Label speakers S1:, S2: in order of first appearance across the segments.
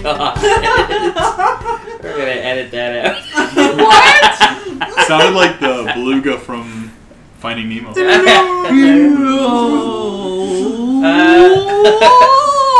S1: edit that out.
S2: What?
S3: Sounded like the beluga from Finding Nemo.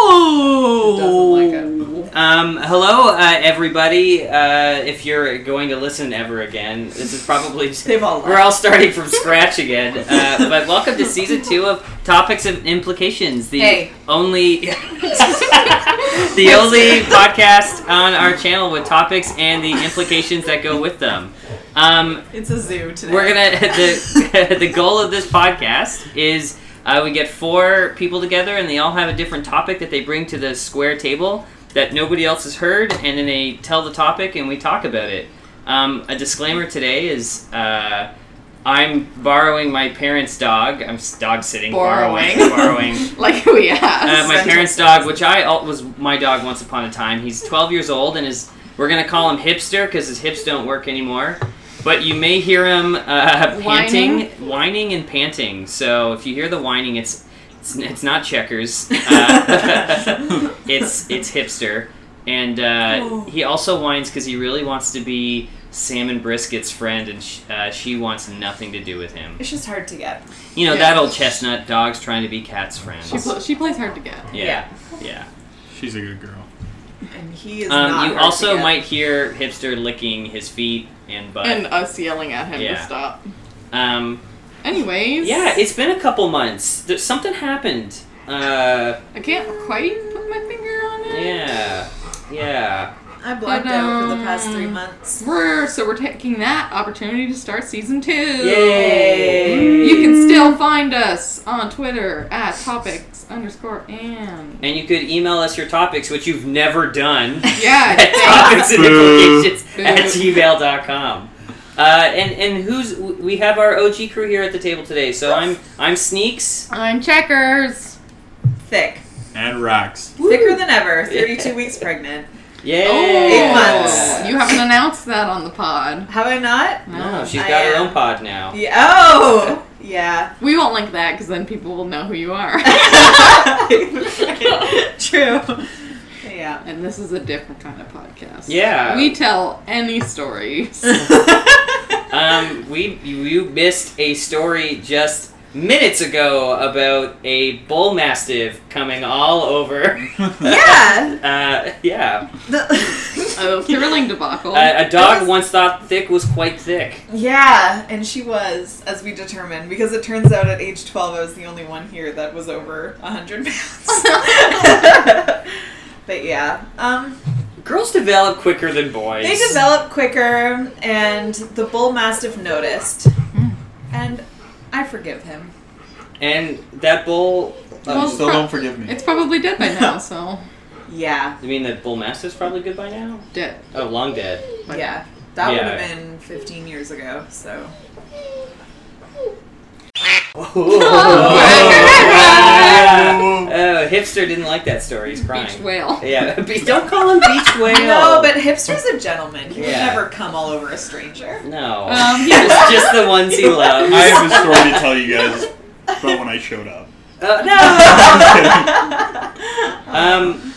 S2: Doesn't like it.
S1: Uh, Um, hello, uh, everybody. Uh, if you're going to listen ever again, this is probably
S4: They've all
S1: we're all starting from scratch again. Uh, but welcome to season two of Topics of Implications, the
S2: Hey.
S1: only the only podcast on our channel with topics and the implications that go with them. Um,
S4: It's a zoo today.
S1: we're gonna the the goal of this podcast is uh, we get four people together and they all have a different topic that they bring to the square table that nobody else has heard and then they tell the topic and we talk about it. Um, a disclaimer today is uh, I'm borrowing my parents' dog. I'm s- dog sitting
S2: Borrowing.
S1: borrowing
S2: Like we asked.
S4: Oh,
S1: uh, my parents' dog, which I al- was my dog once upon a time. He's 12 years old and is we're gonna call him hipster because his hips don't work anymore. But you may hear him uh, panting, whining. and panting. So if you hear the whining, it's it's, it's not checkers. Uh, it's it's hipster, and uh,
S4: Oh.
S1: he also whines because he really wants to be Salmon Brisket's friend, and sh- uh, she wants nothing to do with him.
S4: It's just hard to get.
S1: You know
S2: Yeah.
S1: that old chestnut dog's trying to be cat's friend.
S5: She, pl- she plays hard to get.
S1: yeah, yeah.
S3: She's a good girl.
S4: And he is not.
S1: Um, you
S4: hard to
S1: also
S4: get.
S1: might hear hipster licking his feet and butt.
S5: And us yelling at him
S1: Yeah.
S5: to stop.
S1: um,
S5: Anyways.
S1: yeah, it's been a couple months. There, something happened. Uh,
S5: I can't quite put my finger on it.
S1: yeah, yeah.
S4: I blocked out for the past three months.
S5: We're, so we're taking that opportunity to start season two.
S1: Yay!
S5: You can still find us on Twitter at topics underscore and.
S1: And you could email us your topics, which you've never done.
S5: Yeah.
S1: at topics and
S3: Boo.
S1: implications at gmail.com. Uh, and and who's we have our OG crew here at the table today. So I'm I'm Sneaks.
S5: I'm Checkers.
S4: Thick.
S3: And Rax.
S4: Thicker than ever. 32 weeks pregnant.
S1: Yay!
S4: Oh, Eight months.
S5: Oh, You haven't announced that on the pod.
S4: Have I not?
S1: No, Oh, she's
S4: I
S1: got her
S4: am.
S1: own pod now.
S4: Yeah. Oh! Yeah.
S5: We won't link that because then people will know who you are.
S4: True. Yeah.
S5: and this is a different kind of podcast.
S1: Yeah.
S5: We tell any stories.
S1: Um, we you missed a story just minutes ago about a bull mastiff coming all over.
S4: yeah.
S1: Uh, yeah,
S4: The-
S1: Oh,
S5: a thrilling debacle.
S1: a, a dog
S4: Yes.
S1: once thought thick was quite thick.
S4: yeah, and she was, as we determined, because it turns out at age 12 I was the only one here that was over 100 pounds. but yeah. Um,
S1: Girls develop quicker than boys.
S4: They develop quicker, and the bull mastiff noticed,
S1: Hmm.
S4: and I forgive him.
S1: and that bull.
S5: Well,
S1: Um,
S3: Still don't forgive me.
S5: it's probably dead by now, so
S4: Yeah,
S1: I mean, that bull mastiff's probably good by now.
S5: dead.
S1: Oh, long dead.
S5: But-
S4: yeah, that would
S1: Yeah.
S4: have been 15 years ago. So
S1: Oh,
S3: Whoa, whoa,
S1: hipster didn't like that story. He's
S5: Beached
S1: crying.
S5: whale.
S1: Yeah, don't call him beach whale.
S4: no, but hipster's a gentleman. He would
S1: Yeah.
S4: never come all over a stranger.
S1: no.
S5: Um, he was-
S1: just, just the ones he loves.
S3: I have a story to tell you guys about when I showed up.
S1: Uh, no. um,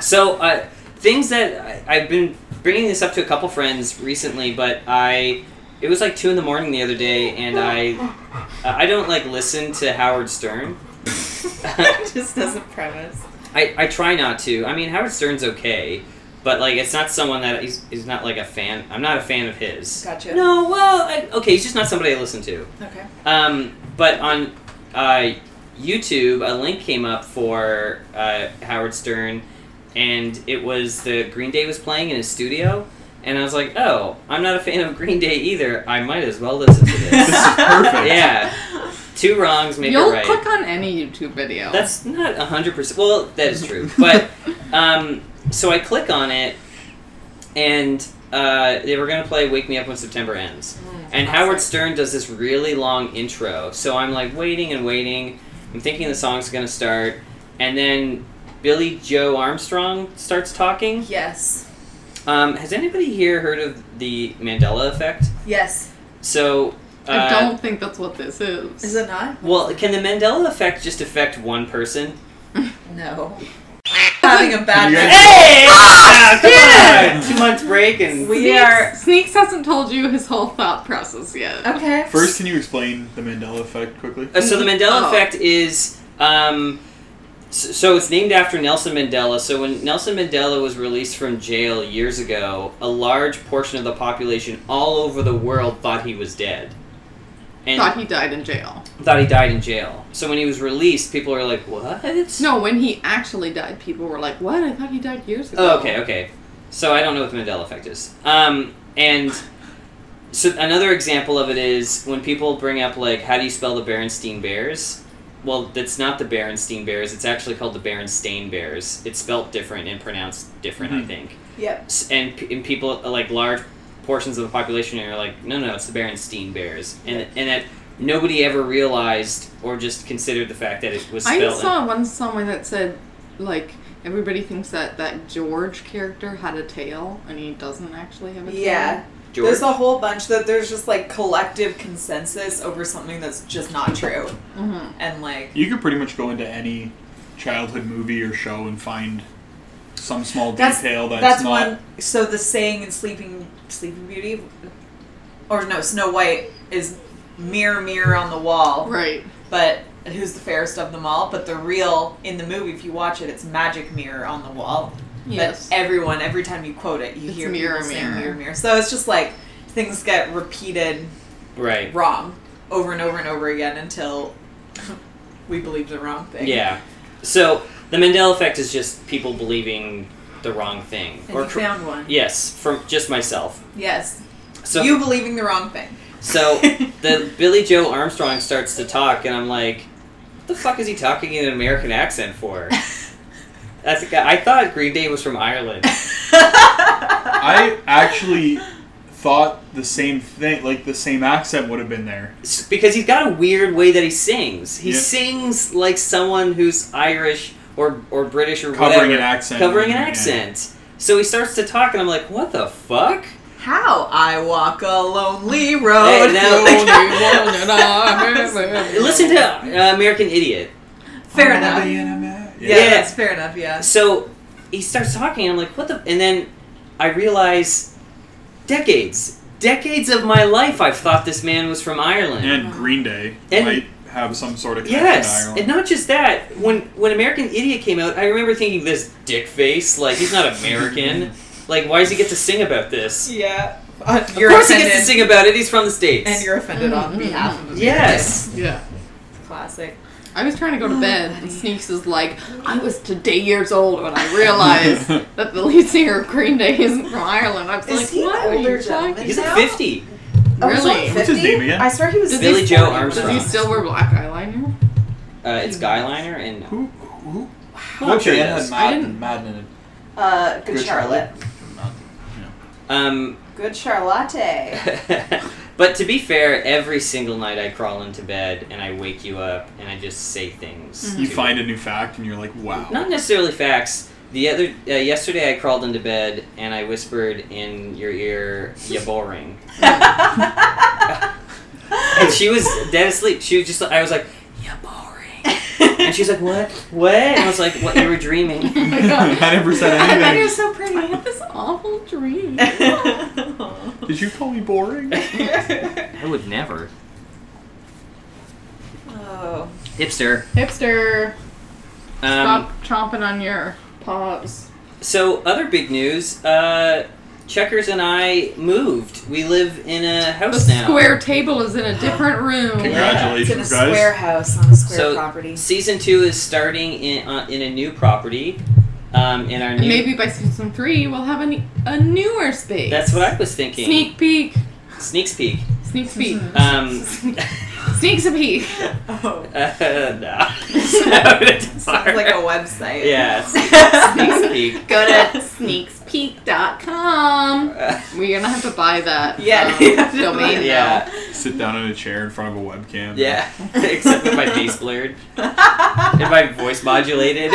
S1: so uh, things that I, I've been bringing this up to a couple friends recently, but I it was like two in the morning the other day, and I uh, I don't like listen to Howard Stern.
S4: Just as a premise.
S1: I, I try not to. I mean, Howard Stern's okay, but like it's not someone that he's, he's not like a fan. I'm not a fan of his.
S4: Gotcha.
S1: No, well, I, okay, he's just not somebody I listen to.
S4: Okay.
S1: Um, but on uh, YouTube, a link came up for uh, Howard Stern, and it was the Green Day was playing in his studio, and I was like, oh, I'm not a fan of Green Day either. I might as well listen to this.
S3: This is perfect.
S1: yeah, two wrongs make
S5: You'll
S1: it right.
S5: click on any YouTube video.
S1: That's not hundred percent. Well, that is true, but um, so I click on it, and uh, they were gonna play "Wake Me Up When September Ends,"
S5: Oh,
S1: and Howard Stern does this really long intro. So I'm like waiting and waiting. I'm thinking the song's gonna start, and then Billy Joe Armstrong starts talking.
S4: Yes.
S1: Um, has anybody here heard of the Mandela effect?
S4: Yes.
S1: So. Uh,
S5: I don't think that's what this is.
S4: Is it not?
S1: Well, can the Mandela effect just affect one person?
S4: No. having a bad
S3: You guys-
S4: night.
S1: Hey! Ah, come
S5: yeah.
S1: on! Two months break and
S4: We
S5: Sneaks,
S4: are-
S5: Sneaks hasn't told you his whole thought process yet.
S4: Okay.
S3: First, can you explain the Mandela effect quickly?
S1: Uh, so the Mandela
S5: Oh.
S1: effect is um, s- so it's named after Nelson Mandela. So when Nelson Mandela was released from jail years ago, a large portion of the population all over the world thought he was dead, and
S5: Thought he died in jail.
S1: thought he died in jail. So when he was released, people were like, "What?"
S5: No, when he actually died, people were like, "What? I thought he died years ago."
S1: Oh, okay, okay. So I don't know what the Mandela effect is. Um, and so another example of it is when people bring up like, how do you spell the Berenstain Bears? Well, that's not the Berenstain Bears. It's actually called the Berenstain Bears. It's spelt different and pronounced different, I
S3: Mhm.
S1: think.
S4: Yep.
S1: S- And p- and people like large portions of the population are like, no, no, it's the Berenstain Bears, and and that nobody ever realized or just considered the fact that it was
S5: I
S1: spelled.
S5: saw one somewhere that said, like, everybody thinks that that George character had a tail, and he doesn't actually have a tail.
S4: Yeah.
S1: George.
S4: There's a whole bunch that there's just like collective consensus over something that's just not true.
S5: Mhm.
S4: And like
S3: You could pretty much go into any childhood movie or show and find some small
S4: That's-
S3: detail that's,
S4: that's
S3: not.
S4: one so the saying in Sleeping Sleeping Beauty or no, Snow White is mirror mirror on the wall.
S5: Right.
S4: But who's the fairest of them all? But the real in the movie if you watch it it's magic mirror on the wall.
S5: Yes.
S4: But everyone, every time you quote it, you
S5: It's
S4: hear
S5: mirror,
S4: people saying
S5: mirror.
S4: mirror, mirror. So it's just like things get repeated
S1: right.
S4: wrong over and over and over again until we believe the wrong thing.
S1: Yeah. So the Mandela effect is just people believing the wrong thing.
S4: And you
S1: cr-
S4: found one.
S1: yes, from just myself.
S4: Yes.
S1: So
S4: you believing the wrong thing.
S1: so the Billy Joe Armstrong starts to talk, and I'm like, what the fuck is he talking in an American accent for? That's a guy. I thought Green Day was from Ireland.
S3: I actually thought the same thing, like the same accent would have been there.
S1: S- because he's got a weird way that he sings. He
S3: Yeah.
S1: sings like someone who's Irish or or British or
S3: Covering
S1: whatever,
S3: an accent.
S1: covering an
S3: Yeah.
S1: accent. So he starts to talk, and I'm like, what the fuck?
S4: How I walk a lonely road.
S1: Hey, now-
S4: Like-
S1: Listen to uh, American Idiot.
S4: fair
S3: Wanna
S4: enough.
S3: be in Amer-
S4: Yeah,
S1: Yeah.
S4: that's fair enough. Yeah.
S1: So he starts talking, and I'm like, what the? And then I realize decades, decades of my life I've thought this man was from Ireland.
S3: And Green Day
S1: And-
S3: might have some sort of connection to
S1: yes,
S3: Ireland.
S1: and not just that. When when American Idiot came out, I remember thinking this dick face, like he's not American. like why does he get to sing about this?
S4: Yeah. Uh,
S1: Of
S4: you're
S1: course
S4: offended,
S1: he gets to sing about it. He's from the states.
S4: and you're offended on
S5: Mm,
S4: behalf of. the
S1: yes.
S5: Yeah.
S4: Americans. Classic.
S5: I was trying to go to bed, and Sneaks is like, I was today years old when I realized that the lead singer of Green Day isn't from Ireland. I was
S4: Is
S5: like,
S4: he an
S5: what are
S4: older
S5: you talking
S4: gentleman?
S1: He's like
S4: Now-
S1: fifty.
S5: Really?
S3: What's his name again?
S4: Oh, I swear he was
S5: Does
S1: Billy
S4: 40
S1: Joe
S4: when I was
S1: Armstrong.
S5: Does he still wear black eyeliner?
S1: Uh, it's Guyliner and
S3: Who? Who?
S1: I'm sure it is.
S5: I didn't-
S3: Madden in
S4: Uh, good,
S3: Good
S4: Charlotte.
S1: um,
S4: Good Charlotte.
S1: but to be fair, every single night I crawl into bed and I wake you up and I just say things.
S3: it? You
S1: to-
S3: find a new fact and you're like, wow.
S1: not necessarily facts. The other uh, yesterday I crawled into bed and I whispered in your ear, "You're boring," and she was dead asleep. She was just I was like, "You're boring," and she's like, "What? What?" And I was like, "What? You were dreaming."
S5: Oh my god.
S3: I never said
S5: I thought he
S3: anything.
S5: was so pretty. I had this awful dream.
S3: Did you call me boring?
S1: I would never.
S4: oh.
S1: Hipster.
S5: Hipster,
S1: Um,
S5: stop chomping on your paws.
S1: So, other big news. Uh, Checkers and I moved. We live in a
S5: The
S1: house now.
S5: square table is in a different room.
S4: It's in a
S3: Congratulations,
S4: square
S3: guys.
S4: house on a square
S1: So-
S4: property.
S1: Season two is starting in uh, in a new property. Um, in our
S5: And
S1: new.
S5: maybe by season three, we'll have a, ne- a newer space.
S1: That's what I was thinking.
S5: Sneak peek.
S1: Sneaks peek.
S5: Sneak peek.
S4: Mm-hmm.
S1: Um,
S5: Sneaks a peek.
S4: Oh.
S1: uh, no. Sounds
S4: Sounds like a website.
S1: Yeah, sneaks peek.
S5: Go to sneakspeak.com. We're gonna have to buy that
S4: Yeah.
S5: um, domain.
S1: Yeah.
S3: Sit down in a chair in front of a webcam.
S1: Yeah, except with my face blurred and my voice modulated.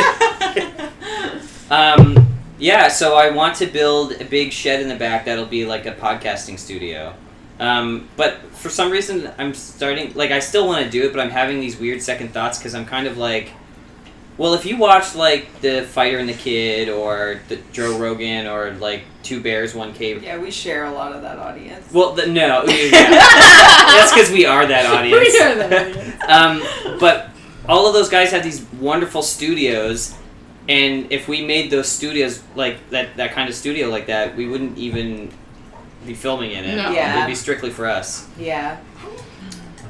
S1: Um, yeah, so I want to build a big shed in the back that'll be like a podcasting studio. Um, but for some reason, I'm starting, like, I still want to do it, but I'm having these weird second thoughts because I'm kind of like, Well, if you watch like the Fighter and the Kid or the Joe Rogan or like Two Bears One Cave,
S4: Yeah, we share a lot of that audience.
S1: well, the, no, yeah. that's because we are that audience.
S5: We are that audience.
S1: um, but all of those guys have these wonderful studios, and if we made those studios like that, that kind of studio like that, we wouldn't even be filming in it.
S5: No.
S1: It
S4: Yeah.
S1: would be strictly for us.
S4: yeah.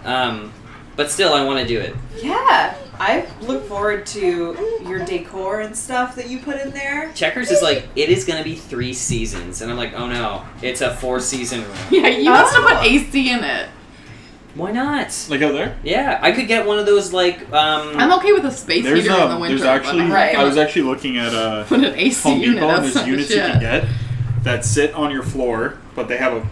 S1: Um, but still, I want to do it.
S4: Yeah. I look forward to your decor and stuff that you put in there.
S1: Checkers is like it is going to be three seasons, and I'm like, oh no, it's a four season room.
S5: Yeah, you must have
S4: Oh.
S5: put AC in it.
S1: Why not?
S3: Like out there,
S1: Yeah, I could get one of those like um.
S5: I'm okay with a space
S3: there's
S5: heater in the
S3: a
S5: winter.
S3: there's actually
S5: but I'm
S4: Right.
S5: not
S3: I was
S5: gonna
S3: actually looking at uh, a
S5: put an AC
S3: Home
S5: unit
S3: Depot. and
S5: outside
S3: There's
S5: the
S3: units you can
S5: shit.
S3: get that sit on your floor, but they have a.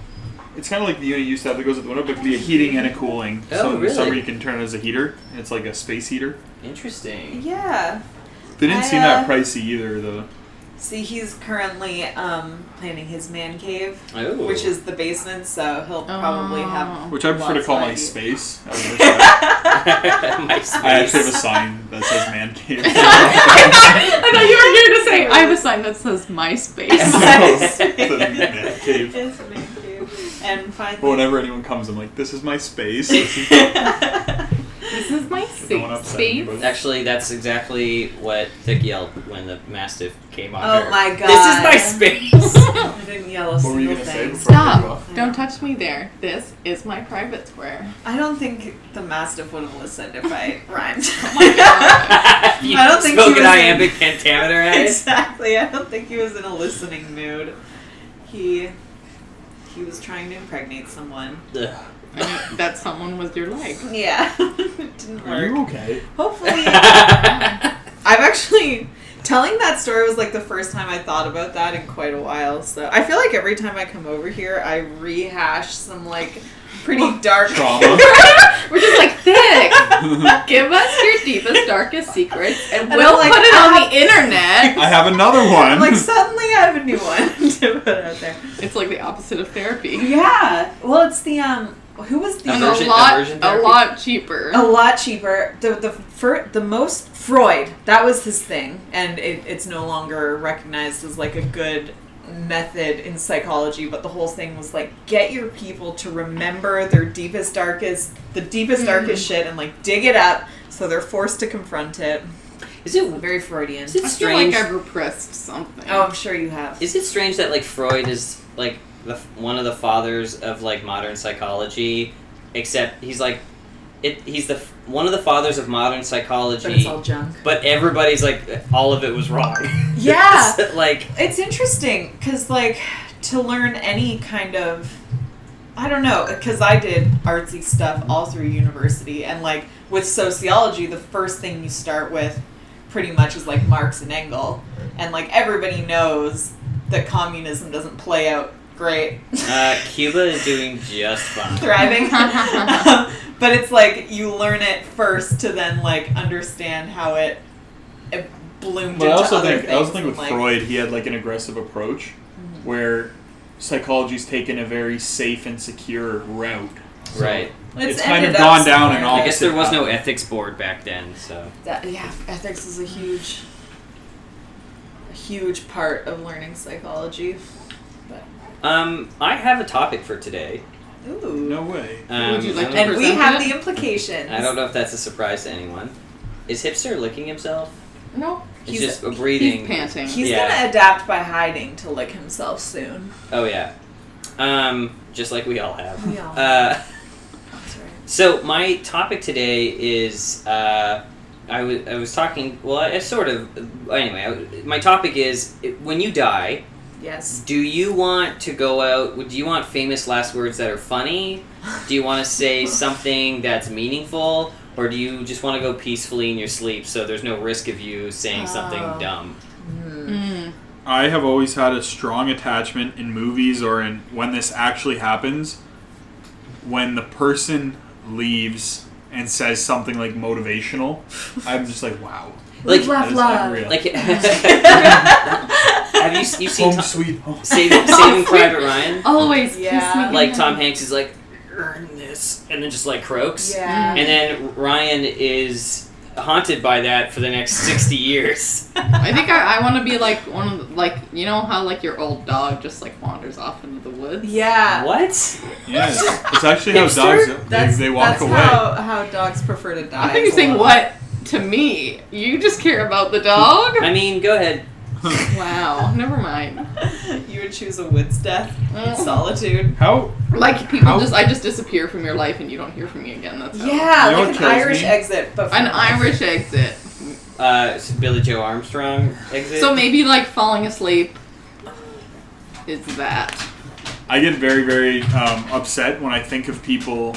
S3: It's kind of like the unit you used to have that goes at the window, but it could be a heating and a cooling.
S1: Oh,
S3: so in the
S1: really?
S3: summer you can turn it as a heater. and It's like a space heater.
S1: Interesting.
S4: Yeah.
S3: They didn't
S4: I,
S3: seem
S4: uh,
S3: that pricey either, though.
S4: See, he's currently um, planning his man cave,
S1: Oh.
S4: which is the basement, so he'll probably
S5: Oh.
S4: have.
S3: Which I prefer to
S4: Lots
S3: call
S4: of
S3: my
S4: ideas.
S3: space. I, wish I,
S1: my space.
S3: I actually have a sign that says man cave.
S5: I thought you were going to say I have a sign that says MySpace.
S3: The man cave.
S4: His man cave. And
S3: But
S4: finally.
S3: whenever anyone comes, I'm like, this is my space.
S5: this is
S3: No
S5: my
S3: one
S5: safe
S3: upset me,
S5: space.
S3: but-
S1: Actually, that's exactly what Thick yelled when the Mastiff came on.
S4: Oh
S1: her.
S4: my God.
S1: This is my space!
S4: I didn't yell a
S3: What were you
S4: single
S3: going to say
S4: thing.
S3: before I cut you
S5: Stop.
S3: off?
S5: Don't touch me there. This is my private square.
S4: I don't think the Mastiff would have listened if I rhymed.
S5: Oh
S1: you
S4: I don't think
S1: spoke
S4: he
S1: an
S4: was
S1: iambic pentameter eh? at
S4: exactly. I don't think he was in a listening mood. He he was trying to impregnate someone.
S5: I mean, that someone was your leg.
S4: Yeah, it didn't
S3: Are
S4: work.
S3: you okay?
S4: Hopefully, I've actually telling that story was like the first time I thought about that in quite a while. So I feel like every time I come over here, I rehash some like pretty dark
S3: Trauma.
S5: We're just like thick. Give us your deepest, darkest secrets, and
S4: I'm
S5: we'll
S4: like,
S5: put it on
S4: ah.
S5: the internet.
S3: I have another one.
S4: I'm like suddenly I have a new one to put out there.
S5: It's like the opposite of therapy.
S4: Yeah. Well, it's the um. Who was the
S5: And
S1: Aversion-
S5: a lot,
S1: aversion
S5: a
S1: therapy?
S5: lot cheaper.
S4: a lot cheaper. The the fir- the most Freud that was his thing, and it, it's no longer recognized as like a good method in psychology. But the whole thing was like get your people to remember their deepest darkest the deepest darkest shit and like dig it up, so they're forced to confront it.
S1: Is it,
S4: Very Freudian.
S1: is it
S5: I feel
S1: strange?
S5: like I've repressed something.
S4: Oh, I'm sure you have.
S1: is it strange that like Freud is like the, one of the fathers of like modern psychology, except he's like it, he's the one of the fathers of modern
S4: But
S1: psychology,
S4: it's all junk.
S1: but everybody's like all of it was wrong.
S4: Yeah.
S1: like
S4: It's interesting because, like, to learn any kind of, I don't know, because I did artsy stuff all through university, and like with sociology, the first thing you start with, pretty much, is like Marx and Engel, and like everybody knows that communism doesn't play out great.
S1: uh, Cuba is doing just fine.
S4: thriving. Um, but it's like you learn it first to then like understand how it, it bloomed
S3: But I
S4: into
S3: also
S4: other
S3: think
S4: things.
S3: I also think with
S4: and, like,
S3: Freud, he had like an aggressive approach, where psychology's taken a very safe and secure route. So
S1: Right.
S3: It's kind of gone down and all-
S1: I guess there was no ethics board back then, so
S4: That, yeah, ethics is a huge, a huge part of learning psychology.
S1: um, I have a topic for today.
S4: Ooh.
S3: No way.
S1: Um,
S5: Would you like
S1: I
S5: to
S1: don't-
S4: And we
S5: Present
S4: have
S5: it?
S4: the implications.
S1: I don't know if that's a surprise to anyone. Is hipster licking himself?
S5: no,
S1: It's
S4: He's-
S1: just a breathing.
S5: he's panting.
S4: He's
S1: Yeah.
S4: gonna adapt by hiding to lick himself soon.
S1: Oh yeah, um, just like we all have.
S4: We all
S1: Uh,
S4: That's right.
S1: so my topic today is uh, I was I was talking. Well, I, I sort of anyway. I w my topic is it- when you die.
S4: Yes.
S1: Do you want to go out? Do you want famous last words that are funny? Do you want to say something that's meaningful, or do you just want to go peacefully in your sleep so there's no risk of you saying something
S4: Oh.
S1: dumb?
S5: Mm.
S3: I have always had a strong attachment in movies or in when this actually happens, when the person leaves and says something like motivational. I'm just like, wow.
S1: Like-
S3: that is unreal.
S1: Like, have you you seen
S3: home
S1: Tom,
S3: sweet home.
S1: Saving, Saving Private Ryan?
S5: Always
S4: Oh, Yeah.
S5: kiss me.
S1: Like
S5: goodnight.
S1: Tom Hanks is like, earn this, and then just like croaks,
S4: Yeah.
S1: and then Ryan is haunted by that for the next 60 years.
S5: I think I, I want to be like one of the, like you know how like your old dog just like wanders off into the woods.
S4: Yeah.
S1: What?
S3: Yeah, it's, it's actually how
S1: Hipster?
S3: dogs they,
S4: That's,
S3: they walk
S4: that's
S3: away.
S4: How, how dogs prefer to die.
S5: I think you're
S4: is
S5: saying
S4: a lot.
S5: what to me. You just care about the dog.
S1: I mean, go ahead.
S5: wow. Never mind.
S4: you would choose a woods death in
S5: Mm.
S4: solitude.
S3: How
S5: Like people
S3: How-
S5: just I just disappear from your life and you don't hear from me again. That's how-
S4: Yeah,
S3: You know what
S4: like an
S3: kills
S4: Irish
S3: me?
S4: exit, but for
S5: An
S4: life.
S5: Irish exit.
S1: Uh, it's Billy Joe Armstrong exit.
S5: So maybe like falling asleep is that.
S3: I get very very um, upset when I think of people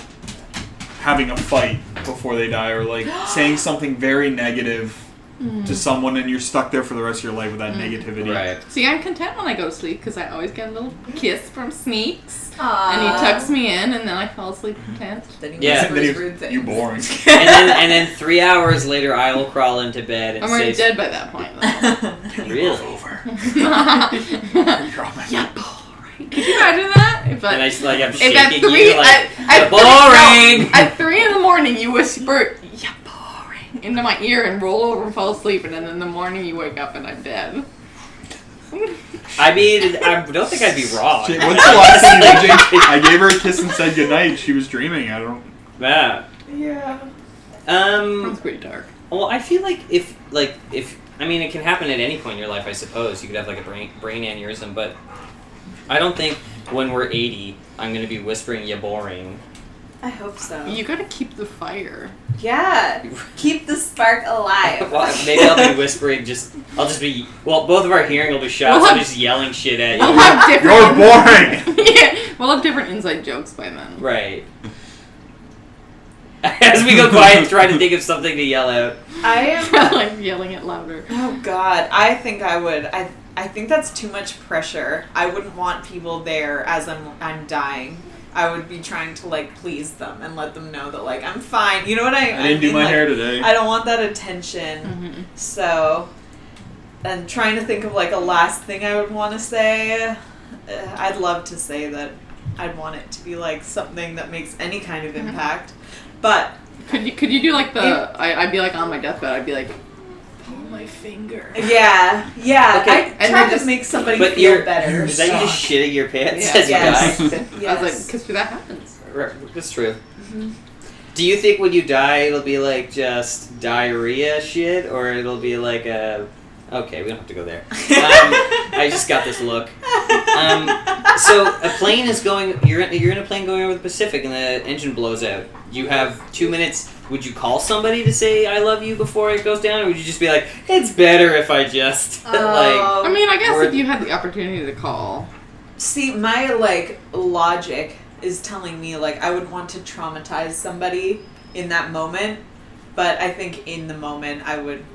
S3: having a fight before they die or like saying something very negative
S4: Mm.
S3: to someone and you're stuck there for the rest of your life with that negativity.
S1: Right.
S5: See, I'm content when I go to sleep because I always get a little kiss from Sneaks,
S4: Aw.
S5: and he tucks me in, and then I fall asleep content.
S4: Then he
S1: Yeah.
S3: And then
S4: whispers
S3: you-
S4: rude things.
S3: you boring.
S1: And then, and then three hours later, I will crawl into bed and
S5: I'm already
S1: say,
S5: dead by that point.
S1: Really?
S3: Over.
S5: though.
S3: You're on my-
S5: yeah, boring. Could you imagine that? If
S1: And I
S5: I,
S1: just like I'm
S5: if at
S1: shaking
S5: three,
S1: you like
S5: at, at
S1: boring.
S5: Three, no, at three in the morning, you whisper "yeah, boring" into my ear and roll over and fall asleep, and then in the morning you wake up and I'm dead.
S1: I mean I don't think I'd be wrong.
S3: Jay- What's the last thing you did, Jay? I gave her a kiss and said goodnight. She was dreaming. I don't.
S1: Yeah.
S4: yeah.
S1: Um.
S5: That's pretty dark.
S1: Well, I feel like if like if I mean it can happen at any point in your life. I suppose you could have like a brain brain aneurysm, but I don't think when we're eighty, I'm gonna be whispering "ya boring."
S4: I hope
S1: Oh.
S4: so.
S5: You gotta keep the fire.
S4: yeah. Keep the spark alive.
S1: Well, maybe I'll be whispering. Just I'll just be well. Both of our hearing will be shot.
S5: We'll
S1: so I'm
S5: have-
S1: just yelling shit at
S5: We'll
S1: you.
S5: have
S3: You're
S5: different.
S3: boring.
S5: yeah, we'll have different inside jokes by then.
S1: Right. As we go quiet, try to think of something to yell out.
S4: I am.
S5: like yelling it louder.
S4: Oh God, I think I would. I I think that's too much pressure. I wouldn't want people there as I'm I'm dying. I would be trying to like please them and let them know that like I'm fine. You know what I?
S3: I didn't do
S4: mean?
S3: my
S4: Like,
S3: hair today.
S4: I don't want that attention.
S5: Mhm.
S4: So, and trying to think of like a last thing I would want to say. Uh, I'd love to say that I'd want it to be like something that makes any kind of impact, but
S5: Could you could you do like the?
S4: Yeah.
S5: I, I'd be like on my deathbed. I'd be like, pull my finger.
S4: yeah, yeah.
S1: Okay,
S4: I
S5: and
S4: try
S5: then
S4: to
S5: just-
S4: make somebody
S1: but
S4: feel
S1: you're-
S4: better.
S1: Is that you just shitting your pants
S5: Yeah.
S1: as you
S4: Yes.
S1: die?
S5: I was like,
S4: Yes.
S5: because that happens.
S1: Right, That's true.
S4: Mm-hmm.
S1: Do you think when you die it'll be like just diarrhea shit, or it'll be like a? Okay, we don't have to go there. Um, I just got this look. Um, So a plane is going. You're in, you're in a plane going over the Pacific, and the engine blows out. You have two minutes. Would you call somebody to say I love you before it goes down, or would you just be like, it's better if I just like?
S4: Oh.
S5: I mean, I guess
S1: Or-
S5: if you had the opportunity to call,
S4: See, my like logic is telling me like I would want to traumatize somebody in that moment, but I think in the moment I would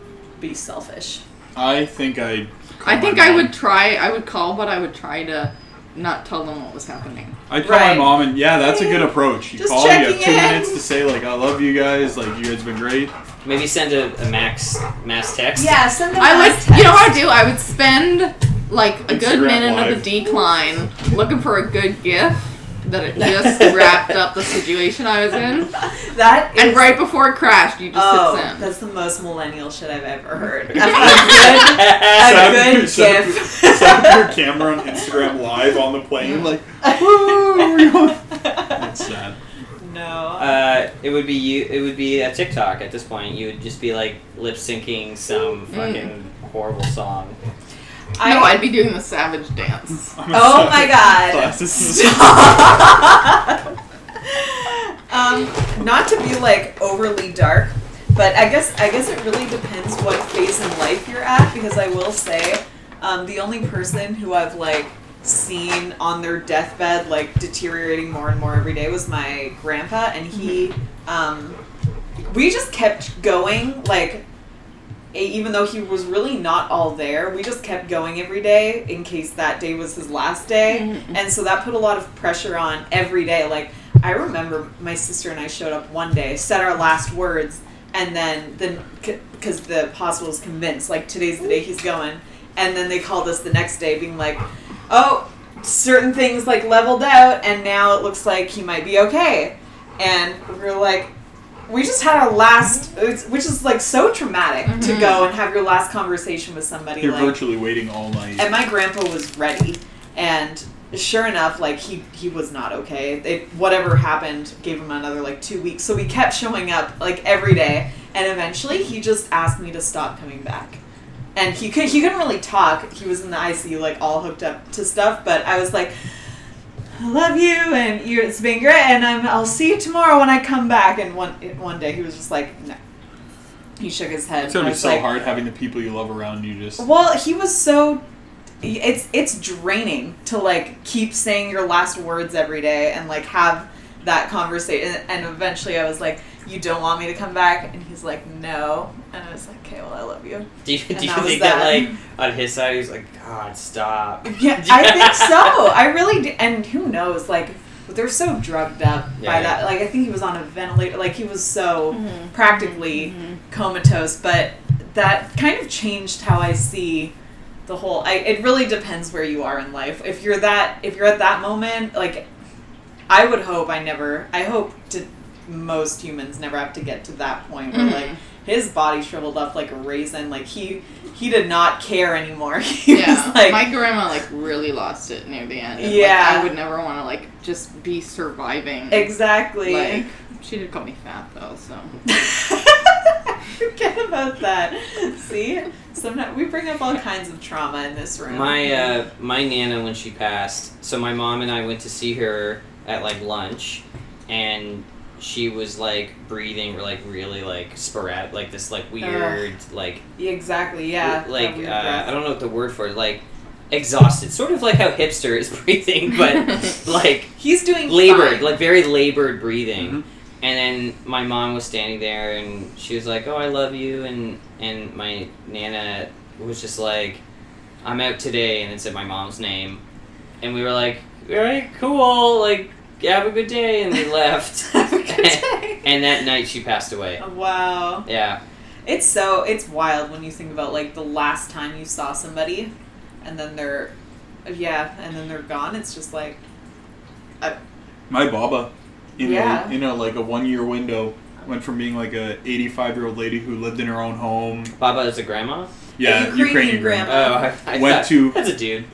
S4: be selfish.
S3: I think I.
S5: I think I would try. I would call, but I would try to not tell them what was happening.
S3: I call
S4: Right.
S3: my mom, and yeah, that's a good approach. You
S4: Just
S3: call, you have
S4: checking
S3: two
S4: in.
S3: minutes to say like I love you guys, like you guys been great.
S1: Maybe send a, a max mass text.
S4: Yeah, send them
S5: I
S4: a
S5: would.
S4: nice
S5: You know what
S4: text.
S5: I do? I would spend like a good
S3: Instagram
S5: minute
S3: Live.
S5: of the decline looking for a good gif that it just wrapped up the situation I was in,
S4: That is,
S5: and right before it crashed, you just
S4: oh,
S5: hits in.
S4: that's the most millennial shit I've ever heard. a
S3: Set up
S4: good, a
S3: your-
S4: good
S3: set up
S4: gif.
S3: your- set up your camera on Instagram live on the plane, like that's sad.
S4: no.
S1: Uh, it would be you. It would be a TikTok at this point. You would just be like lip syncing some
S4: Mm.
S1: fucking horrible song.
S5: no, I'd be doing the savage dance.
S3: I'm a
S4: Oh
S3: sad-
S4: my god.
S3: Glasses.
S4: um, not to be like overly dark, but I guess I guess it really depends what phase in life you're at. Because I will say, um, the only person who I've like seen on their deathbed like deteriorating more and more every day was my grandpa, and he, um, we just kept going like. e- Even though he was really not all there, we just kept going every day in case that day was his last day. And so that put a lot of pressure on every day. Like, I remember my sister and I showed up one day, said our last words, and then, then because the hospital was convinced, like, today's the day he's going. And then they called us the next day, being like, oh, certain things, like, leveled out, and now it looks like he might be okay. And we were like, we just had our last, it's- which is like so traumatic to go and have your last conversation with somebody.
S3: You're
S4: like,
S3: virtually waiting all night.
S4: and my grandpa was ready, and sure enough, like he he was not okay. It whatever happened gave him another like two weeks. So we kept showing up like every day, and eventually he just asked me to stop coming back. And he could he couldn't really talk. He was in the ICU like all hooked up to stuff. But I was like. I love you, and you're, it's been great, and I'm, I'll see you tomorrow when I come back. And one one day he was just like, no. He shook his head.
S3: it's gonna
S4: I
S3: be
S4: was
S3: so
S4: like,
S3: hard having the people you love around you just.
S4: well, he was so. It's it's draining to like keep saying your last words every day and like have that conversation. And eventually, I was like, "You don't want me to come back," and he's like, "No," and I was like, "Okay, well, I love you."
S1: Do you, do
S4: And
S1: you
S4: that was
S1: think that,
S4: that.
S1: like, on his side, he's like, God, stop.
S4: Yeah, I think so. I really do. And who knows? Like, they're so drugged up
S1: Yeah,
S4: by
S1: yeah.
S4: that. Like, I think he was on a ventilator. Like, he was so
S5: Mm-hmm.
S4: practically comatose. But that kind of changed how I see the whole. I, it really depends where you are in life. If you're that, if you're at that moment, like, I would hope I never. I hope to most humans never have to get to that point where like
S5: Mm-hmm.
S4: his body shriveled up like a raisin. Like he he did not care anymore. He
S5: yeah,
S4: was like
S5: my grandma like really lost it near the end. and, like,
S4: Yeah.
S5: I would never want to like just be surviving.
S4: Exactly.
S5: Like she did call me fat though, so
S4: Forget about that. See, sometimes we bring up all kinds of trauma in this room.
S1: My uh, my nana when she passed, so my mom and I went to see her at like lunch, and she was like breathing, like really like sporadic, like this like weird, like
S4: exactly. Yeah.
S1: like
S4: that weird
S1: uh, I
S4: breath.
S1: don't know what the word for it, like exhausted, sort of like how hipster is breathing, but like
S4: he's doing
S1: labored,
S4: fine.
S1: like very labored breathing.
S3: Mhm.
S1: And then my mom was standing there, and she was like, "Oh, I love you," and and my nana was just like, "I'm out today," and then said my mom's name, and we were like, "All right, cool, like have a good day," and we left.
S4: Have a good day.
S1: and that night she passed away.
S4: Wow.
S1: Yeah,
S4: It's so it's wild when you think about like the last time you saw somebody, and then they're, yeah, and then they're gone. It's just like,
S3: My Baba, in
S4: Yeah.
S3: a, in a like a one year window, went from being like a 85 year old lady who lived in her own home.
S1: Baba is a grandma.
S3: Yeah,
S4: Ukrainian
S1: Oh,
S3: Ukrainian
S4: grandma.
S1: I, I
S3: Went
S1: thought-
S3: to-
S1: that's a dude.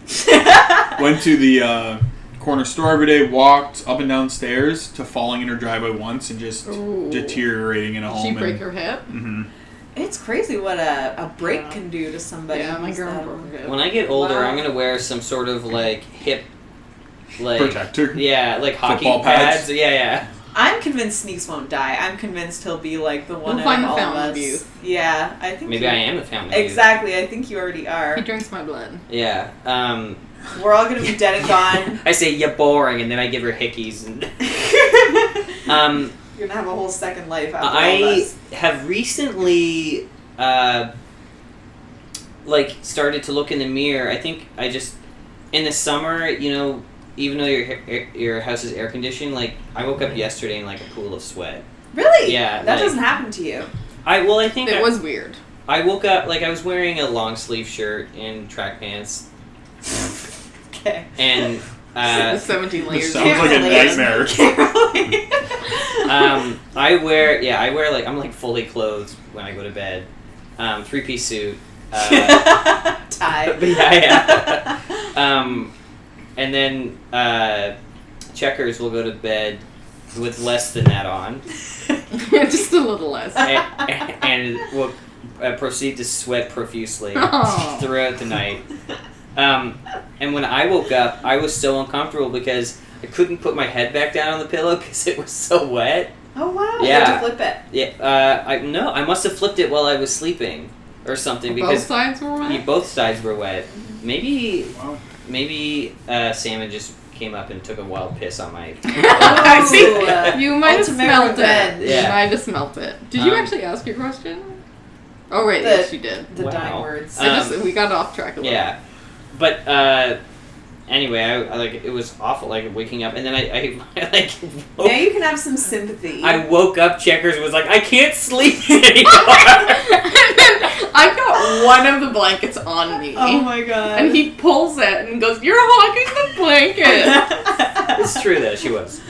S3: Went to the uh, corner store every day, walked up and down stairs to falling in her driveway once and just
S5: Ooh.
S3: deteriorating in a
S5: did
S3: home.
S5: she break
S3: and,
S5: her hip?
S3: hmm
S4: it's crazy what a, a break
S5: Yeah.
S4: can do to somebody.
S5: Yeah, my
S4: who's
S5: grandma
S4: that-
S5: broke her hip.
S1: When I get older,
S4: Wow.
S1: I'm gonna wear some sort of like hip, like
S3: Protector.
S1: yeah, like hockey
S3: Football pads.
S1: Yeah, yeah.
S4: I'm convinced Sneaks won't die. I'm convinced he'll be like the one
S5: He'll
S4: out
S5: find the
S4: of all
S5: fountain
S4: of
S5: of
S4: us.
S5: youth.
S4: Yeah, I think
S1: Maybe
S4: you-
S1: I am the family. dude.
S4: Exactly, I think you already
S5: He
S4: are.
S5: drinks my blood.
S1: Yeah. Um,
S4: We're all gonna be dead and gone.
S1: I say you're boring, and then I give her hickeys. And um,
S4: You're gonna have a whole second life after all
S1: I
S4: this.
S1: have recently, uh, like started to look in the mirror. I think I just in the summer, you know, even though your ha- your house is air conditioned, like I woke up yesterday in like a pool of sweat.
S4: Really?
S1: Yeah,
S4: That
S1: like-
S4: doesn't happen to you.
S1: I well, I think I-
S5: It was weird.
S1: I woke up like I was wearing a long sleeve shirt and track pants,
S4: Okay.
S1: and uh,
S5: Seventeen
S3: This
S5: layers.
S3: sounds like a
S4: Can't relate.
S3: nightmare.
S4: Can't really.
S1: um, I wear yeah I wear like I'm like fully clothed when I go to bed, um, three piece suit, uh,
S4: Tie.
S1: yeah, yeah. um, and then uh, checkers will go to bed with less than that on,
S5: just a little less.
S1: and, and will uh, proceed to sweat profusely
S5: Oh.
S1: throughout the night. Um, and when I woke up, I was so uncomfortable because I couldn't put my head back down on the pillow because it was so wet.
S4: oh wow.
S1: Yeah.
S4: You have to flip it.
S1: Yeah, uh, I no, I must have flipped it while I was sleeping or something
S5: Both
S1: because
S5: sides were
S1: y-
S5: wet.
S1: both sides were wet. Maybe,
S3: Wow.
S1: maybe uh, Salmon just came up and took a wild piss on my.
S5: I see.
S4: Ooh, uh,
S5: You might have
S4: ultimate
S5: smelt
S4: revenge.
S5: it.
S1: Yeah.
S5: You might have smelt it. Did you
S1: Um,
S5: actually ask your question? Oh wait,
S4: The-
S5: yes, you did.
S4: The
S1: Wow.
S4: dying words.
S5: I
S1: Um,
S5: just we got off track a little.
S1: Yeah, but uh, anyway, I, I like it was awful. Like waking up and then I, I, I like. woke-
S4: now you can have some sympathy.
S1: oh. I woke up. Checkers was like, I can't sleep anymore.
S5: I got one of the blankets on me.
S4: oh my god.
S5: and he pulls it and goes, You're hogging the blanket.
S1: it's true though. She was.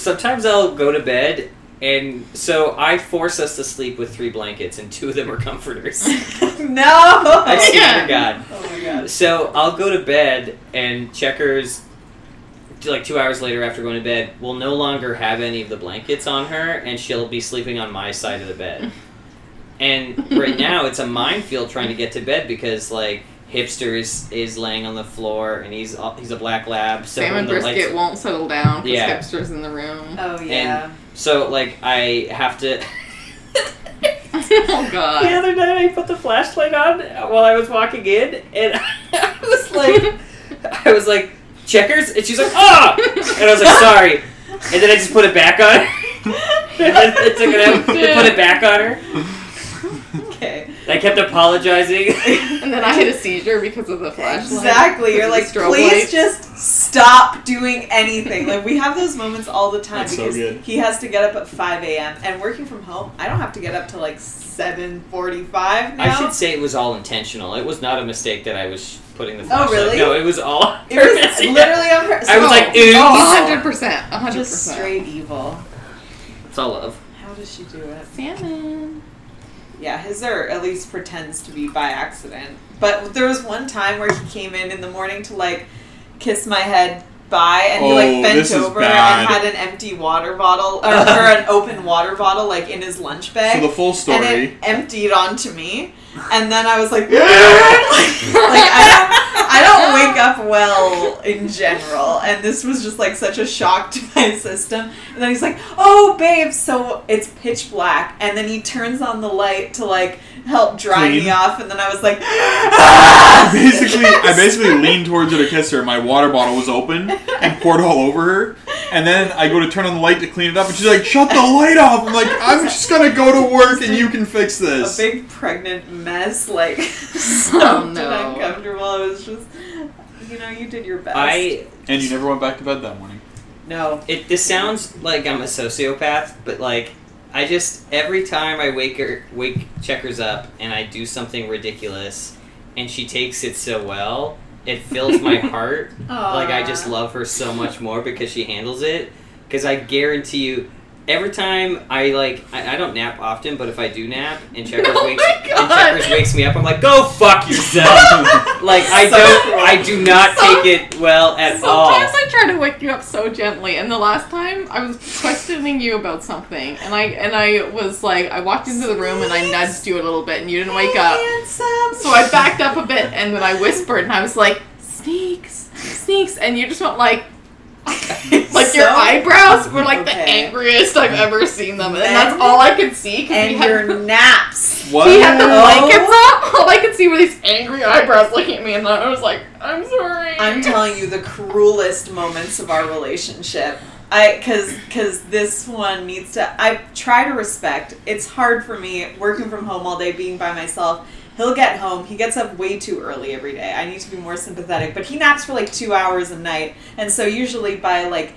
S1: sometimes I'll go to bed, and so I force us to sleep with three blankets, and two of them are comforters.
S4: no.
S1: I swear to
S5: Yeah.
S1: God.
S4: oh my god.
S1: So I'll go to bed, and checkers, like two hours later after going to bed, will no longer have any of the blankets on her, and she'll be sleeping on my side of the bed. And right now, it's a minefield trying to get to bed because like hipster is is laying on the floor, and he's he's a black lab. So
S5: Sam
S1: when
S5: and
S1: the lights-
S5: Brisket won't settle down because
S1: Yeah.
S5: hipsters in the room.
S4: Oh yeah.
S1: So like I have to.
S5: oh
S1: The
S5: god.
S1: other night I put the flashlight on while I was walking in, and I was like, I was like, checkers, and she's like, ah, and I was like, sorry, and then I just put it back on. and then I took it out, and put it back on her.
S4: okay.
S1: And I kept apologizing.
S5: and then I had a seizure because of the flashlight.
S4: Exactly. You're
S5: The
S4: like,
S5: strobe
S4: please
S5: light."
S4: just stop doing anything. Like we have those moments all the time
S3: That's so
S4: because
S3: good.
S4: he has to get up at five a.m. and working from home, I don't have to get up till like seven forty-five now.
S1: I should say it was all intentional. It was not a mistake that I was putting the
S4: Oh,
S1: flashlight.
S4: really?
S1: No, it was all. on
S4: it was
S1: purpose, yeah.
S4: literally on purpose.
S1: I was
S5: Oh,
S1: like,
S5: oh,
S1: oops.
S5: 100%. 100%.
S4: just straight evil.
S1: It's all love.
S4: How does she do it?
S5: Salmon.
S4: Yeah, his or at least pretends to be by accident. But there was one time where he came in in the morning to like kiss my head bye, and he
S3: Oh,
S4: like
S3: this
S4: bent
S3: is
S4: over
S3: bad.
S4: and had an empty water bottle or, or an open water bottle like in his lunch bag.
S3: So the full
S4: And it
S3: story.
S4: emptied onto me, and then I was like, like I don't, I don't wake up well in general, and this was just like such a shock to my system. And then he's like, "Oh, babe, so it's pitch black," and then he turns on the light to like help dry me
S3: Clean.
S4: off, and then I was like,
S3: I basically, I basically leaned towards her to kiss her. My water bottle was open and poured all over her. And then I go to turn on the light to clean it up, and she's like, "Shut the light off!" I'm like, "I'm just gonna go to work, and you can fix
S4: a
S3: this."
S4: big pregnant mess, like so
S5: Oh,
S4: did
S5: no.
S4: uncomfortable. It was just, you know, you did your best.
S1: I
S3: And you never went back to bed that morning.
S4: no.
S1: It this sounds like I'm a sociopath, but like I just every time I wake her wake checkers up and I do something ridiculous and she takes it so well, it fills my heart. Like I just
S4: Aw.
S1: love her so much more because she handles it. Because I guarantee you, every time I like I, I don't nap often, but if I do nap and checkers
S5: Oh
S1: wakes
S5: my
S1: and
S5: God.
S1: checkers wakes me up, I'm like, go fuck yourself. like I
S4: So
S1: don't
S4: cruel.
S1: I do not
S5: So-
S1: take it well at
S5: Sometimes
S1: all.
S5: I try to wake you up so gently, and the last time I was questioning you about something, and I and I was like, I walked into the room and I nudged you a little bit, and you didn't wake up.
S4: Handsome.
S5: So I backed up a bit, and then I whispered, and I was like, "Sneaks, sneaks," and you just went like, like your
S4: So-
S5: eyebrows were like the
S4: Okay.
S5: angriest I've ever seen them, and that's all I could see because we
S4: and
S5: had,
S4: your naps.
S3: What?
S5: we had the
S4: No.
S5: blankets up. All I could see were these angry eyebrows looking at me, and I was like, "I'm sorry."
S4: I'm telling you the cruelest moments of our relationship. I cuz cuz this one needs to I try to respect. It's hard for me working from home all day being by myself. He'll get home. He gets up way too early every day. I need to be more sympathetic, but he naps for like 2 hours a night. And so usually by like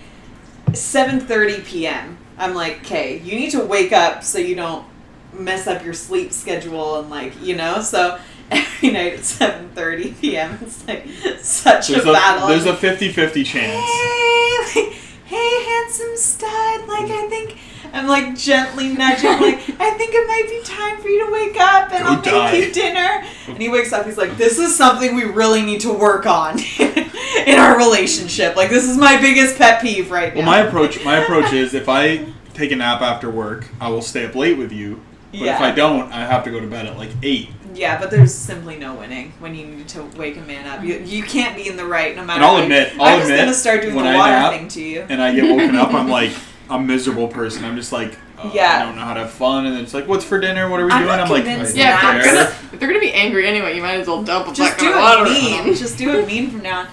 S4: 7:30 p.m. I'm like, "Okay, you need to wake up so you don't mess up your sleep schedule and like, you know." So every night at 7:30 p.m. it's like such
S3: There's
S4: a
S3: a
S4: battle.
S3: there's a 50-50 chance.
S4: hey, like, hey, handsome stud. Like, I think I'm like gently nudging. Like, I think it might be time for you to wake up, and
S3: Go
S4: I'll
S3: die.
S4: make you dinner. And he wakes up. He's like, this is something we really need to work on in our relationship. Like, this is my biggest pet peeve right
S3: Well,
S4: now.
S3: my approach my approach is if I take a nap after work, I will stay up late with you. But
S4: Yeah.
S3: if I don't, I have to go to bed at like eight.
S4: Yeah, but there's simply no winning when you need to wake a man up. You, you can't be in the right no matter.
S3: And I'll
S4: what.
S3: admit- I'll
S4: I'm just
S3: admit,
S4: gonna start doing the
S3: when
S4: water
S3: I nap-
S4: thing to you.
S3: And I get woken up, I'm like a miserable person. I'm just like, uh,
S4: Yeah.
S3: I don't know how to have fun. And then it's like, what's for dinner? What are we
S4: I'm
S3: doing?
S4: not
S3: I'm like,
S4: convinced
S3: I
S5: Yeah,
S3: don't
S5: if they're,
S3: care.
S5: gonna, if they're gonna be angry anyway, you might as well dump a
S4: Just
S5: bucket
S4: do
S5: of water.
S4: it
S5: on them.
S4: mean. Just do it mean from now on.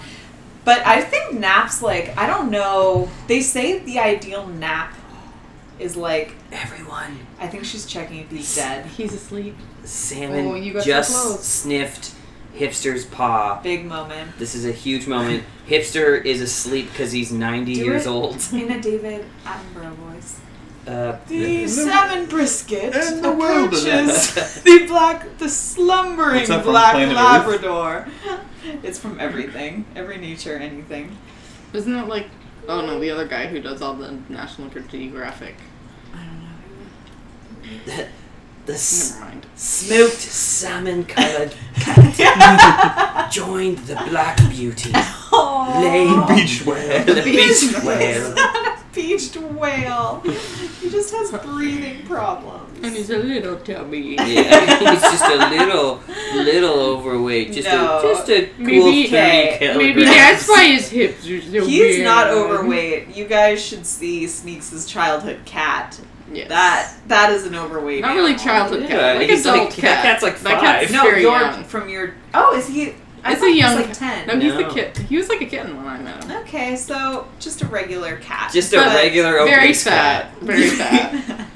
S4: But I think naps, like, I don't know. They say the ideal nap is like,
S1: Everyone.
S4: I think she's checking if he's dead.
S5: He's asleep.
S1: Salmon
S5: Oh, you got so
S1: just
S5: close.
S1: sniffed Hipster's paw.
S4: Big moment.
S1: This is a huge moment. Hipster is asleep because he's 90
S4: Do
S1: years
S4: it.
S1: old.
S4: In a David Attenborough voice.
S1: Uh,
S4: The
S3: In the-
S4: salmon brisket
S3: in the
S4: approaches
S3: wilderness.
S4: the black, the slumbering
S3: What's that from,
S4: black
S3: Planet Earth?
S4: Labrador. It's from everything, every nature, anything.
S5: Isn't that like Oh no, the other guy who does all the National Geographic.
S4: I don't know.
S1: The, the s-
S5: Never mind.
S1: smoked salmon colored joined the black beauty.
S4: Oh,
S1: Lame
S3: Beach whale.
S1: the beach whale.
S4: not a beached whale. He just has breathing problems.
S5: And he's a little tubby.
S1: Yeah, he's just a little, little overweight. Just
S4: No.
S1: a, just a cool
S5: Maybe-
S1: thirty
S4: Hey,
S1: kilograms.
S5: Maybe that's why his hips are so
S4: He's not
S5: weird.
S4: overweight. You guys should see Sneaks' childhood cat.
S5: Yes.
S4: That that is an overweight.
S5: Not really
S4: animal.
S5: childhood cat.
S1: Yeah,
S5: like
S1: he's
S5: adult
S1: like- that
S5: cat.
S1: cat's like
S5: That
S1: five.
S5: cat's
S4: No,
S5: very
S4: your
S5: young.
S4: from your. Oh, is he? I
S5: It's
S4: thought
S5: a
S4: he was
S5: young
S4: like
S5: cat.
S4: ten.
S5: No, he's the
S1: No.
S5: kid. He was like a kitten when I met him.
S4: Okay, so just a regular cat.
S1: Just a
S5: But
S1: regular
S5: Very
S1: obese
S5: fat. Very fat.
S1: cat.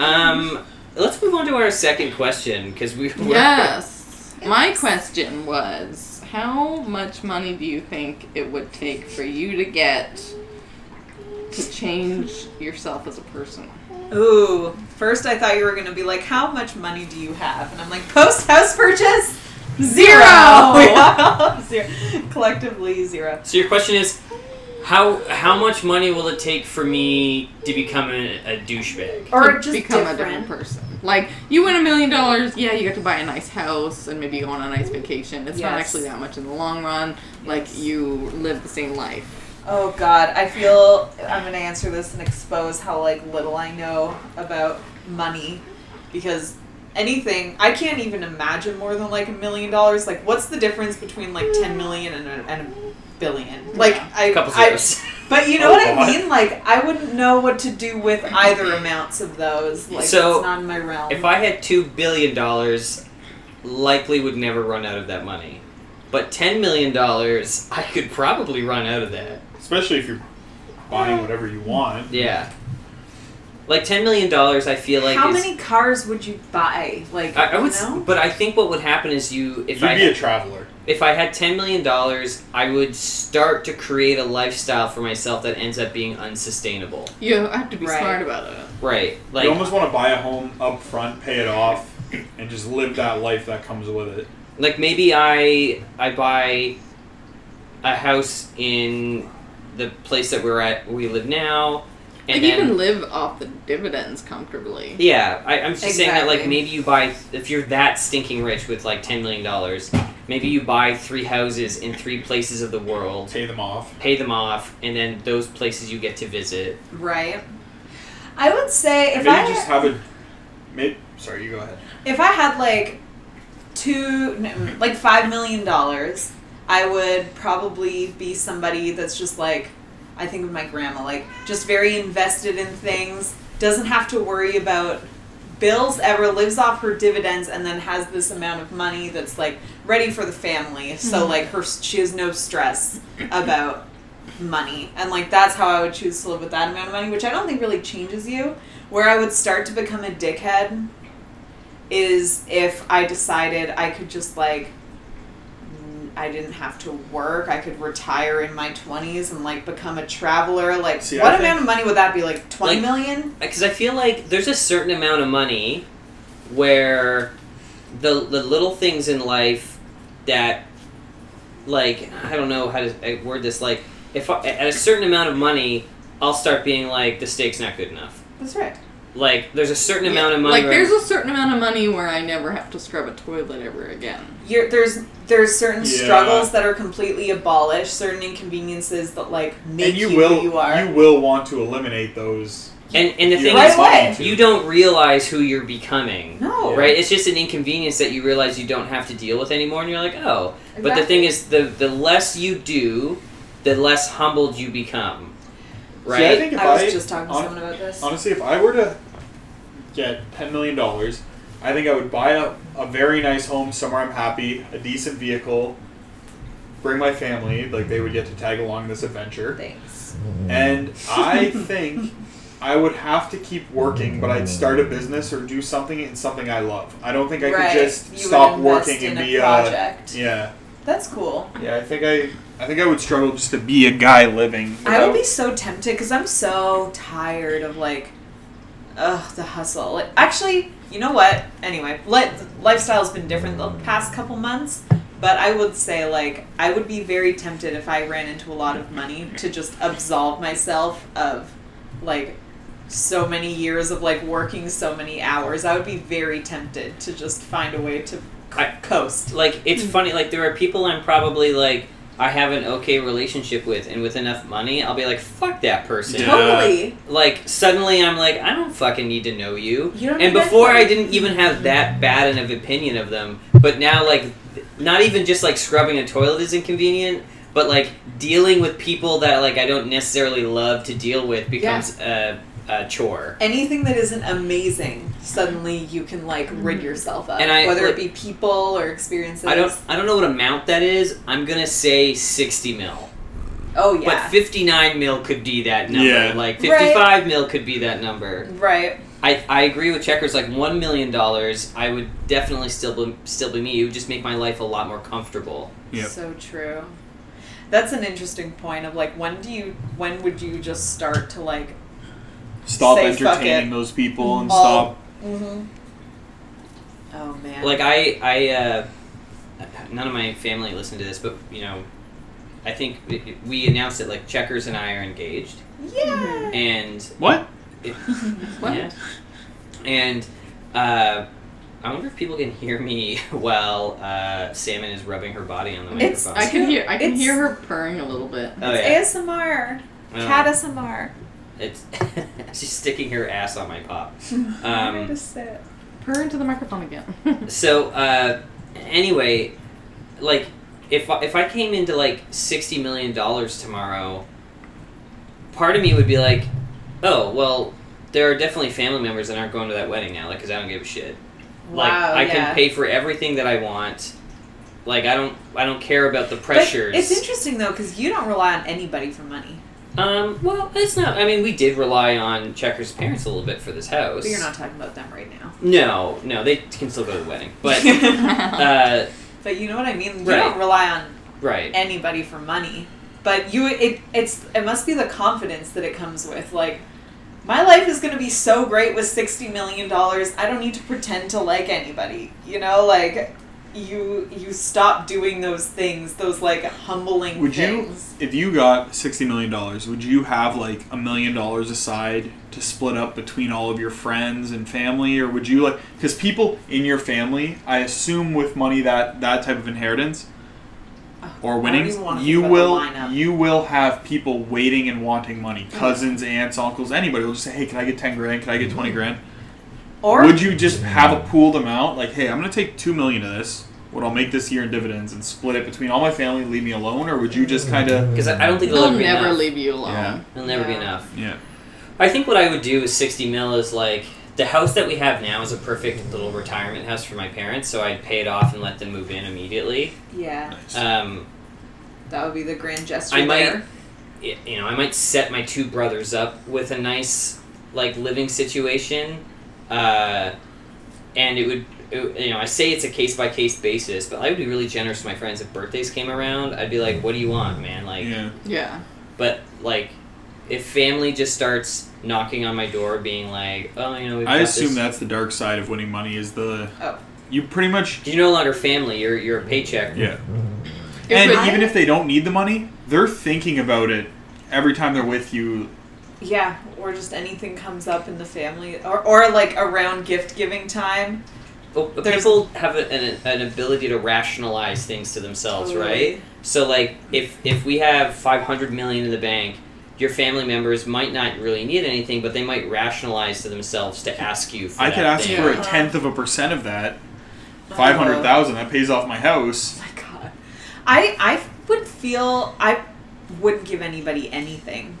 S1: Um, let's move on to our second question because we were
S5: yes. My question was how much money do you think it would take for you to get to change yourself as a person?
S4: Ooh. First, I thought you were gonna be like, "How much money do you have?" And I'm like, "Post house purchase, zero. Yeah, zero. Collectively zero.
S1: So your question is, how how much money will it take for me to become a, a douchebag?
S4: Or
S5: to
S4: just
S5: become
S4: different.
S5: a different person. Like you win a million dollars, yeah, you get to buy a nice house and maybe go on a nice vacation. It's not
S4: Yes.
S5: actually that much in the long run. Like you live the same life.
S4: Oh God, I feel I'm gonna answer this and expose how like little I know about money, because anything I can't even imagine more than like a million dollars. Like, what's the difference between like ten million and a, and a billion? Like, I,
S1: A couple
S4: I
S1: zeros.
S4: but you know
S3: A
S4: what I
S1: Oh
S3: lot.
S4: mean. Like, I wouldn't know what to do with either amounts of those. Like,
S1: So,
S4: it's not in my realm.
S1: If I had two billion dollars, likely would never run out of that money. But ten million dollars, I could probably run out of that.
S3: Especially if you're buying whatever you want.
S1: Yeah. Like ten million dollars, I feel like
S4: how
S1: is,
S4: many cars would you buy? Like,
S1: I, I would,
S4: you
S1: s-
S4: know?
S1: but I think what would happen is you if
S3: You'd
S1: I
S3: be a traveler.
S1: if I had ten million dollars, I would start to create a lifestyle for myself that ends up being unsustainable.
S5: You have to be
S4: Right.
S5: smart about it.
S1: Right. Like
S3: you almost want to buy a home up front, pay it off, and just live that life that comes with it.
S1: like maybe I I buy a house in the place that we're at we live now.
S5: like
S1: And
S5: you
S1: then,
S5: can live off the dividends comfortably.
S1: Yeah, I, I'm just saying that like
S4: Exactly.
S1: maybe you buy if you're that stinking rich with like ten million dollars, maybe you buy three houses in three places of the world,
S3: Pay them off.
S1: pay them off, and then those places you get to visit.
S4: right. I would say if
S3: maybe
S4: I
S3: just have a. Maybe, sorry, you go ahead.
S4: if I had like two, no, like five million dollars, I would probably be somebody that's just like, I think of my grandma, like just very invested in things, doesn't have to worry about bills ever, lives off her dividends, and then has this amount of money that's like ready for the family. So like her, she has no stress about money, and like that's how I would choose to live with that amount of money, which I don't think really changes you. Where I would start to become a dickhead is if I decided I could just like n- I didn't have to work. I could retire in my twenties and like become a traveler. Like,
S3: See, I
S4: what
S3: think-
S4: amount of money would that be? Like twenty
S1: Like-
S4: million?
S1: Because I feel like there's a certain amount of money where the the little things in life that like I don't know how to uh, word this like if I, at a certain amount of money I'll start being like the steak's not good enough.
S4: That's right.
S1: Like there's a certain
S5: Yeah,
S1: amount of money
S5: Like
S1: where-
S5: there's a certain amount of money where I never have to scrub a toilet ever again.
S4: You're, there's there's certain
S3: Yeah.
S4: struggles that are completely abolished, certain inconveniences that like make
S3: and you,
S4: who
S3: will.
S4: you are.
S3: will want to eliminate those.
S1: and and the
S3: you
S1: thing
S3: have
S4: Right
S1: is
S3: money
S4: away.
S3: to.
S1: you don't realize who you're becoming.
S4: no,
S3: Yeah.
S1: Right? It's just an inconvenience that you realize you don't have to deal with anymore and you're like, "Oh, But the thing is, the the less you do, the less humbled you become,
S3: See, I
S1: right?
S3: think if
S4: I was
S3: I
S4: just talking to
S3: hon-
S4: someone about this.
S3: Honestly, if I were to get ten million dollars, I think I would buy a, a very nice home somewhere I'm happy, a decent vehicle, bring my family, like they would get to tag along this adventure.
S4: Thanks.
S3: And I think I would have to keep working, but I'd start a business or do something in something I love. I don't think I
S4: right.
S3: could just
S4: you
S3: stop
S4: would invest
S3: working
S4: in
S3: and
S4: a
S3: be a
S4: project.
S3: yeah.
S4: That's cool.
S3: Yeah, I think I I think I would struggle just to be a guy living.
S4: I
S3: without-
S4: would be so tempted because I'm so tired of like, ugh, the hustle. Like, actually, you know what? Anyway, li- lifestyle's been different the past couple months, But I would say, like, I would be very tempted if I ran into a lot of money to just absolve myself of, like, so many years of, like, working so many hours. I would be very tempted to just find a way to c-
S1: I-
S4: coast.
S1: like it's funny like there are people i'm probably like i have an okay relationship with and with enough money i'll be like fuck that person
S3: Yeah.
S4: Totally.
S1: like suddenly i'm like i don't fucking need to know you
S4: You don't
S1: and
S4: need that
S1: before i
S4: fucking-
S1: didn't even have that bad an of opinion of them but now like th- not even just like scrubbing a toilet is inconvenient but like dealing with people that like i don't necessarily love to deal with becomes a, a chore
S4: Anything that isn't amazing, suddenly you can, like, rid yourself of.
S1: Mm-hmm. And I-
S4: whether
S1: like-
S4: it be people or experiences.
S1: i don't i don't know what amount that is i'm gonna say 60 mil
S4: Oh, yeah.
S1: But 59 mil could be that number.
S3: Yeah.
S1: Like
S4: Right.
S1: 55 mil could be that number.
S4: right.
S1: I, I agree with checkers like 1 million dollars I would definitely still be, still be me. It would just make my life a lot more comfortable.
S3: Yep.
S4: So true. That's an interesting point of like when do you when would you just start to like
S3: Stop
S4: Say fuck
S3: entertaining
S4: it.
S3: those people and
S4: Oh.
S3: stop.
S4: Oh man.
S1: Mm-hmm. Like I I uh, none of my family listened to this but you know I think we- we announced that like checkers and I are engaged
S4: Yeah.
S1: and
S3: What?
S1: mm-hmm.
S5: What?
S1: Yeah. And uh, I wonder if people can hear me while uh, Salmon is rubbing her body on the
S4: It's-
S1: microphone.
S5: I can hear. I can
S4: It's-
S5: hear her purring a little bit.
S1: oh, yeah.
S4: It's ASMR.
S1: Oh.
S4: Cat ASMR.
S1: It's she's sticking her ass on my pop.
S4: I
S1: Um,
S4: noticed it.
S5: Purr into the microphone again.
S1: so uh, anyway, like if I, if I came into like sixty million dollars tomorrow, part of me would be like, oh well, there are definitely family members that aren't going to that wedding now, like because I don't give a shit. Like
S4: wow.
S1: I
S4: yeah.
S1: can pay for everything that I want. Like I don't I don't care about the
S4: But
S1: pressures.
S4: it's interesting though because you don't rely on anybody for money,
S1: um, well, it's not. I mean, we did rely on Checker's parents a little bit for this house.
S4: but you're not talking about them right now.
S1: No, no, they can still go to the wedding, but. uh,
S4: but you know what I mean. You
S1: Right.
S4: don't rely on
S1: right.
S4: anybody for money. But you, it, it's, it must be the confidence that it comes with. Like, my life is going to be so great with sixty million dollars. I don't need to pretend to like anybody. You know, like you, you stop doing those things, those like humbling
S3: Would you-
S4: things.
S3: If you got sixty million dollars, would you have like a million dollars aside to split up between all of your friends and family, or would you like? Because people in your family, I assume, with money that that type of inheritance or
S4: Oh, I don't even
S3: winnings,
S4: wanna
S3: you
S4: think about the
S3: will
S4: lineup. Mm-hmm.
S3: you will have people waiting and wanting money. Cousins, aunts, uncles, anybody will just say, "Hey, can I get ten grand? Can I get twenty grand?"
S4: Or
S3: Would you just have a pooled amount? Like, hey, I'm gonna take two million of this, what I'll make this year in dividends, and split it between all my family, leave me alone, or would you just kind of?
S1: Because I, I don't think
S5: They'll
S1: it'll ever
S5: never
S1: be enough.
S5: leave you alone.
S3: Yeah.
S1: It'll never be
S4: Yeah.
S1: enough.
S3: Yeah.
S1: I think what I would do with 60 mil is like the house that we have now is a perfect little retirement house for my parents, so I'd pay it off and let them move in immediately.
S4: yeah,
S3: Nice.
S1: Um,
S4: that would be the grand gesture.
S1: I might-
S4: there.
S1: y- you know, I might set my two brothers up with a nice like living situation, uh, and it would. it- you know, I say it's a case by case basis, but I would be really generous to my friends if birthdays came around. I'd be like, "What do you want, man?" Like,
S3: yeah.
S5: Yeah.
S1: But like, if family just starts knocking on my door, being like, "Oh, you know," we've
S3: I
S1: got
S3: assume
S1: this.
S3: that's the dark side of winning money is the
S4: Oh.
S3: you pretty much
S1: you're no longer family. You're you're a paycheck.
S3: yeah.
S5: It
S3: and
S5: would-
S3: even if they don't need the money, they're thinking about it every time they're with you.
S4: Yeah, or just anything comes up in the family, or or like around gift giving time.
S1: But- but
S4: There's-
S1: people have a, an, an ability to rationalize things to themselves,
S4: Oh
S1: right? So like, if if we have five hundred million in the bank. Your family members might not really need anything, but they might rationalize to themselves to ask you for
S3: I
S1: that
S3: could ask
S1: thing.
S3: for a
S4: Yeah.
S3: tenth of a percent of that, five hundred thousand. That pays off my house.
S4: my god i i would feel i wouldn't give anybody anything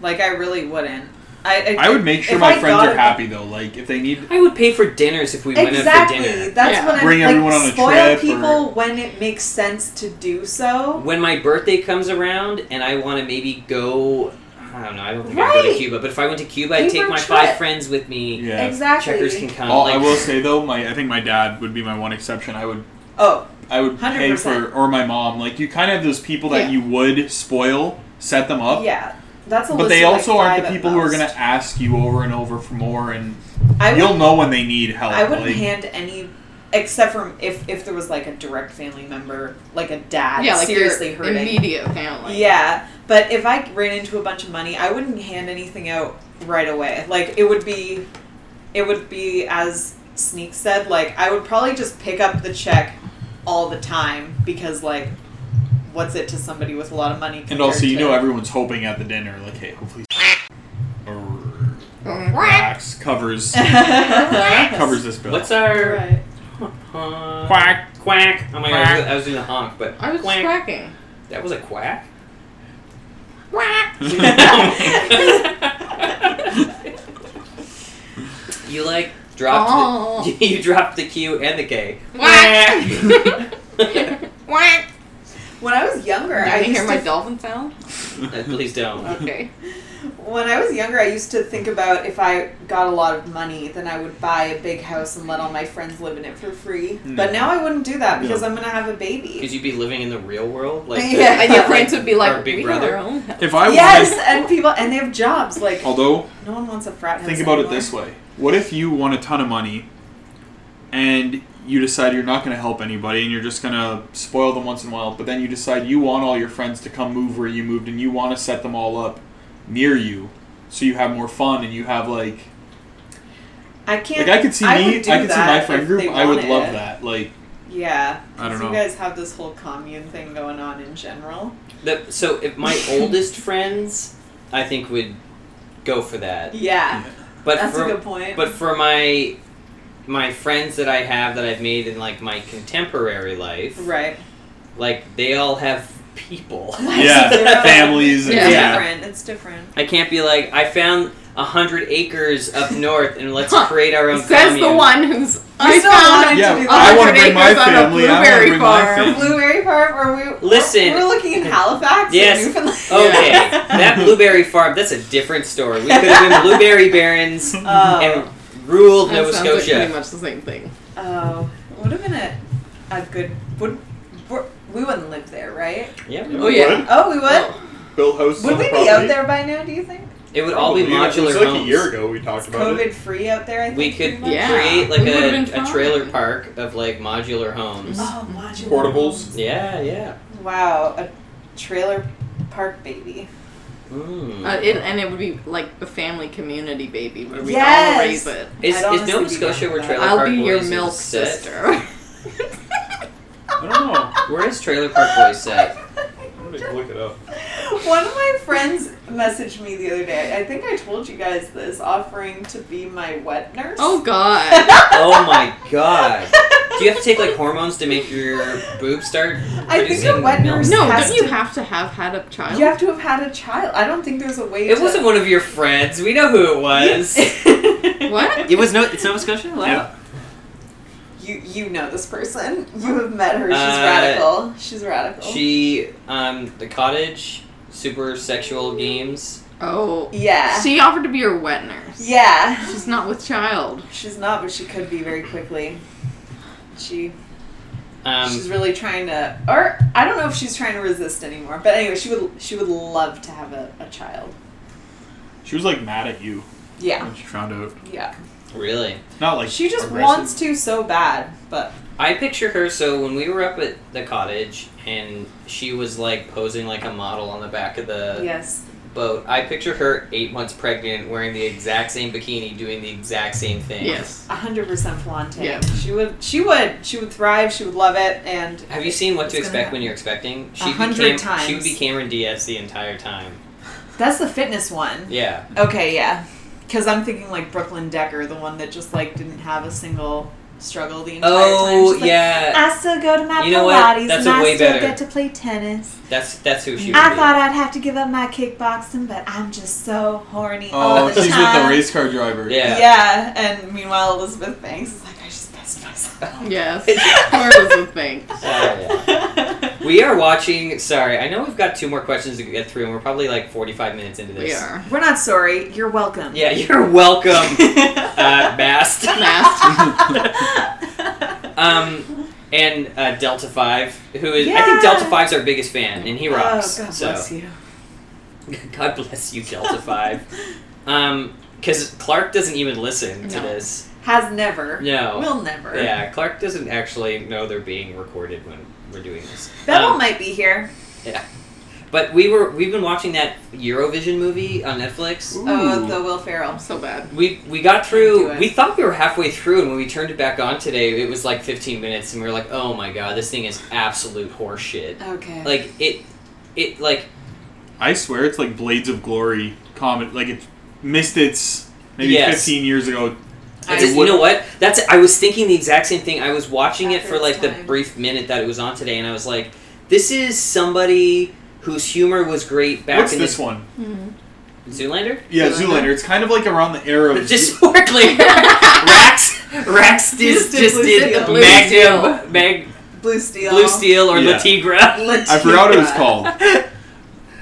S4: like i really wouldn't i
S3: I would make sure
S4: if
S3: my
S4: I
S3: friends
S4: got
S3: are
S4: it-
S3: happy though. Like if they need
S1: I would pay for dinners if we went out for
S4: exactly
S1: dinner.
S4: that's
S5: Yeah.
S4: what i'm
S3: Bring
S4: like,
S3: everyone on a
S4: spoil
S3: trip or-
S4: people when it makes sense to do so
S1: when my birthday comes around and I want to maybe go, I don't know, I don't think I'd go to
S4: Right.
S1: Cuba, but if I went to Cuba,
S4: Pay
S1: I'd
S4: for
S1: take
S4: a
S1: my
S4: trip.
S1: five friends with me.
S3: yeah.
S4: exactly
S1: Checkers can come.
S3: All
S1: like,
S3: I will say though, my I think my dad would be my one exception. I would
S4: oh
S3: I would pay
S4: 100%.
S3: for or my mom. Like you kind of have those people that
S5: Yeah.
S3: you would spoil, set them up.
S4: yeah that's a
S3: Oh. But
S4: list
S3: they
S4: of,
S3: also
S4: like,
S3: aren't
S4: five
S3: the
S4: at
S3: people who are going
S4: most.
S3: to ask you over and over for more, and
S4: I
S3: you'll
S4: would,
S3: know when they need help.
S4: I wouldn't
S3: like,
S4: hand any except from if if there was like a direct family member, like a dad,
S5: yeah, like
S4: seriously
S5: your
S4: hurting.
S5: immediate family.
S4: Yeah, but if I ran into a bunch of money, I wouldn't hand anything out right away. Like it would be, it would be as Sneak said. Like I would probably just pick up the check all the time because like, what's it to somebody with a lot of money?
S3: And also,
S4: compared
S3: you know,
S4: to-
S3: everyone's hoping at the dinner, like, hey, hopefully, or Max covers covers this bill.
S1: What's our
S4: Right.
S3: Quack.
S1: Quack! Oh my god, I was- I was doing a honk, but
S5: I was just
S1: quack.
S5: quacking.
S1: That was a quack. you like dropped
S5: Oh.
S1: the, you dropped the Q and the K.
S5: Quack. Quack.
S4: When I was younger,
S5: Did
S4: I
S5: you
S4: used
S5: hear
S4: to
S5: my dolphin sound?
S1: Uh, Please don't.
S5: Okay.
S4: When I was younger, I used to think about if I got a lot of money, then I would buy a big house and let all my friends live in it for free.
S3: No.
S4: But now I wouldn't do that because
S3: No.
S4: I'm gonna have a baby.
S1: Because you'd be living in the real world, like
S4: Yeah.
S1: the-
S5: And your friends would be
S1: Our
S5: like,
S1: big
S5: we
S1: brother.
S5: have our own house.
S3: If I
S4: yes,
S3: wanted,
S4: and people and they have jobs. Like
S3: although,
S4: no one wants a frat house.
S3: think about it
S4: anymore.
S3: this way: what if you want a ton of money, and you decide you're not going to help anybody, and you're just going to spoil them once in a while, but then you decide you want all your friends to come move where you moved, and you want to set them all up near you, so you have more fun, and you have like,
S4: I can't.
S3: like I could see
S4: I
S3: me,
S4: would do
S3: I could see
S4: that
S3: my
S4: if
S3: friend
S4: they
S3: group, I would
S4: wanted
S3: love
S4: it.
S3: that, like.
S4: Yeah,
S3: I don't
S4: 'cause
S3: know.
S4: You guys have this whole commune thing going on in general.
S1: The, so if my oldest friends, I think would go for that.
S4: Yeah,
S1: But
S4: that's
S1: for
S4: a good point.
S1: but for my my friends that I have that I've made in like my contemporary life,
S4: right,
S1: like they all have people.
S3: Yeah, families and
S5: Yeah.
S4: it's
S1: Yeah.
S4: different. It's different.
S1: I can't be like I found a hundred acres up north and let's
S5: Huh.
S1: create our own.
S5: Says the
S1: commune.
S5: one who's I
S4: You still
S5: found
S4: wanted
S3: Yeah,
S4: to do
S3: I
S4: that.
S3: want to
S5: 100
S3: bring my
S5: acres on a
S3: family. I want to
S5: blueberry
S3: bring my
S5: farm.
S3: family.
S4: Blueberry Farm, or we
S1: Listen.
S4: We're looking in Halifax,
S1: Yes.
S4: or Newfoundland.
S1: Okay, that blueberry farm, that's a different story. We could have been blueberry barons
S4: Oh.
S1: and ruled
S5: That
S1: Nova
S5: sounds like pretty
S1: Scotia.
S5: much the same thing.
S4: Oh, would have been a, a good. Would we're- we wouldn't live there, right?
S1: Yeah,
S5: Oh, yeah.
S4: Oh, we would.
S3: Build house.
S4: would we be out there by now? Do you think
S1: it would all be modular homes.
S3: ago we talked
S4: COVID free out there? I think
S1: We could
S5: much. Yeah.
S1: create like
S5: We would've
S1: a,
S5: been
S1: a
S5: fine.
S1: trailer park of like modular homes.
S4: Oh, modular
S3: Portables.
S1: Yeah, yeah.
S4: homes. Wow, a trailer park baby.
S1: Mm.
S5: Uh, it, and it would be like the family community baby where we
S4: Yes.
S5: all raise it.
S1: is,
S4: I'd
S1: is
S4: honestly
S1: Nova
S4: be
S1: Scotia
S4: down
S1: where
S4: with
S1: trailer
S4: that.
S5: I'll
S1: park
S5: be
S1: boys
S5: your
S1: is
S5: milk
S1: set?
S5: sister.
S3: I don't know.
S1: Where is trailer park boys set?
S3: I'm gonna look it up.
S4: One of my friends messaged me the other day. I think I told you guys this, offering to be my wet nurse.
S5: oh God!
S1: Oh my god. Do you have to take like hormones to make your boobs start?
S4: I think
S1: producing
S4: a wet
S1: milk?
S4: nurse-
S5: No,
S4: Has
S5: don't you
S4: to-
S5: have to have had a child?
S4: You have to have had a child. I don't think there's a way.
S1: It
S4: to...
S1: wasn't one of your friends. We know who it was.
S5: What?
S1: It was no. It's Nova Scotia. Wow.
S3: Yeah.
S4: You you know this person. You have met her. She's
S1: Uh,
S4: radical. She's radical.
S1: She, um, the cottage, super sexual games.
S5: Oh,
S4: yeah.
S5: she offered to be your wet nurse.
S4: yeah.
S5: She's not with child.
S4: She's not, but she could be very quickly. She she's
S1: Um,
S4: really trying to, or I don't know if she's trying to resist anymore. But anyway, she would she would love to have a, a child.
S3: She was like mad at you
S4: Yeah,
S3: when she found out.
S4: yeah.
S1: really.
S3: Not like
S4: She just
S3: aggressive.
S4: wants to so bad, but
S1: I picture her. So when we were up at the cottage, and she was like posing like a model on the back of the
S4: yes,
S1: boat. I picture her eight months pregnant, wearing the exact same bikini, doing the exact same thing.
S5: Yes.
S4: hundred percent Flante.
S5: Yeah.
S4: She would she would she would thrive. She would love it, and
S1: Have you seen What to
S4: It's gonna
S1: Expect
S4: happen.
S1: When You're Expecting?
S4: A hundred
S1: became, She would
S4: times.
S1: be Cameron Diaz the entire time.
S4: that's the fitness one.
S1: Yeah.
S4: Okay, yeah. Because I'm thinking like Brooklyn Decker, the one that just like didn't have a single struggle the entire time.
S1: Oh
S4: She's like,
S1: yeah.
S4: I still go to my
S1: You know what?
S4: Pilates
S1: That's
S4: and
S1: a
S4: I
S1: way
S4: still
S1: better.
S4: get to play tennis.
S1: That's that's who she. Would
S4: I
S1: be.
S4: thought I'd have to give up my kickboxing, but I'm just so horny all
S3: Oh,
S4: the
S3: she's with the
S4: time.
S3: race car driver.
S1: Yeah.
S4: Yeah, and meanwhile Elizabeth Banks is like, I just pissed myself.
S5: Yes. Where was the thing?
S1: Oh, yeah. We are watching. Sorry, I know we've got two more questions to get through, and we're probably like 45 minutes into this.
S5: We are.
S4: We're not sorry. You're welcome.
S1: Yeah, you're welcome, uh, Bast.
S5: Last.
S1: Um, and uh, Delta 5, who is. I
S4: Yeah.
S1: think Delta 5's our biggest fan, and he rocks.
S4: Oh, God
S1: so.
S4: bless you.
S1: God bless you, Delta 5. Um, because Clark doesn't even listen to
S5: No.
S1: this.
S4: has never,
S1: No.
S4: will never.
S1: Yeah, Clark doesn't actually know they're being recorded when we're doing this.
S4: Bevel
S1: Um,
S4: might be here.
S1: yeah. But we were we've been watching that Eurovision movie on Netflix.
S4: Oh,
S3: Ooh.
S4: the Will Ferrell.
S5: I'm so bad.
S1: We we got
S4: Do
S1: through.
S4: it.
S1: We thought we were halfway through, and when we turned it back on today, it was like 15 minutes, and we were like, "Oh my god, this thing is absolute horseshit."
S4: Okay.
S1: Like it, it like
S3: I swear it's like Blades of Glory comet. Like it missed its maybe
S1: Yes.
S3: 15 years ago.
S4: I-
S1: It's just- you know what? That's I was thinking the exact same thing. I was watching it
S4: After
S1: for
S4: its
S1: like the
S4: time.
S1: brief minute that it was on today, and I was like, "This is somebody whose humor was great back
S3: What's
S1: in
S3: this
S1: the
S3: one?
S4: Mm-hmm.
S1: Zoolander."
S3: Yeah,
S5: Zoolander.
S3: Zoolander. It's kind of like around the era of
S1: Just horribly, Rax, Rax just,
S4: did
S1: just
S4: Blue
S1: did
S4: Steel.
S5: Blue
S1: Magnum, Mag,
S4: Blue Steel.
S1: Blue Steel or
S3: Yeah.
S1: La Tigra.
S3: I forgot what it was called.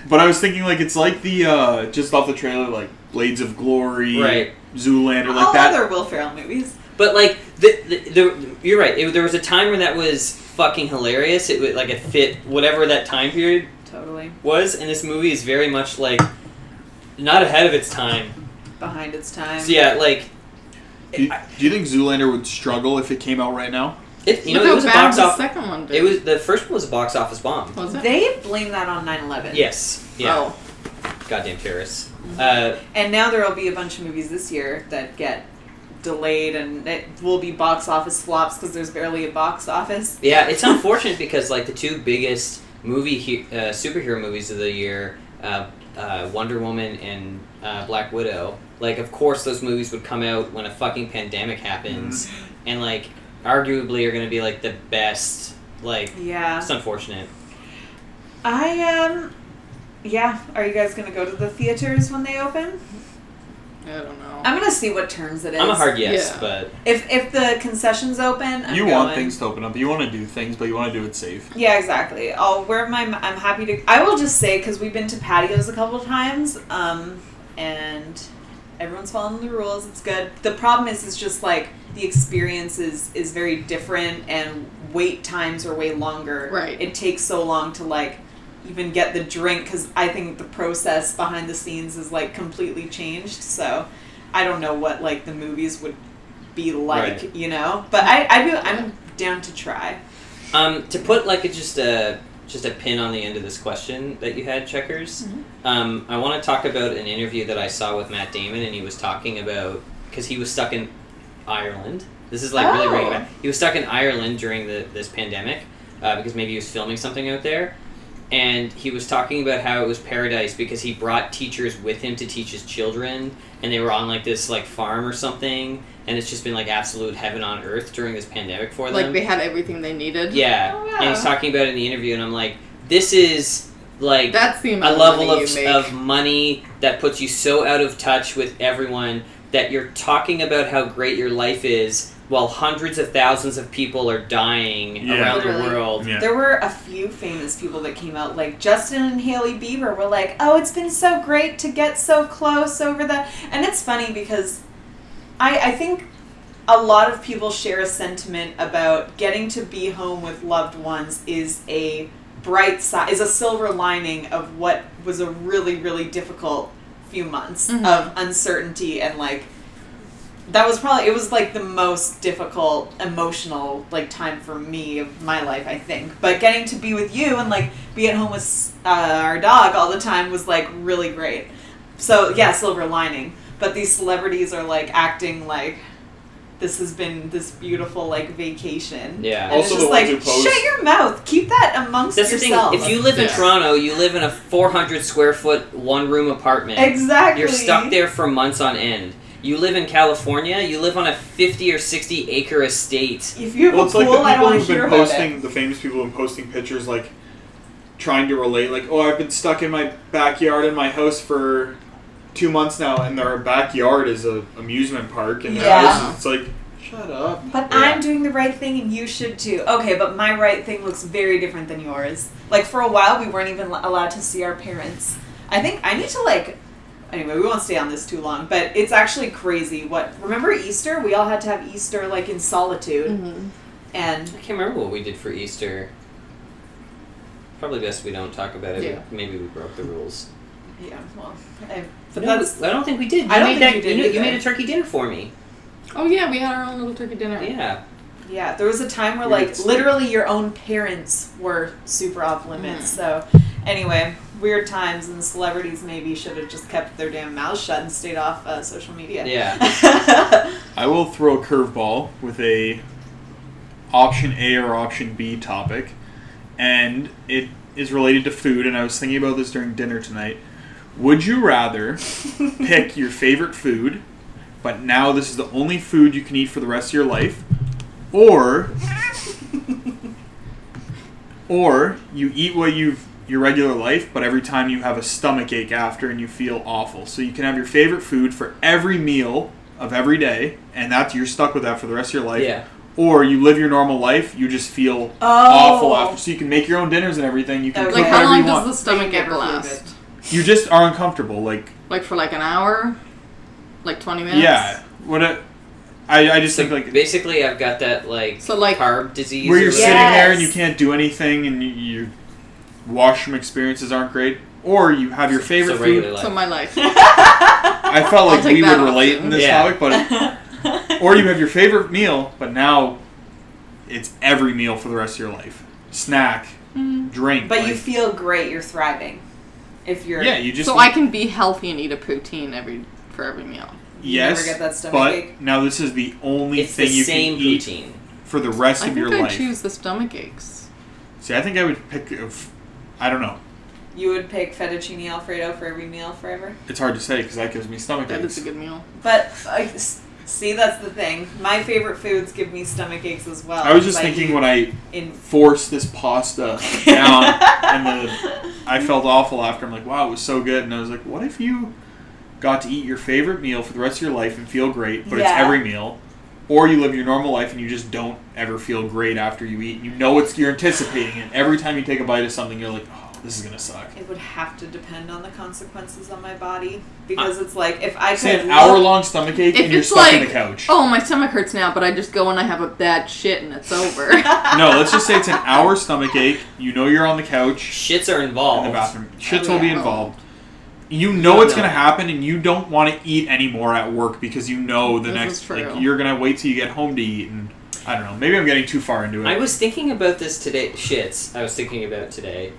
S3: But I was thinking like it's like the uh just off the trailer like Blades of Glory,
S1: Right.
S3: Zoolander, like
S4: All
S3: that.
S4: other Will Ferrell movies.
S1: But like the, the, the you're right. It, there was a time where that was fucking hilarious. It was like it fit whatever that time period
S4: Totally.
S1: was, and this movie is very much like not ahead of its time.
S4: Behind its time.
S1: So yeah, like
S3: do, you, do you think Zoolander would struggle if it came out right now?
S1: it, you
S5: Look
S1: know,
S5: how
S1: it was a
S5: bad
S1: box
S5: the
S1: office.
S5: second one did.
S1: It was the first one was a box office bomb.
S5: Was it?
S4: They blame that on 9 11.
S1: Yes. Yeah.
S5: Oh, Mm-hmm.
S1: Goddamn terrorists. Uh,
S4: And now there will be a bunch of movies this year that get delayed and it will be box office flops because there's barely a box office.
S1: yeah, it's unfortunate because like the two biggest movie he- uh, superhero movies of the year, uh, uh, Wonder Woman and uh, Black Widow. Like, of course, those movies would come out when a fucking pandemic happens,
S4: Mm-hmm.
S1: and like, arguably, are going to be like the best. Like,
S4: Yeah.
S1: it's unfortunate.
S4: I, um, yeah. Are you guys going to go to the theaters when they open?
S5: I don't know.
S4: I'm going to see what terms it is.
S1: I'm a hard yes,
S5: Yeah.
S1: but
S4: If, if the concessions open, I'm
S3: you
S4: going.
S3: want things to open up. You want to do things, but you want to do it safe.
S4: Yeah, exactly. I'll wear my. I'm happy to. I will just say because we've been to patios a couple times, um, and everyone's following the rules. It's good. The problem is, is just like the experience is is very different, and wait times are way longer.
S5: Right.
S4: It takes so long to like even get the drink because I think the process behind the scenes is like completely changed. So I don't know what like the movies would be like,
S1: Right.
S4: you know. But I I do I'm down to try.
S1: Um, to put like a, just a just a pin on the end of this question that you had, checkers.
S5: Mm-hmm.
S1: Um, I want to talk about an interview that I saw with Matt Damon, and he was talking about because he was stuck in Ireland. This is like really
S4: Oh.
S1: bringing back. He was stuck in Ireland during the this pandemic uh, because maybe he was filming something out there, and he was talking about how it was paradise because he brought teachers with him to teach his children, and they were on like this like farm or something, and it's just been like absolute heaven on earth during this pandemic for them.
S5: like they had everything they needed.
S1: Yeah,
S4: Oh,
S1: and he's
S4: wow.
S1: talking about it in the interview, and I'm like, this is like
S5: That's the
S1: a
S5: amount
S1: level
S5: money
S1: of,
S5: you make.
S1: of money that puts you so out of touch with everyone that you're talking about how great your life is while hundreds of thousands of people are dying
S3: Yeah.
S1: around the
S4: Literally.
S1: world.
S3: Yeah.
S4: There were a few famous people that came out, like Justin and Haley Bieber were like, "Oh, it's been so great to get so close over the." And it's funny because I I think a lot of people share a sentiment about getting to be home with loved ones is a bright side is a silver lining of what was a really really difficult few months
S5: Mhm.
S4: of uncertainty and like that was probably it was like the most difficult emotional like time for me of my life i think but getting to be with you and like be at home with uh, our dog all the time was like really great so yeah silver lining but these celebrities are like acting like this has been this beautiful like vacation
S1: Yeah.
S4: and it's
S3: Also
S4: just
S3: the ones
S4: like
S3: who post-
S4: shut your mouth keep that amongst
S1: That's the thing.
S4: yourself
S1: If you live in
S5: Yeah.
S1: Toronto, you live in a 400 square foot one room apartment.
S4: exactly
S1: You're stuck there for months on end. You live in California, you live on a 50 or 60 acre estate.
S4: if you have
S3: Well,
S4: a
S3: it's
S4: pool
S3: like
S4: i
S3: the
S4: don't
S3: people
S4: want
S3: who've
S4: to hear
S3: been
S4: about
S3: posting the famous people who've been posting pictures like trying to relate, like, oh, I've been stuck in my backyard in my house for two months now, and their backyard is a amusement park, and their
S4: Yeah.
S3: house is- it's like, shut up.
S4: it but
S1: Yeah.
S4: i'm doing the right thing and you should too okay but my right thing looks very different than yours like for a while we weren't even allowed to see our parents i think i need to like anyway we won't stay on this too long but it's actually crazy what remember easter we all had to have easter like in solitude
S5: Mhm.
S4: and
S1: I can't remember what we did for Easter. Probably best we don't talk about it.
S5: Yeah.
S1: Maybe we broke the rules.
S4: yeah well I, but
S1: But
S4: that's
S1: I don't think we did. You
S4: I don't
S1: made
S4: think
S1: that-
S4: you did
S1: You, know- you
S4: either.
S1: made a turkey dinner for me.
S5: Oh yeah, we had our own little turkey dinner.
S1: Yeah.
S4: Yeah, there was a time where
S3: Weird
S4: like
S3: stuff.
S4: literally your own parents were super off limits.
S3: Mm.
S4: So anyway, weird times and celebrities maybe should have just kept their damn mouths shut and stayed off uh, social media.
S3: I will throw a curveball with a option A or option B topic, and it is related to food. And I was thinking about this during dinner tonight. Would you rather pick your favorite food, but now this is the only food you can eat for the rest of your life, or or you eat what you've your regular life, but every time you have a stomach ache after and you feel awful. So you can have your favorite food for every meal of every day, and that's you're stuck with that for the rest of your life.
S1: Yeah.
S3: Or you live your normal life, you just feel
S4: Oh.
S3: awful after. So you can make your own dinners and everything. You can
S4: Okay.
S5: Like
S3: cook
S5: how
S3: whatever
S5: long
S3: you
S5: does
S3: want.
S5: the stomach ache
S4: Never feel
S5: last?
S3: You just are uncomfortable. Like
S5: Like for like an hour, like twenty minutes.
S3: yeah, what a, I I just
S1: So
S3: think like
S1: basically, I've got that like,
S5: So, like-
S1: carb disease.
S3: where
S1: or
S3: you're
S1: whatever.
S3: sitting there and you
S4: Yes.
S3: can't do anything and you, your washroom experiences aren't great, or you have your favorite
S1: so
S3: food.
S1: regular life.
S5: So my life.
S3: I felt
S5: I'll
S3: like
S5: take
S3: we would
S5: that option.
S3: relate in this
S1: Yeah.
S3: topic, but or you have your favorite meal, but now it's every meal for the rest of your life. Snack,
S5: Mm.
S3: drink,
S4: but you
S3: like-
S4: feel great. You're thriving. If you're
S3: yeah, you just
S5: so I can be healthy and eat a protein every for every meal.
S4: you never
S3: yes,
S4: get that stomach
S3: but
S4: ache.
S3: now this is the only
S1: it's the
S3: thing you
S1: same
S3: can eat
S1: poutine.
S3: for the rest
S5: I
S3: of
S5: think
S3: your
S5: I
S3: life.
S5: choose the stomach aches.
S3: See, I think I would pick. If, I don't know.
S4: you would pick fettuccine alfredo for every meal forever.
S3: It's hard to say because that gives me stomach
S5: That
S3: aches.
S5: is a good meal.
S4: But I s see, that's the thing. My favorite foods give me stomach aches as well.
S3: I was just
S4: Like,
S3: thinking when I
S4: in
S3: forced this pasta down, and the, I felt awful after. I'm like, wow, it was so good, and I was like, what if you got to eat your favorite meal for the rest of your life and feel great, but
S4: Yeah.
S3: it's every meal, or you live your normal life and you just don't ever feel great after you eat. You know it's you're anticipating it every time you take a bite of something. You're like, oh, this is gonna suck.
S4: It would have to depend on the consequences on my body because it's like if I
S3: Say
S4: could
S3: an hour
S4: look-
S3: long stomach ache
S5: If
S3: and you're
S5: it's
S3: stuck in
S5: like-
S3: the couch.
S5: Oh, my stomach hurts now, but I just go and I have a bad shit and it's over.
S3: No, let's just say it's an hour stomach ache. You know you're on the couch.
S1: Shits are
S3: in
S1: involved.
S3: the bathroom. Shits
S5: Oh,
S3: will be
S5: yeah.
S3: involved. You know it's
S1: No.
S3: gonna happen, and you don't want to eat anymore at work because you know the
S5: This is
S3: next
S5: true.
S3: like you're gonna wait till you get home to eat. And I don't know. Maybe I'm getting too far into it.
S1: I was thinking about this today. Shits, I was thinking about today.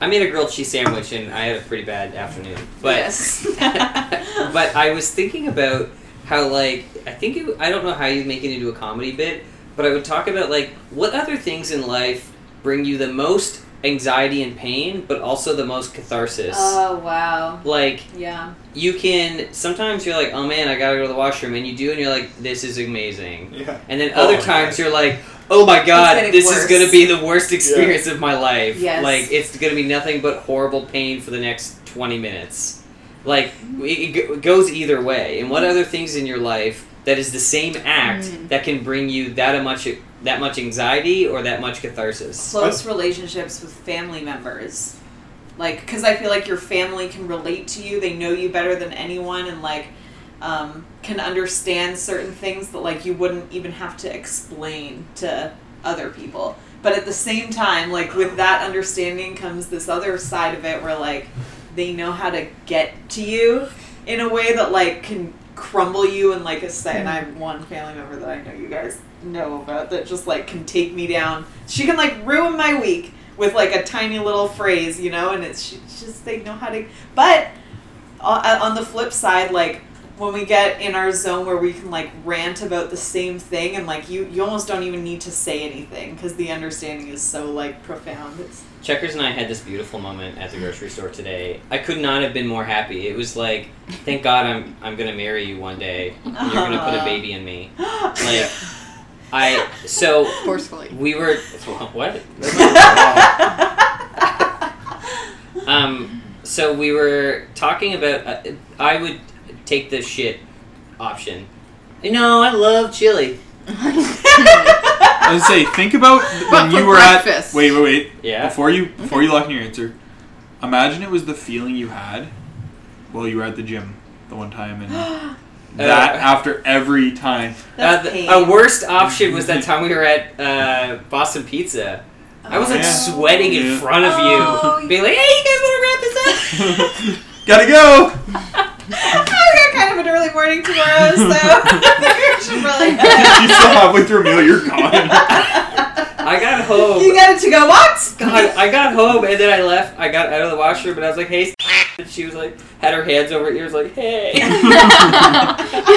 S1: I made a grilled cheese sandwich and I had a pretty bad afternoon. But
S4: Yes.
S1: but I was thinking about how like I think it, I don't know how you make it into a comedy bit, but I would talk about like what other things in life bring you the most anxiety and pain, but also the most catharsis.
S4: oh wow,
S1: like
S4: yeah,
S1: you can sometimes you're like, oh man, I gotta go to the washroom, and you do, and you're like, this is amazing.
S3: yeah.
S1: And then other
S3: Oh,
S1: times you're like, oh my god,
S4: getting
S1: this
S4: worse.
S1: is going to be the worst experience of my life.
S4: Yes.
S1: Like, it's going to be nothing but horrible pain for the next 20 minutes. Like, it, it go- it goes either way. And what other things in your life that is the same act
S5: Mm.
S1: that can bring you that a much that much anxiety or that much catharsis?
S4: close relationships with family members, like because I feel like your family can relate to you. They know you better than anyone, and like um, can understand certain things that like you wouldn't even have to explain to other people. But at the same time, like with that understanding comes this other side of it where like they know how to get to you in a way that like can crumble you and like a set and I have one family member that I know you guys know about that just like can take me down. She can like ruin my week with like a tiny little phrase, you know, and it's she, just they know how to but on on the flip side, like when we get in our zone where we can like rant about the same thing and like you you almost don't even need to say anything because the understanding is so like profound. It's
S1: Checkers and I had this beautiful moment at the grocery store today. I could not have been more happy. It was like, thank God I'm I'm gonna marry you one day. You're gonna put a
S4: Aw.
S1: baby in me. Like, I so
S5: Forcefully.
S1: We were what? um, so we were talking about. Uh, I would take the shit option. You know, I love chili. Uh,
S3: I was gonna say, think about
S5: But
S3: when
S5: for
S3: you were
S5: breakfast. Mm-hmm.
S3: at. Wait, wait, wait.
S1: Yeah.
S3: Before you, before you lock in your answer, imagine it was the feeling you had while you were at the gym the one time, and that
S1: Uh.
S3: after every time.
S1: Uh,
S4: that's
S1: the,
S4: pain.
S1: a worst option was that time we were at uh, Boston Pizza. I was like
S3: Yeah.
S1: sweating in
S3: Yeah.
S1: front of you,
S4: Oh,
S1: being like, "Hey, you guys want to wrap this up?"
S3: Gotta go.
S4: I got kind of have an early morning tomorrow, so I think we should really.
S3: you still halfway through a meal, you're gone.
S1: I got home.
S4: You got a to go box?
S1: Oh, God, I got home and then I left. I got out of the washroom and I was like, "Hey," and she was like, had her hands over her ears, like, "Hey."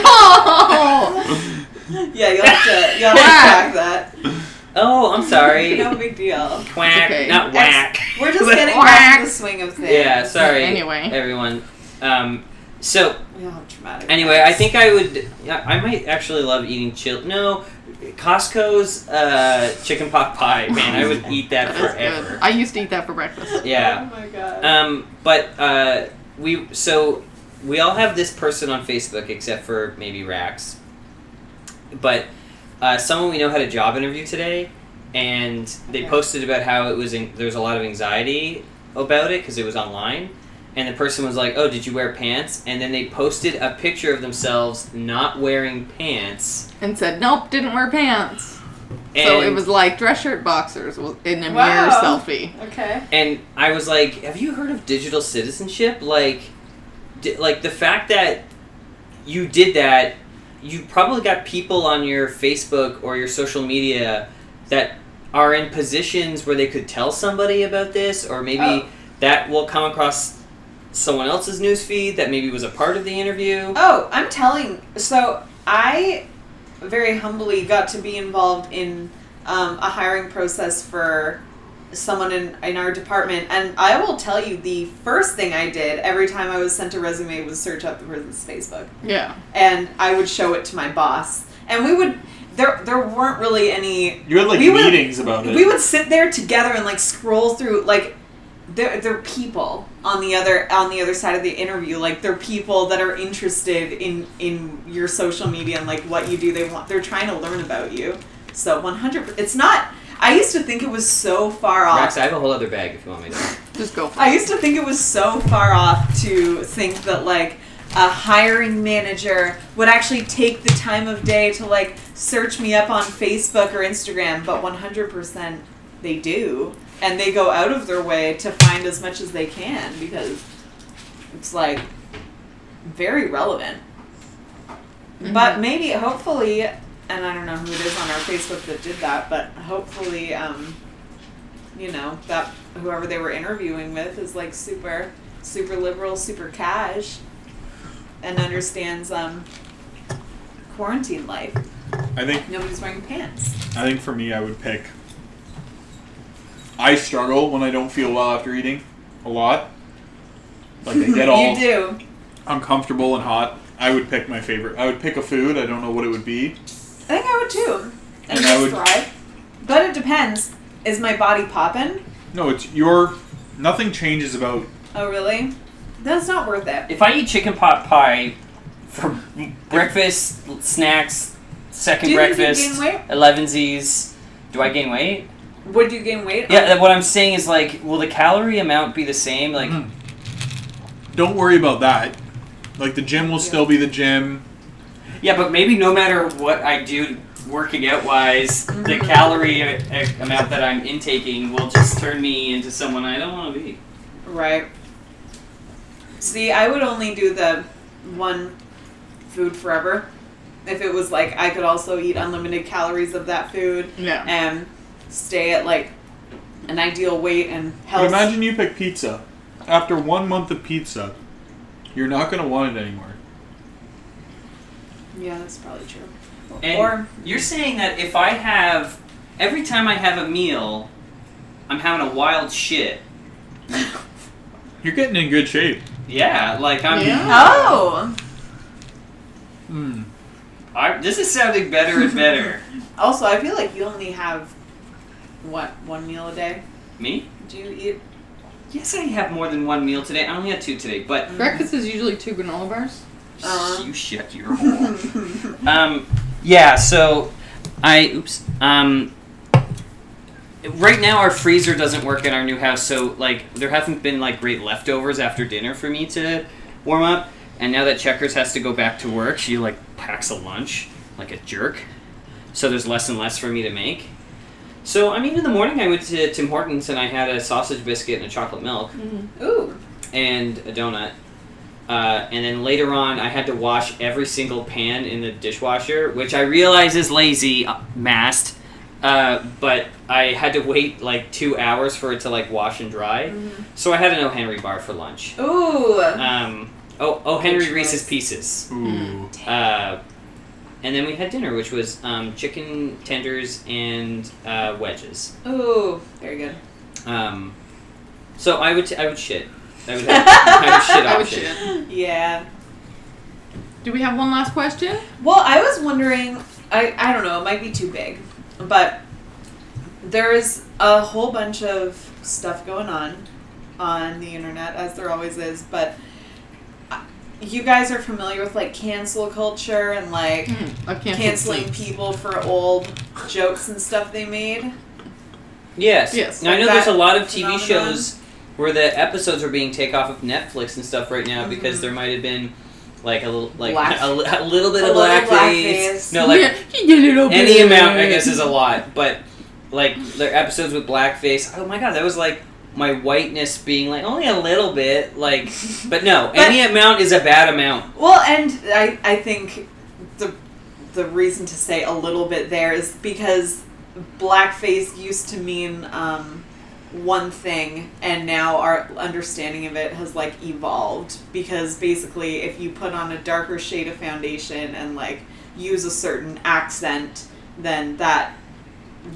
S5: oh,
S4: Yeah, you'll have to, you'll have to track that.
S1: oh, I'm sorry.
S4: No big deal.
S1: Quack,
S5: okay.
S1: not whack.
S4: We're just
S1: Like,
S4: getting back to the swing of things.
S1: Yeah, sorry.
S5: Anyway.
S1: everyone. Um, so
S4: We all have traumatic.
S1: anyway, I think I would. I I might actually love eating chill. No, Costco's uh, chicken pot pie. Man, I would eat that
S5: that is good.
S1: forever.
S5: I used to eat that for breakfast.
S1: Yeah.
S4: Oh my god.
S1: Um, but uh, we so we all have this person on Facebook except for maybe Rax. But uh, someone we know had a job interview today, and they
S4: Okay.
S1: posted about how it was an- there's a lot of anxiety about it because it was online. And the person was like, "Oh, did you wear pants?" And then they posted a picture of themselves not wearing pants.
S5: And said, nope, didn't wear pants.
S1: And,
S5: so it was like dress shirt boxers was- in a
S4: Wow.
S5: mirror selfie.
S4: okay.
S1: and I was like, "Have you heard of digital citizenship? Like, di- like the fact that you did that, you probably got people on your Facebook or your social media that are in positions where they could tell somebody about this, or maybe
S4: Oh.
S1: that will come across someone else's newsfeed that maybe was a part of the interview."
S4: Oh, I'm telling. So I very humbly got to be involved in um, a hiring process for someone in, in our department, and I will tell you the first thing I did every time I was sent a resume was search up the person's Facebook,
S5: Yeah.
S4: and I would show it to my boss, and we would. There, there weren't really any
S3: You had like
S4: We were-
S3: meetings about it.
S4: we would sit there together and like scroll through like there there are people on the other on the other side of the interview like they're people that are interested in in your social media and like what you do they want they're trying to learn about you so 100 it's not i used to think it was so far off
S1: Rax, I have a whole other bag if you want me to.
S5: Just go for it.
S4: I used to think it was so far off to think that like a hiring manager would actually take the time of day to like search me up on Facebook or Instagram, but 100% they do. And they go out of their way to find as much as they can because it's like very relevant. But maybe, hopefully, and I don't know who it is on our Facebook that did that, but hopefully, um, you know, that whoever they were interviewing with is like super, super liberal, super cash, and understands um, quarantine life.
S3: I think
S4: Nobody's wearing pants.
S3: I think for me, I would pick. I struggle when I don't feel well after eating, a lot. Like I get all
S4: You do.
S3: uncomfortable and hot. I would pick my favorite. I would pick a food. I don't know what it would be.
S4: I think I would too.
S3: And
S4: And
S3: I
S4: I
S3: would-
S4: thrive. But it depends. Is my body popping?
S3: No, it's your. Nothing changes about.
S4: Oh, really? That's not worth it.
S1: If I eat chicken pot pie for breakfast, snacks, second
S4: Do you think you
S1: breakfast,
S4: gain weight?
S1: elevensies, do I gain weight?
S4: Would you gain weight?
S1: Yeah, what I'm saying is like, will the calorie amount be the same? Like,
S3: Mm. Don't worry about that. Like the gym will still be the gym.
S1: yeah, but maybe no matter what I do working out wise, the calorie uh, uh, amount that I'm intaking will just turn me into someone I don't want to be.
S4: Right. See, I would only do the one food forever if it was like I could also eat unlimited calories of that food
S5: Yeah.
S4: and stay at like an ideal weight and
S3: But
S4: health.
S3: imagine you pick pizza. After one month of pizza, you're not gonna want it anymore.
S4: yeah, that's probably true.
S1: And
S4: or
S1: you're saying that if I have every time I have a meal, I'm having a wild shit.
S3: You're getting in good shape.
S1: Yeah, like I'm.
S5: Yeah.
S4: oh, Hmm.
S3: Mm.
S1: I, this is sounding better and better.
S4: also I feel like you only have what one meal a day.
S1: Me?
S4: Do you eat?
S1: Yes, I have more than one meal today. I only had two today, but
S5: Breakfast is usually two granola bars.
S4: Uh.
S1: you shut your hole. um, yeah. So, I oops. Um, right now our freezer doesn't work in our new house, so like there haven't been like great leftovers after dinner for me to warm up. And now that Checkers has to go back to work, she like packs a lunch like a jerk. So there's less and less for me to make. So I mean, in the morning I went to Tim
S4: Mm-hmm.
S1: Hortons and I had a sausage biscuit and a chocolate milk
S4: Ooh,
S1: and a donut. Uh, and then later on, I had to wash every single pan in the dishwasher, which I realize is lazy, uh, mast. Uh, but I had to wait like two hours for it to like wash and dry.
S4: Mm-hmm.
S1: So I had an O. Henry bar for lunch.
S4: Ooh.
S1: Um, oh, O. Henry
S4: choice.
S1: Reese's Pieces.
S3: Ooh.
S1: Uh, and then we had dinner, which was um, chicken tenders and uh, wedges.
S4: Ooh. Very good.
S1: Um, so I would, t- I would shit. I would, have, I would shit
S5: I
S1: off
S5: would
S1: shit.
S5: shit.
S4: Yeah.
S5: Do we have one last question?
S4: Well, I was wondering. I I don't know. It might be too big, but there is a whole bunch of stuff going on on the internet, as there always is. But uh, you guys are familiar with like cancel culture and like
S5: Hmm. I can't
S4: canceling people for old jokes and stuff they made.
S1: Yes.
S5: Yes.
S1: Now I know
S4: Like
S1: there's a
S4: that
S1: lot of TV
S4: phenomenon.
S1: shows where the episodes are being take off of Netflix and stuff right now because
S4: Mm-hmm.
S1: there might have been like a little like
S5: Black-
S1: a, li- a little bit
S4: A
S1: of
S4: little
S1: blackface.
S4: blackface.
S1: No, like any
S5: any
S1: amount I guess is a lot, but like the episodes with blackface. Oh my god, that was like my whiteness being like only a little bit like but no
S4: But-
S1: any amount is a bad amount
S4: Well, and I, I think the the reason to say a little bit there is because blackface used to mean um, one thing, and now our understanding of it has like evolved. Because basically, if you put on a darker shade of foundation and like use a certain accent, then that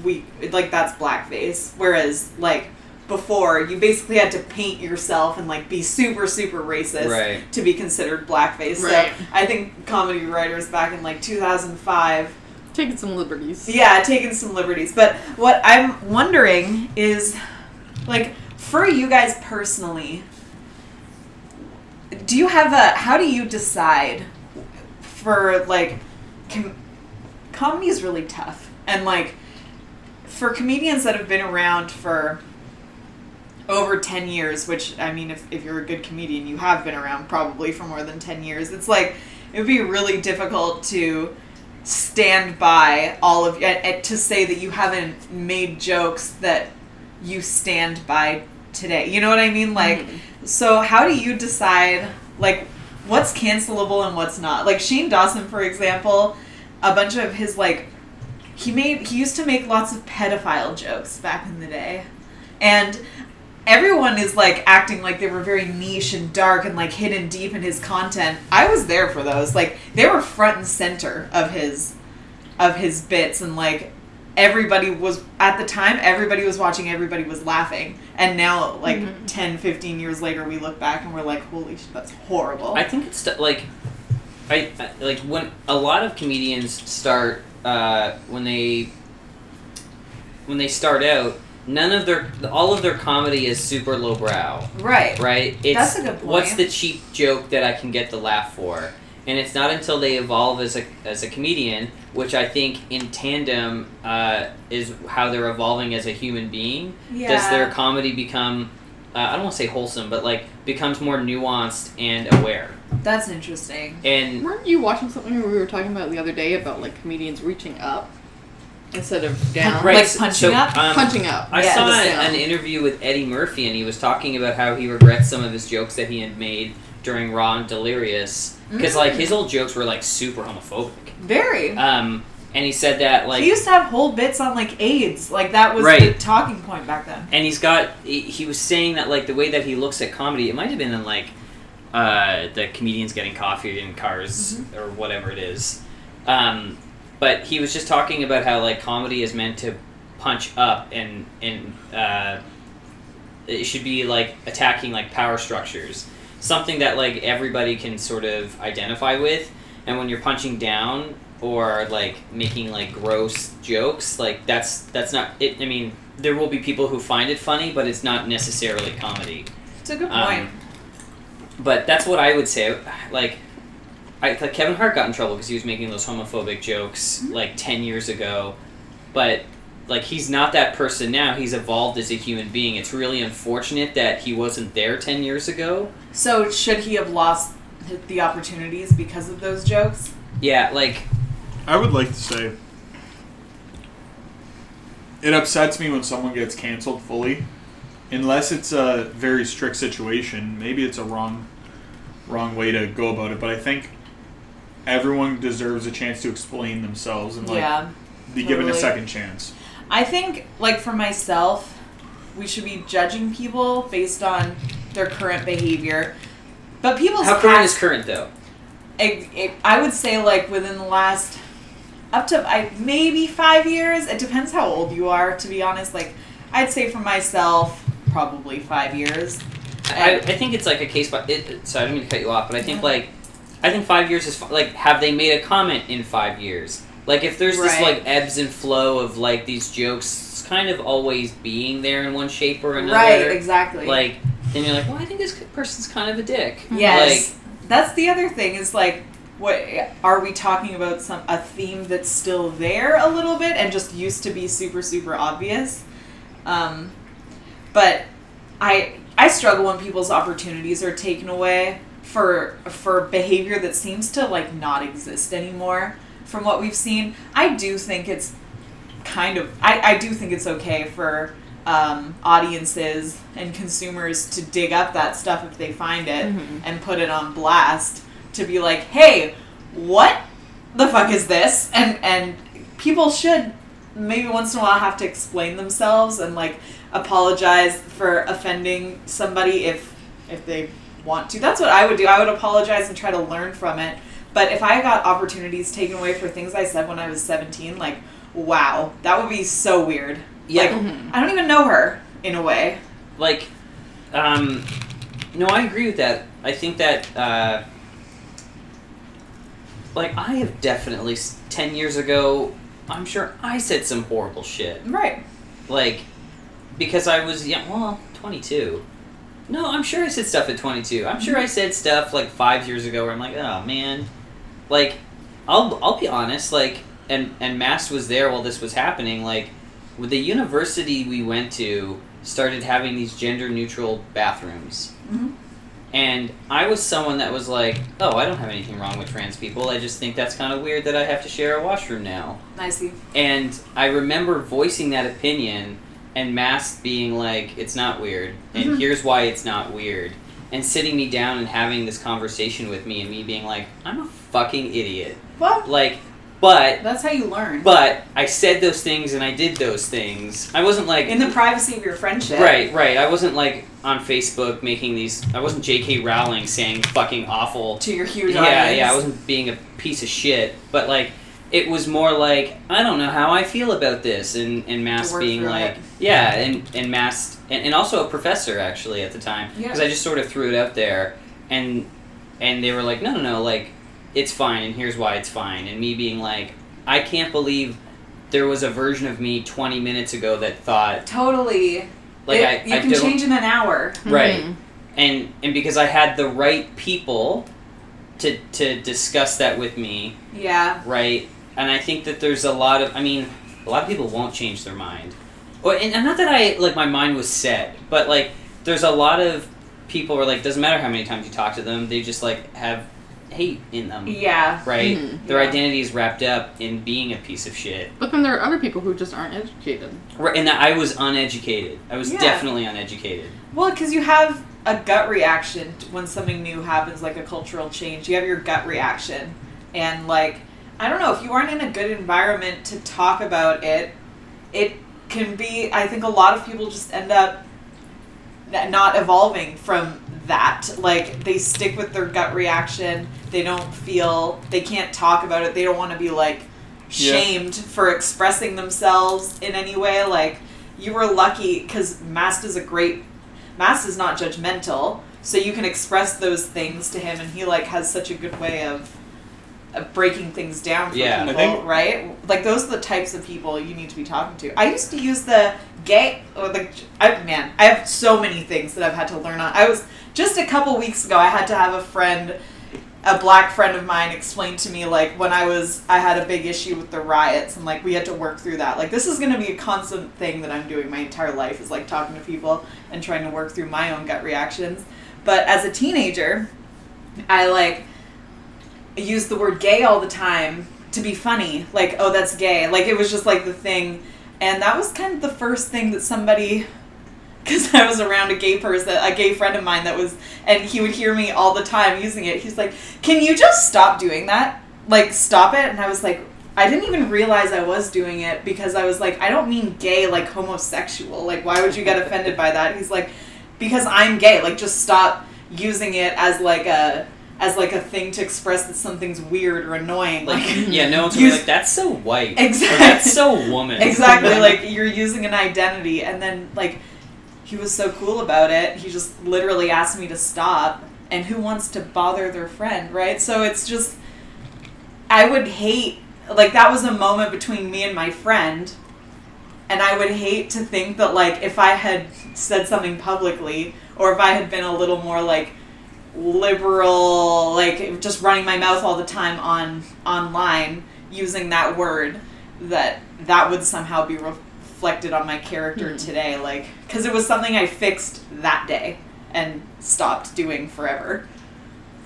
S4: we like that's blackface. Whereas like before, you basically had to paint yourself and like be super super racist
S1: right
S4: to be considered blackface.
S5: Right.
S4: So I think comedy writers back in like 2005,
S5: Taking some liberties.
S4: yeah, taking some liberties. But what I'm wondering is, like, for you guys personally, do you have a? How do you decide for like? Com- comedy is really tough, and like, for comedians that have been around for over 10 years which i mean if, if you're a good comedian you have been around probably for more than 10 years it's like it would be really difficult to stand by all of uh, uh, to say that you haven't made jokes that you stand by today you know what i mean like so how do you decide like what's cancelable and what's not like shane dawson for example a bunch of his like he made he used to make lots of pedophile jokes back in the day and everyone is like acting like they were very niche and dark and like hidden deep in his content i was there for those like they were front and center of his of his bits and like everybody was at the time everybody was watching everybody was laughing and now like ten, fifteen 10 15 years later we look back and we're like holy shit that's horrible
S1: I think it's st- like, I, I like when a lot of comedians start uh, when they when they start out. None of their all of their comedy is super lowbrow,
S4: right
S1: right? It's
S4: That's a good point.
S1: what's the cheap joke that I can get the laugh for, and it's not until they evolve as a as a comedian, which I think in tandem uh, is how they're evolving as a human being,
S4: yeah
S1: does their comedy become. Uh, I don't want to say wholesome, but like becomes more nuanced and aware.
S4: that's interesting
S1: And
S5: Weren't you watching something we were talking about the other day about like comedians reaching up instead of down?
S1: Right,
S4: like
S1: so-
S4: punching
S1: so,
S4: up?
S1: um,
S5: Punching up.
S1: I
S4: Yeah,
S1: saw
S5: the
S1: an
S5: sound.
S1: interview with Eddie Murphy, and he was talking about how he regrets some of his jokes that he had made during Raw and Delirious, because like his old jokes were like super homophobic.
S4: very
S1: Um, and he said that like,
S4: he used to have whole bits on like AIDS. Like that was
S1: Right.
S4: the talking point back then.
S1: and he's got he, he was saying that like the way that he looks at comedy, it might have been in like uh, the comedians getting coffee in cars or whatever it is. Um, but he was just talking about how like comedy is meant to punch up and and uh, it should be like attacking like power structures, something that like everybody can sort of identify with. And when you're punching down or like making like gross jokes, like that's that's not it. I mean, there will be people who find it funny, but it's not necessarily comedy.
S4: It's a good point.
S1: Um, but that's what I would say. Like, I like Kevin Hart got in trouble because he was making those homophobic jokes like ten years ago, but like he's not that person now. He's evolved as a human being. It's really unfortunate that he wasn't there ten years ago.
S4: so should he have lost h- the opportunities because of those jokes?
S1: Yeah, like
S3: I would like to say it upsets me when someone gets canceled fully, unless it's a very strict situation. Maybe it's a wrong wrong way to go about it, but I think everyone deserves a chance to explain themselves and like
S4: yeah.
S3: be given a
S4: totally.
S3: second chance.
S4: I think, like, for myself, we should be judging people based on their current behavior. But people's
S1: How current
S4: past-
S1: is current though?
S4: it, it, I would say like within the last up to I, maybe five years. It depends how old you are, to be honest. Like I'd say for myself, probably five years.
S1: I, I think it's like a case by. It, it- sorry, I didn't mean to cut you off, but I think like, I think five years is fi- like, have they made a comment in five years? Like, if there's this
S4: Right.
S1: like ebbs and flow of like these jokes kind of always being there in one shape or another,
S4: Right, exactly. Mm-hmm.
S1: Like, then you're like, well, I think this person's kind of a dick.
S4: yes, that's the other thing is like. What are we talking about? Some a theme that's still there a little bit and just used to be super super obvious, um, but I I struggle when people's opportunities are taken away for for behavior that seems to like not exist anymore from what we've seen. I do think it's kind of I, I do think it's okay for um, audiences and consumers to dig up that stuff if they find it
S5: Mhm.
S4: and put it on blast to be like, hey, what the fuck is this? And and people should maybe once in a while have to explain themselves and like apologize for offending somebody if if they want to. That's what I would do. I would apologize and try to learn from it. But if I got opportunities taken away for things I said when I was 17, like wow, that would be so weird.
S1: Yeah. Mm-hmm.
S4: Like I don't even know her in a way.
S1: like um no i agree with that i think that uh like i have definitely s- 10 years ago i'm sure i said some horrible shit
S4: Right.
S1: like because i was yeah well 22 no i'm sure i said stuff at 22 i'm sure i said stuff like five years ago where i'm like oh man like i'll i'll be honest like and and mass was there while this was happening like with the university we went to started having these gender neutral bathrooms
S4: Mhm.
S1: and i was someone that was like oh i don't have anything wrong with trans people i just think that's kind of weird that i have to share a washroom now
S4: I see.
S1: and I remember voicing that opinion and Mass being like, it's not weird, and
S4: Mhm.
S1: here's why it's not weird. And sitting me down and having this conversation with me and me being like, I'm a fucking idiot.
S4: Well,
S1: Like, but,
S4: that's how you learn.
S1: but I said those things and I did those things. I wasn't like.
S4: in the privacy of your friendship.
S1: Right, right. I wasn't like on Facebook making these. I wasn't J.K. Rowling saying fucking awful
S4: To your huge
S1: yeah,
S4: audience.
S1: yeah, I wasn't being a piece of shit, but like it was more like I don't know how I feel about this, and and Mass
S4: work
S1: being
S4: through
S1: like
S4: it.
S1: yeah, and and Mass and, and also a professor actually at the time
S4: Yeah.
S1: because I just sort of threw it out there, and and they were like no no no like it's fine and here's why it's fine, and me being like I can't believe there was a version of me 20 minutes ago that thought
S4: Totally.
S1: like
S4: It-
S1: I
S4: you
S1: I
S4: can
S1: don't
S4: change in an hour.
S1: right
S5: Mhm.
S1: and and because I had the right people to to discuss that with me
S4: Yeah.
S1: right? And I think that there's a lot of, I mean, a lot of people won't change their mind. Or, and, and not that I, like, my mind was set, but, like, there's a lot of people where, like, doesn't matter how many times you talk to them, they just, like, have hate in them,
S4: Yeah. Hmm.
S1: right?
S5: Mhm.
S1: Their
S4: Yeah.
S1: identity is wrapped up in being a piece of shit.
S5: But then there are other people who just aren't educated.
S1: Right, and that I was uneducated. I was
S4: Yeah.
S1: definitely uneducated.
S4: Well, because you have a gut reaction t- when something new happens, like a cultural change. You have your gut reaction. And, like, I don't know, if you aren't in a good environment to talk about it, it can be, I think a lot of people just end up n- not evolving from that. Like, they stick with their gut reaction. They don't feel, they can't talk about it. They don't want to be, like,
S3: Yeah.
S4: shamed for expressing themselves in any way. Like, you were lucky because Mast is a great Mass is not judgmental, so you can express those things to him, and he like has such a good way of, of breaking things down for
S1: Yeah. I
S4: people,
S3: think-
S4: right? Like those are the types of people you need to be talking to. I used to use the gay or the I man, I have so many things that I've had to learn on. I was just a couple weeks ago, I had to have a friend. A black friend of mine explain to me like when I was I had a big issue with the riots and like we had to work through that. Like this is going to be a constant thing that I'm doing my entire life is like talking to people and trying to work through my own gut reactions. But as a teenager, I like used the word gay all the time to be funny. Like, oh, that's gay. Like, it was just like the thing. And that was kind of the first thing that somebody because I was around a gay person, a gay friend of mine that was, and he would hear me all the time using it. He's like, "Can you just stop doing that? Like, stop it." And I was like, I didn't even realize I was doing it because I was like, I don't mean gay, like homosexual. Like, why would you get offended by that? He's like, because I'm gay. Like, just stop using it as like a as like a thing to express that something's weird or annoying.
S1: Like,
S4: Like,
S1: yeah, no one's gonna be
S4: Use-
S1: like, that's so white. Or
S4: Exact-
S1: that's so woman.
S4: exactly like you're using an identity and then like he was so cool about it he just literally asked me to stop and who wants to bother their friend right so it's just i would hate like that was a moment between me and my friend and i would hate to think that like if i had said something publicly or if i had been a little more like liberal like just running my mouth all the time on online using that word that that would somehow be reflected on my character today like because it was something i fixed that day and stopped doing forever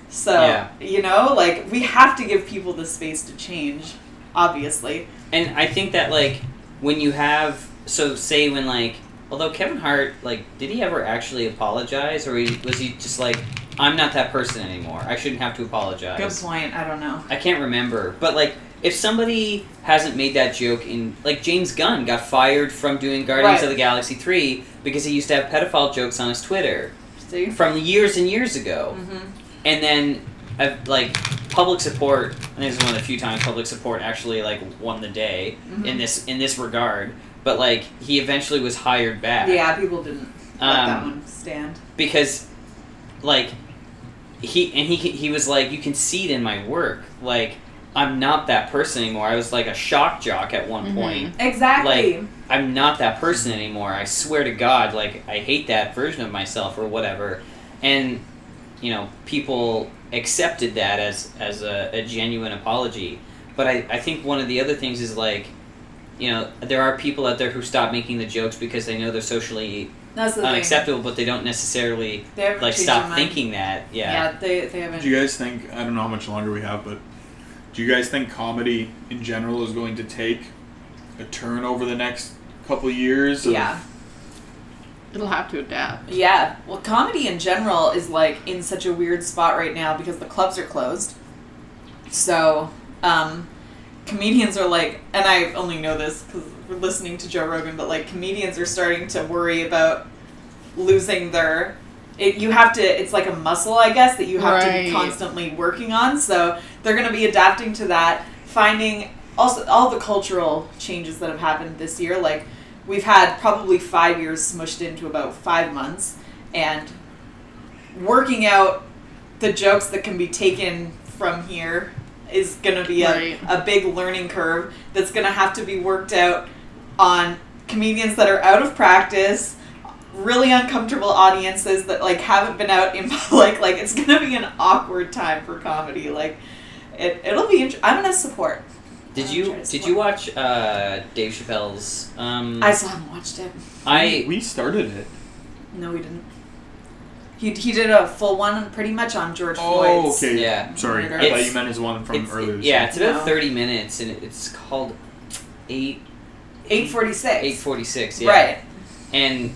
S4: so
S1: Yeah.
S4: you know like we have to give people the space to change obviously
S1: And I think that like when you have so say when like although Kevin Hart like did he ever actually apologize or he, was he just like I'm not that person anymore. I shouldn't have to apologize.
S4: good point i don't know
S1: I can't remember, but like if somebody hasn't made that joke in like James Gunn got fired from doing Guardians
S4: Right.
S1: of the Galaxy 3 because he used to have pedophile jokes on his Twitter
S4: see
S1: from years and years ago.
S4: mm-hmm.
S1: And then i like public support, I think it's one of the few times public support actually like won the day
S4: Mm-hmm.
S1: in this in this regard, but like he eventually was hired back
S4: yeah people didn't let that
S1: Um,
S4: one stand
S1: because like he and he he was like you can see it in my work like i'm not that person anymore i was like a shock jock at one
S5: Mhm.
S1: point
S4: exactly
S1: i'm not that person anymore i swear to god like i hate that version of myself or whatever and you know people accepted that as as a, a genuine apology but I, I think one of the other things is like you know there are people out there who stop making the jokes because they know they're socially
S4: that's the thing
S1: unacceptable but they don't necessarily
S4: they haven't
S1: like
S4: changed their
S1: stop
S4: mind.
S1: thinking that. Yeah.
S4: yeah they, they haven't
S3: Do you guys think? I don't know how much longer we have, but do you guys think comedy in general is going to take a turn over the next couple years? of-
S4: yeah
S5: It'll have to adapt.
S4: Yeah. Well, comedy in general is like in such a weird spot right now because the clubs are closed. So, um, comedians are like, and I only know this because we're listening to Joe Rogan, but like comedians are starting to worry about losing their. It, you have to. It's like a muscle, I guess, that you have to be
S5: Right.
S4: constantly working on. So they're going to be adapting to that, finding also all the cultural changes that have happened this year, like we've had probably five years smushed into about five months and working out the jokes that can be taken from here is going to be a,
S5: Right.
S4: a big learning curve that's going to have to be worked out on comedians that are out of practice really uncomfortable audiences that like haven't been out in public like it's gonna be an awkward time for comedy like it, it'll be int- i'm gonna support
S1: Did
S4: I'm
S1: you
S4: trying to
S1: did you watch uh, Dave Chappelle's? Um,
S4: i still haven't watched it
S1: I
S3: we started it.
S4: No, we didn't. He, he did a full one pretty much on George
S3: Oh,
S4: Floyd's.
S3: okay.
S1: Yeah.
S3: Sorry, I
S1: It's-
S3: thought you meant his one from
S1: it's,
S3: earlier. this
S1: yeah,
S3: year.
S1: it's about
S4: No.
S1: thirty minutes, and it's called eight
S4: 846.
S1: eight forty six. Yeah.
S4: Right.
S1: and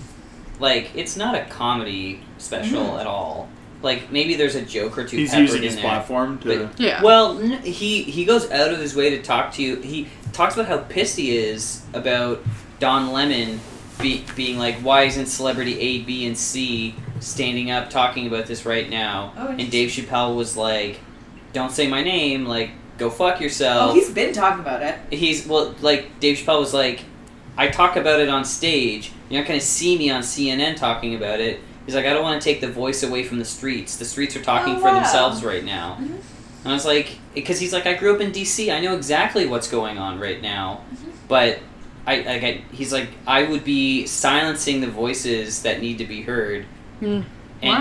S1: like it's not a comedy special
S4: Mm-hmm.
S1: at all. Like maybe there's a joke or two.
S3: He's
S1: peppered
S3: using
S1: in
S3: his
S1: there.
S3: platform to.
S5: Yeah.
S1: Well, n- he he goes out of his way to talk to you. He talks about how pissed he is about Don Lemon be, being like, why isn't celebrity A, B, and C standing up talking about this right now?
S4: Oh,
S1: And Dave Chappelle was like, don't say my name, like go fuck yourself.
S4: Oh, he's been talking about it.
S1: He's well, like Dave Chappelle was like, I talk about it on stage. You're not going to see me on CNN talking about it. He's like, I don't want to take the voice away from the streets. The streets are talking
S4: Oh,
S1: for
S4: wow.
S1: themselves right now.
S4: Mhm.
S1: And I was like, because he's like, I grew up in D.C. I know exactly what's going on right now, but I, like, I, he's like, I would be silencing the voices that need to be heard.
S5: Hmm. wow,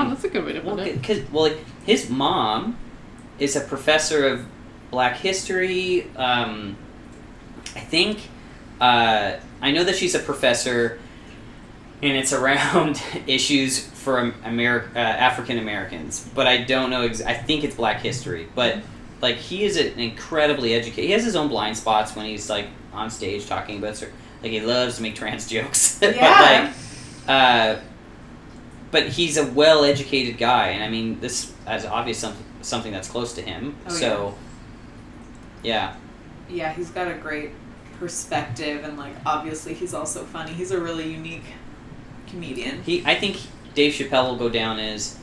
S1: And
S5: that's a good way to
S1: well,
S5: put it.
S1: because well, like, his mom is a professor of Black history. Um, I think uh, I know that she's a professor, and it's around issues for Am- Ameri- uh, African Americans. But I don't know. Ex- I think it's Black history. But like, he is an incredibly educated. He has his own blind spots when he's like on stage talking about. Cer- like he loves to make trans jokes, but
S4: Yeah.
S1: like, uh, but he's a well-educated guy, and I mean, this is obvious some, something that's close to him.
S4: Oh,
S1: so, yeah.
S4: yeah, he's got a great perspective, and like obviously he's also funny. He's a really unique comedian.
S1: he, I think Dave Chappelle will go down as,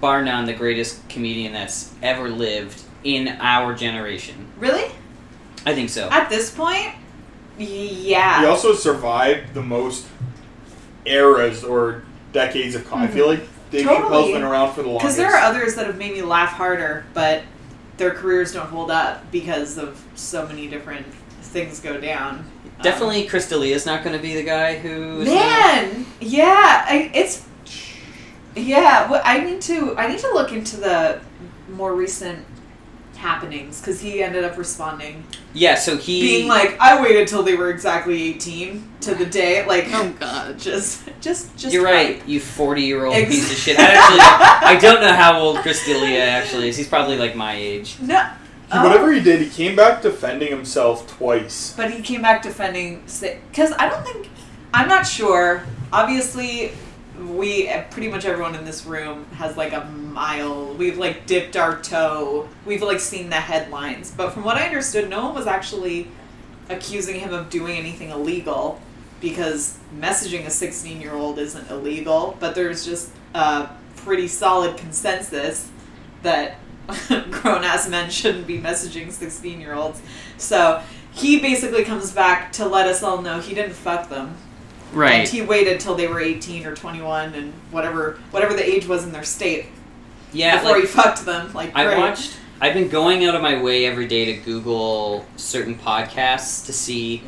S1: bar none, the greatest comedian that's ever lived in our generation.
S4: Really?
S1: I think so.
S4: At this point, y-
S6: He
S4: yeah.
S6: also survived the most eras or decades of comedy. I feel
S1: Mm-hmm.
S6: like Dave
S4: Totally.
S6: Chappelle's been around for the longest.
S4: Because there are others that have made me laugh harder, but their careers don't hold up because of so many different things go down. Um,
S1: Definitely, Chris D'Elia is not going to be the guy who's
S4: Man, yeah, I, it's yeah. Well, I need to I need to look into the more recent happenings because he ended up responding,
S1: yeah. So he
S4: being like, "I waited till they were exactly eighteen to the day." Like,
S5: Oh god.
S4: just, just, just.
S1: You're
S4: wait.
S1: right, you 40 year old
S4: Ex-
S1: piece of shit. I actually, I don't know how old Chris D'Elia actually is. He's probably like my age.
S4: No,
S6: He-
S1: uh,
S6: whatever he did, he came back defending himself twice.
S4: but he came back defending because I don't think I'm not sure. Obviously, we pretty much everyone in this room has like a mile. We've like dipped our toe. We've like seen the headlines, but from what I understood, no one was actually accusing him of doing anything illegal because messaging a 16 year old isn't illegal. But there's just a pretty solid consensus that grown ass men shouldn't be messaging 16 year olds. So he basically comes back to let us all know he didn't fuck them. And he waited till they were 18 or 21 and whatever whatever the age was in their state
S1: Yeah.
S4: before
S1: Like,
S4: he fucked them. Like
S1: I
S4: great.
S1: watched. I've been going out of my way every day to Google certain podcasts to see.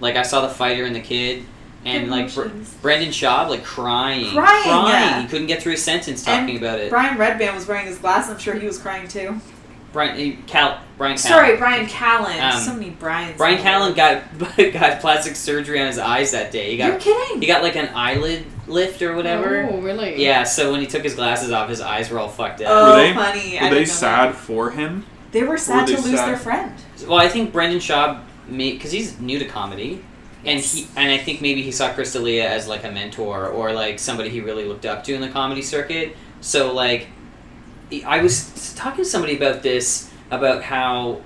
S1: Like, I saw The Fighter and the Kid, and like Br-
S4: Emotions.
S1: Brendan Schaub, like crying.
S4: Crying, yeah.
S1: He couldn't get through a sentence talking about it.
S4: Brian Redband was wearing his glasses. I'm sure he was crying too.
S1: Brian, eh, Cal, Brian Callen.
S4: Sorry, Brian Callen.
S1: Um,
S4: so many Brian's.
S1: Brian Callen got, got plastic surgery on his eyes that day. He got
S4: You're kidding.
S1: He got like an eyelid lift or whatever.
S5: Oh, really?
S1: Yeah, so when he took his glasses off, his eyes were all fucked up.
S4: oh,
S3: Were they-
S4: funny. I
S3: Were
S4: didn't know
S3: they
S4: that.
S3: sad for him?
S4: They were sad
S3: they
S4: to lose
S3: sad?
S4: their friend.
S1: Well, I think Brendan Schaub, because he's new to comedy, and he and I think maybe he saw Chris D'Elia as like a mentor or like somebody he really looked up to in the comedy circuit. So like, he- I was talking to somebody about this about how,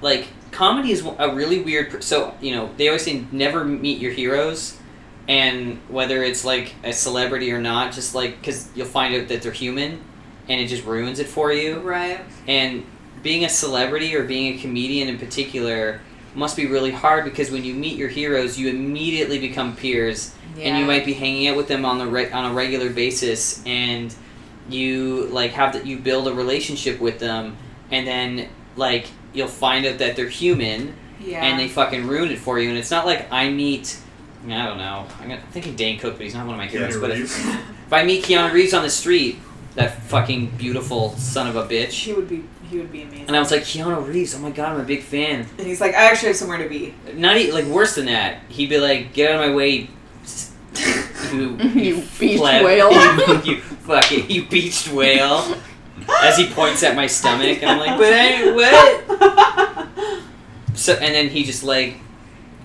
S1: like, comedy is a really weird. pr- So you know they always say never meet your heroes. And whether it's like a celebrity or not, just like because you'll find out that they're human, and it just ruins it for you.
S4: Right.
S1: And being a celebrity or being a comedian in particular must be really hard because when you meet your heroes, you immediately become peers,
S4: Yeah.
S1: and you might be hanging out with them on the re- on a regular basis, and you like have that you build a relationship with them, and then like you'll find out that they're human,
S4: Yeah.
S1: and they fucking ruin it for you. And it's not like I meet. I don't know. I'm, gonna, I'm thinking Dane Cook, but he's not one of my heroes. But if, if I meet Keanu Reeves on the street, that fucking beautiful son of a bitch,
S4: he would be. He would be amazing.
S1: and I was like, Keanu Reeves, oh my god, I'm a big fan.
S4: And he's like, I actually have somewhere to be.
S1: Not e like worse than that. He'd be like, get out of my way, you,
S5: You beached
S1: pleb."
S5: whale.
S1: you fucking, you beached whale. As he points at my stomach, and I'm like, but hey, what? So, and then he just like,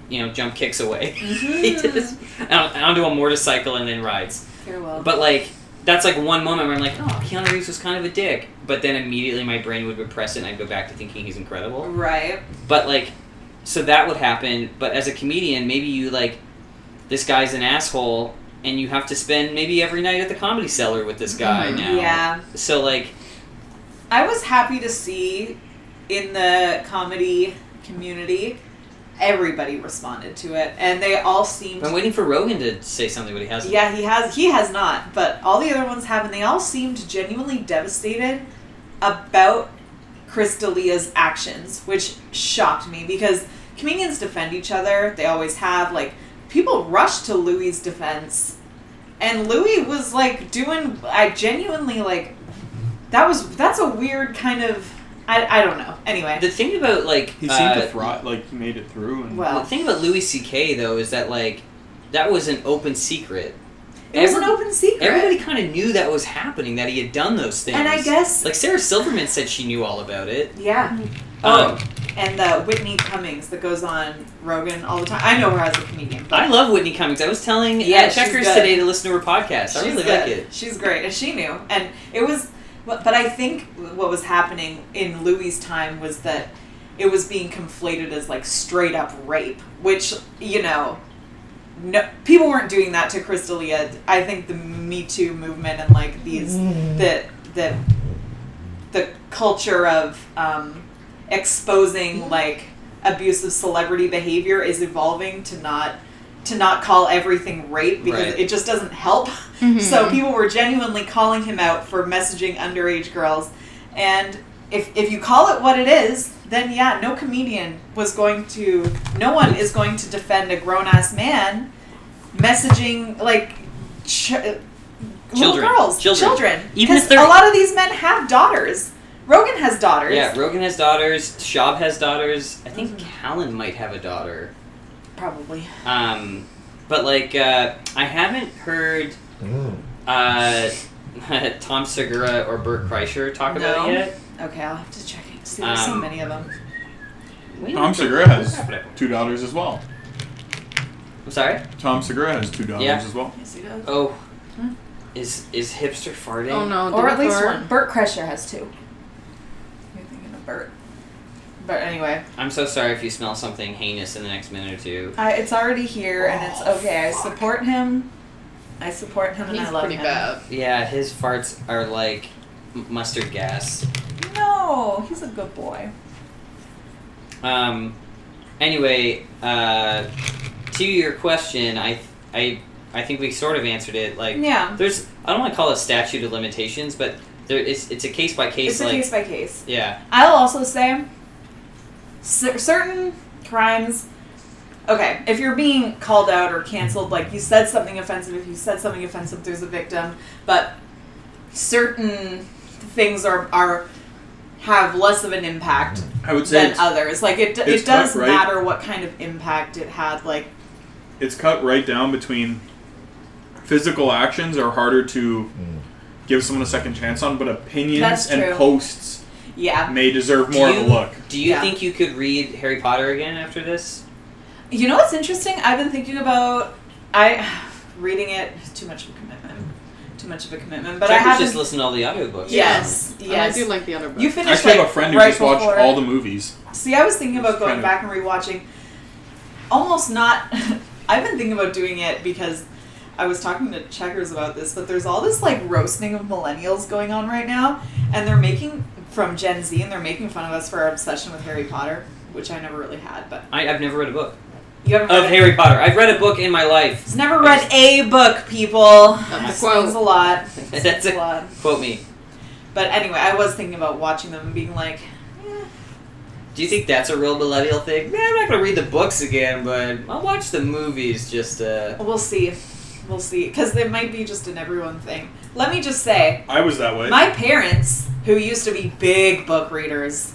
S1: you know, jump kicks away. he
S5: Mm-hmm.
S1: just on- onto a motorcycle and then rides.
S4: Farewell.
S1: But like, that's like one moment where I'm like, oh, Keanu Reeves was kind of a dick. But then immediately my brain would repress it, and I'd go back to thinking he's incredible.
S4: right.
S1: But like, so that would happen. But as a comedian, maybe you like, this guy's an asshole, and you have to spend maybe every night at the comedy cellar with this guy
S5: Mhm.
S1: now.
S4: Mm-hmm. Yeah.
S1: So like,
S4: I was happy to see in the comedy community everybody responded to it and they all seemed
S1: I'm waiting for Rogan to say something, but he hasn't.
S4: yeah he has he has not but all the other ones have and they all seemed genuinely devastated about Chris D'Elia's actions which shocked me because comedians defend each other they always have like people rushed to Louis' defense and Louis was like doing I genuinely like that was that's a weird kind of I, I don't know anyway
S1: The thing about like,
S3: He seemed
S1: uh,
S3: to thrive, like he made it through. And
S1: the
S4: well
S1: thing about Louis C.K. though is that like, that was an open secret.
S4: it was an
S1: Every-
S4: open secret
S1: Everybody kind of knew that was happening, that he had done those things.
S4: and I guess
S1: like Sarah Silverman said, she knew all about it.
S4: yeah
S3: Um,
S1: Oh,
S4: and the Whitney Cummings that goes on Rogan all the time. I know her as a comedian. But
S1: I love Whitney Cummings. I was telling
S4: Yeah,
S1: uh,
S4: she's
S1: Checkers
S4: good.
S1: today to listen to her podcast. I really like
S4: good.
S1: it.
S4: She's great, and she knew. And it was, but but I think what was happening in Louis' time was that it was being conflated as like straight up rape, which you know, no people weren't doing that to Crystalia. I think the Me Too movement and like these the the the culture of um, exposing like abusive celebrity behavior is evolving to not to not call everything rape because
S1: Right.
S4: it just doesn't help. So people were genuinely calling him out for messaging underage girls, and if if you call it what it is, then yeah, no comedian was going to, no one is going to defend a grown ass man messaging like. Ch- uh, Little
S1: Children.
S4: girls,
S1: Children. Even if
S4: because
S1: they're-
S4: a lot of these men have daughters. Rogan has daughters.
S1: Yeah, Rogan has daughters. Shab has daughters. I think
S4: Mm-hmm.
S1: Callan might have a daughter.
S4: probably.
S1: Um, but like, uh, I haven't heard uh, Tom Segura or Bert Kreischer talk about
S4: No.
S1: it yet.
S4: Okay, I'll have to check it. See, there's so
S1: Um,
S4: many of them.
S1: Wait,
S3: Tom
S1: wait,
S3: Segura
S1: wait,
S3: has
S1: what's happening?
S3: two daughters as well.
S1: I'm sorry.
S3: Tom Segura has two daughters
S1: Yeah.
S3: as well.
S4: Yes, he does.
S1: Oh, is is hipster farting?
S5: Oh no,
S4: Or at
S5: Dorothy.
S4: least one. Bert Kreischer has two. You're thinking of Bert. But anyway,
S1: I'm so sorry if you smell something heinous in the next minute or two.
S4: I, it's already here, and it's okay. I support him. I support him, and
S5: Oh. He's
S4: I love
S5: pretty
S4: him.
S5: bad.
S1: Yeah, his farts are like m- mustard gas.
S4: No, he's a good boy.
S1: Um, anyway, uh, to your question, I, I, I think we sort of answered it. Like,
S4: Yeah,
S1: there's, I don't want to call it statute of limitations, but there, it's, it's a case by
S4: it's
S1: case.
S4: a
S1: Like,
S4: case by case.
S1: yeah,
S4: I'll also say cer- certain crimes. Okay, if you're being called out or canceled, like you said something offensive, if you said something offensive, there's a victim. But certain things are are have less of an impact
S3: I would say
S4: than
S3: it's,
S4: others. Like it, d-
S3: it's
S4: it does
S3: tough, right?
S4: matter what kind of impact it had. Like
S3: it's cut right down between physical actions are harder to give someone a second chance on, but opinions
S4: That's
S3: and
S4: true.
S3: posts
S4: yeah,
S3: may deserve
S1: Do
S3: more of
S1: you-
S3: a look.
S1: Do you
S4: Yeah.
S1: think you could read Harry Potter again after this?
S4: you know what's interesting? I've been thinking about I reading it. it's Too much of a commitment. Too much of a commitment. But I
S1: Checkers
S4: have
S1: just listened to all the audiobooks.
S4: Yes,
S5: And
S4: yes.
S5: Oh, I do like the other book.
S4: You
S3: I
S4: finished
S3: actually
S4: like,
S3: have a friend who
S4: right
S3: just watched
S4: before.
S3: all the movies.
S4: See, I was thinking about
S3: It's
S4: going
S3: kind of-
S4: back and rewatching. Almost not. I've been thinking about doing it because I was talking to Checkers about this, but there's all this like roasting of millennials going on right now, and they're making from Gen Z, and they're making fun of us for our obsession with Harry Potter, which I never really had. But
S1: Um, I, I've never read a book
S4: you haven't
S1: of
S4: read it.
S1: Harry Potter. I've read a book in my life.
S4: It's never read a book, people.
S5: That's
S4: That's
S5: a quote.
S4: a lot.
S1: That's
S4: a
S1: a,
S4: lot.
S1: quote me.
S4: But anyway, I was thinking about watching them and being like, eh,
S1: Do you think that's a real millennial thing? Nah, I'm not gonna read the books again, but I'll watch the movies just uh
S4: We'll see. We'll see. Because it might be just an everyone thing. Let me just say,
S3: I was that way.
S4: my parents, who used to be big book readers,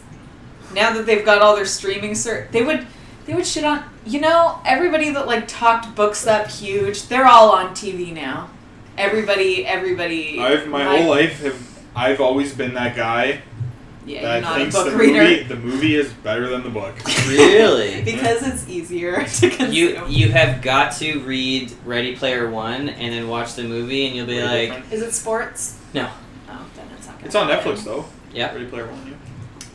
S4: now that they've got all their streaming cert, they would they would shit on you know everybody that like talked books up huge. They're all on TV now. Everybody, everybody.
S6: I've my whole life have I've always been that guy
S4: Yeah, you're
S6: that
S4: not a
S6: thinks
S4: book
S6: the
S4: reader
S6: movie the movie is better than the book.
S1: really
S4: because it's easier to consume.
S1: You you have got to read Ready Player One and then watch the movie and you'll be
S6: Way
S1: like,
S6: different.
S4: Is it sports?
S1: No.
S4: Oh, then it's not. Gonna
S6: It's on
S4: happen.
S6: Netflix though.
S1: Yeah.
S6: Ready Player One.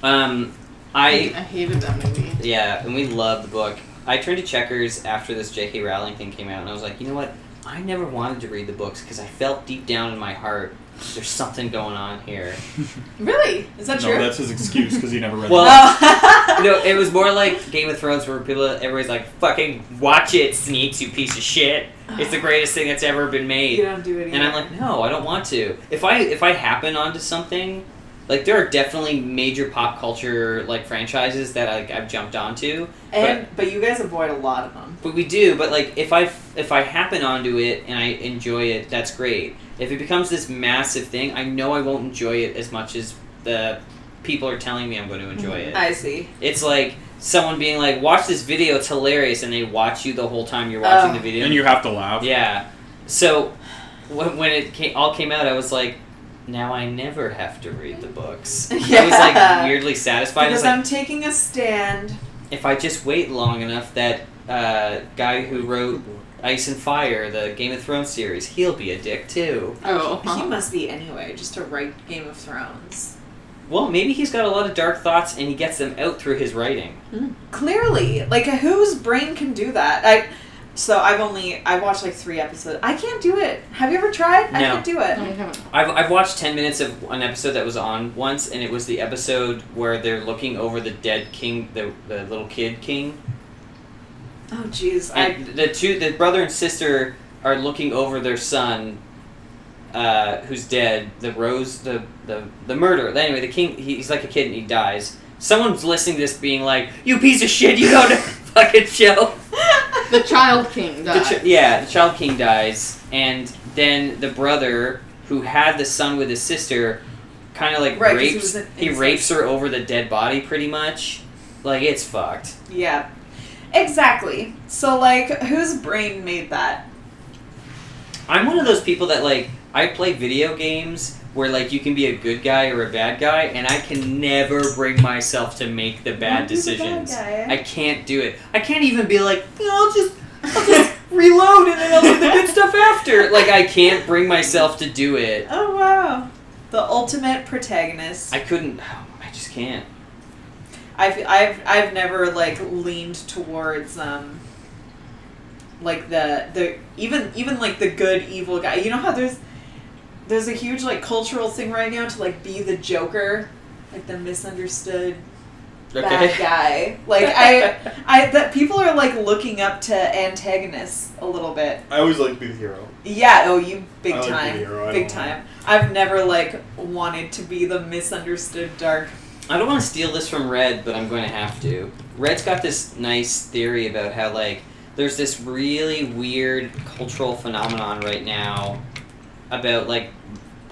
S6: Yeah.
S1: um, I
S5: I hated that movie.
S1: yeah, and we love the book. I turned to Checkers after this J.K. Rowling thing came out, and I was like, you know what? I never wanted to read the books because I felt deep down in my heart there's something going on here.
S4: Really? Is that
S3: no,
S4: true?
S3: that's his excuse because he never read.
S1: Well-
S3: it.
S4: Oh.
S1: no, it was more like Game of Thrones where people everybody's like, fucking watch it, sneaks, you piece of shit. It's the greatest thing that's ever been made.
S4: You don't do it either.
S1: and I'm like, no, I don't want to. If I if I happen onto something, like there are definitely major pop culture like franchises that like I've jumped onto,
S4: and but, you guys avoid a lot of them.
S1: but we do. But like if I if I happen onto it and I enjoy it, that's great. If it becomes this massive thing, I know I won't enjoy it as much as the people are telling me I'm going to enjoy it.
S4: I see.
S1: It's like someone being like, "Watch this video, it's hilarious," and they watch you the whole time you're watching
S4: Oh.
S1: the video,
S3: and you have to laugh.
S1: yeah. So when, when it came, all came out, I was like, now I never have to read the books. I was
S4: Yeah.
S1: like weirdly satisfied. I was
S4: Because
S1: like,
S4: I'm taking a stand.
S1: if I just wait long enough, that uh, guy who wrote Ice and Fire, the Game of Thrones series, he'll be a dick too.
S5: Oh,
S4: He
S5: huh.
S4: must be anyway, just to write Game of Thrones.
S1: Well, maybe he's got a lot of dark thoughts and he gets them out through his writing.
S4: Clearly, like whose brain can do that? I. So I've only I watched like three episodes. I can't do it. Have you ever tried? I
S1: No.
S4: can't do
S5: I
S4: it.
S5: haven't.
S1: I've, I've watched 10 minutes of an episode that was on once, and it was the episode where they're looking over the dead king, the, the little kid king.
S4: Oh jeez, I
S1: And the two, the brother and sister, are looking over their son, uh, who's dead. The rose, the the the murderer. Anyway, the king, he, he's like a kid and he dies. Someone's listening to this, being like, "You piece of shit! You don't know the fucking show."
S5: The Child King
S1: The
S5: died.
S1: chi- yeah, the child king dies, and then the brother who had the son with his sister, kind of like
S4: Right, 'cause he
S1: rapes.
S4: was an
S1: He
S4: incest.
S1: rapes her over the dead body, pretty much. Like it's fucked.
S4: yeah, exactly. So like, whose brain made that?
S1: I'm one of those people that like I play video games where like you can be a good guy or a bad guy, and I can never bring myself to make the bad
S4: You're the
S1: decisions.
S4: bad guy.
S1: I can't do it. I can't even be like, "Yeah, I'll just, I'll just reload and then I'll do the good stuff after. Like I can't bring myself to do it.
S4: Oh wow, the ultimate protagonist.
S1: I couldn't. I just can't.
S4: I've I've I've never like leaned towards um like the the even even like the good evil guy. You know how there's there's a huge like cultural thing right now to like be the Joker, like the misunderstood bad
S1: Okay.
S4: guy. Like I I that people are like looking up to antagonists a little bit.
S6: I always like to be the hero.
S4: Yeah, oh you big
S6: I like to be
S4: time.
S6: the hero, I
S4: big
S6: don't know.
S4: time. I've never like wanted to be the misunderstood dark
S1: I don't want to steal this from Red, but I'm going to have to. Red's got this nice theory about how like there's this really weird cultural phenomenon right now about like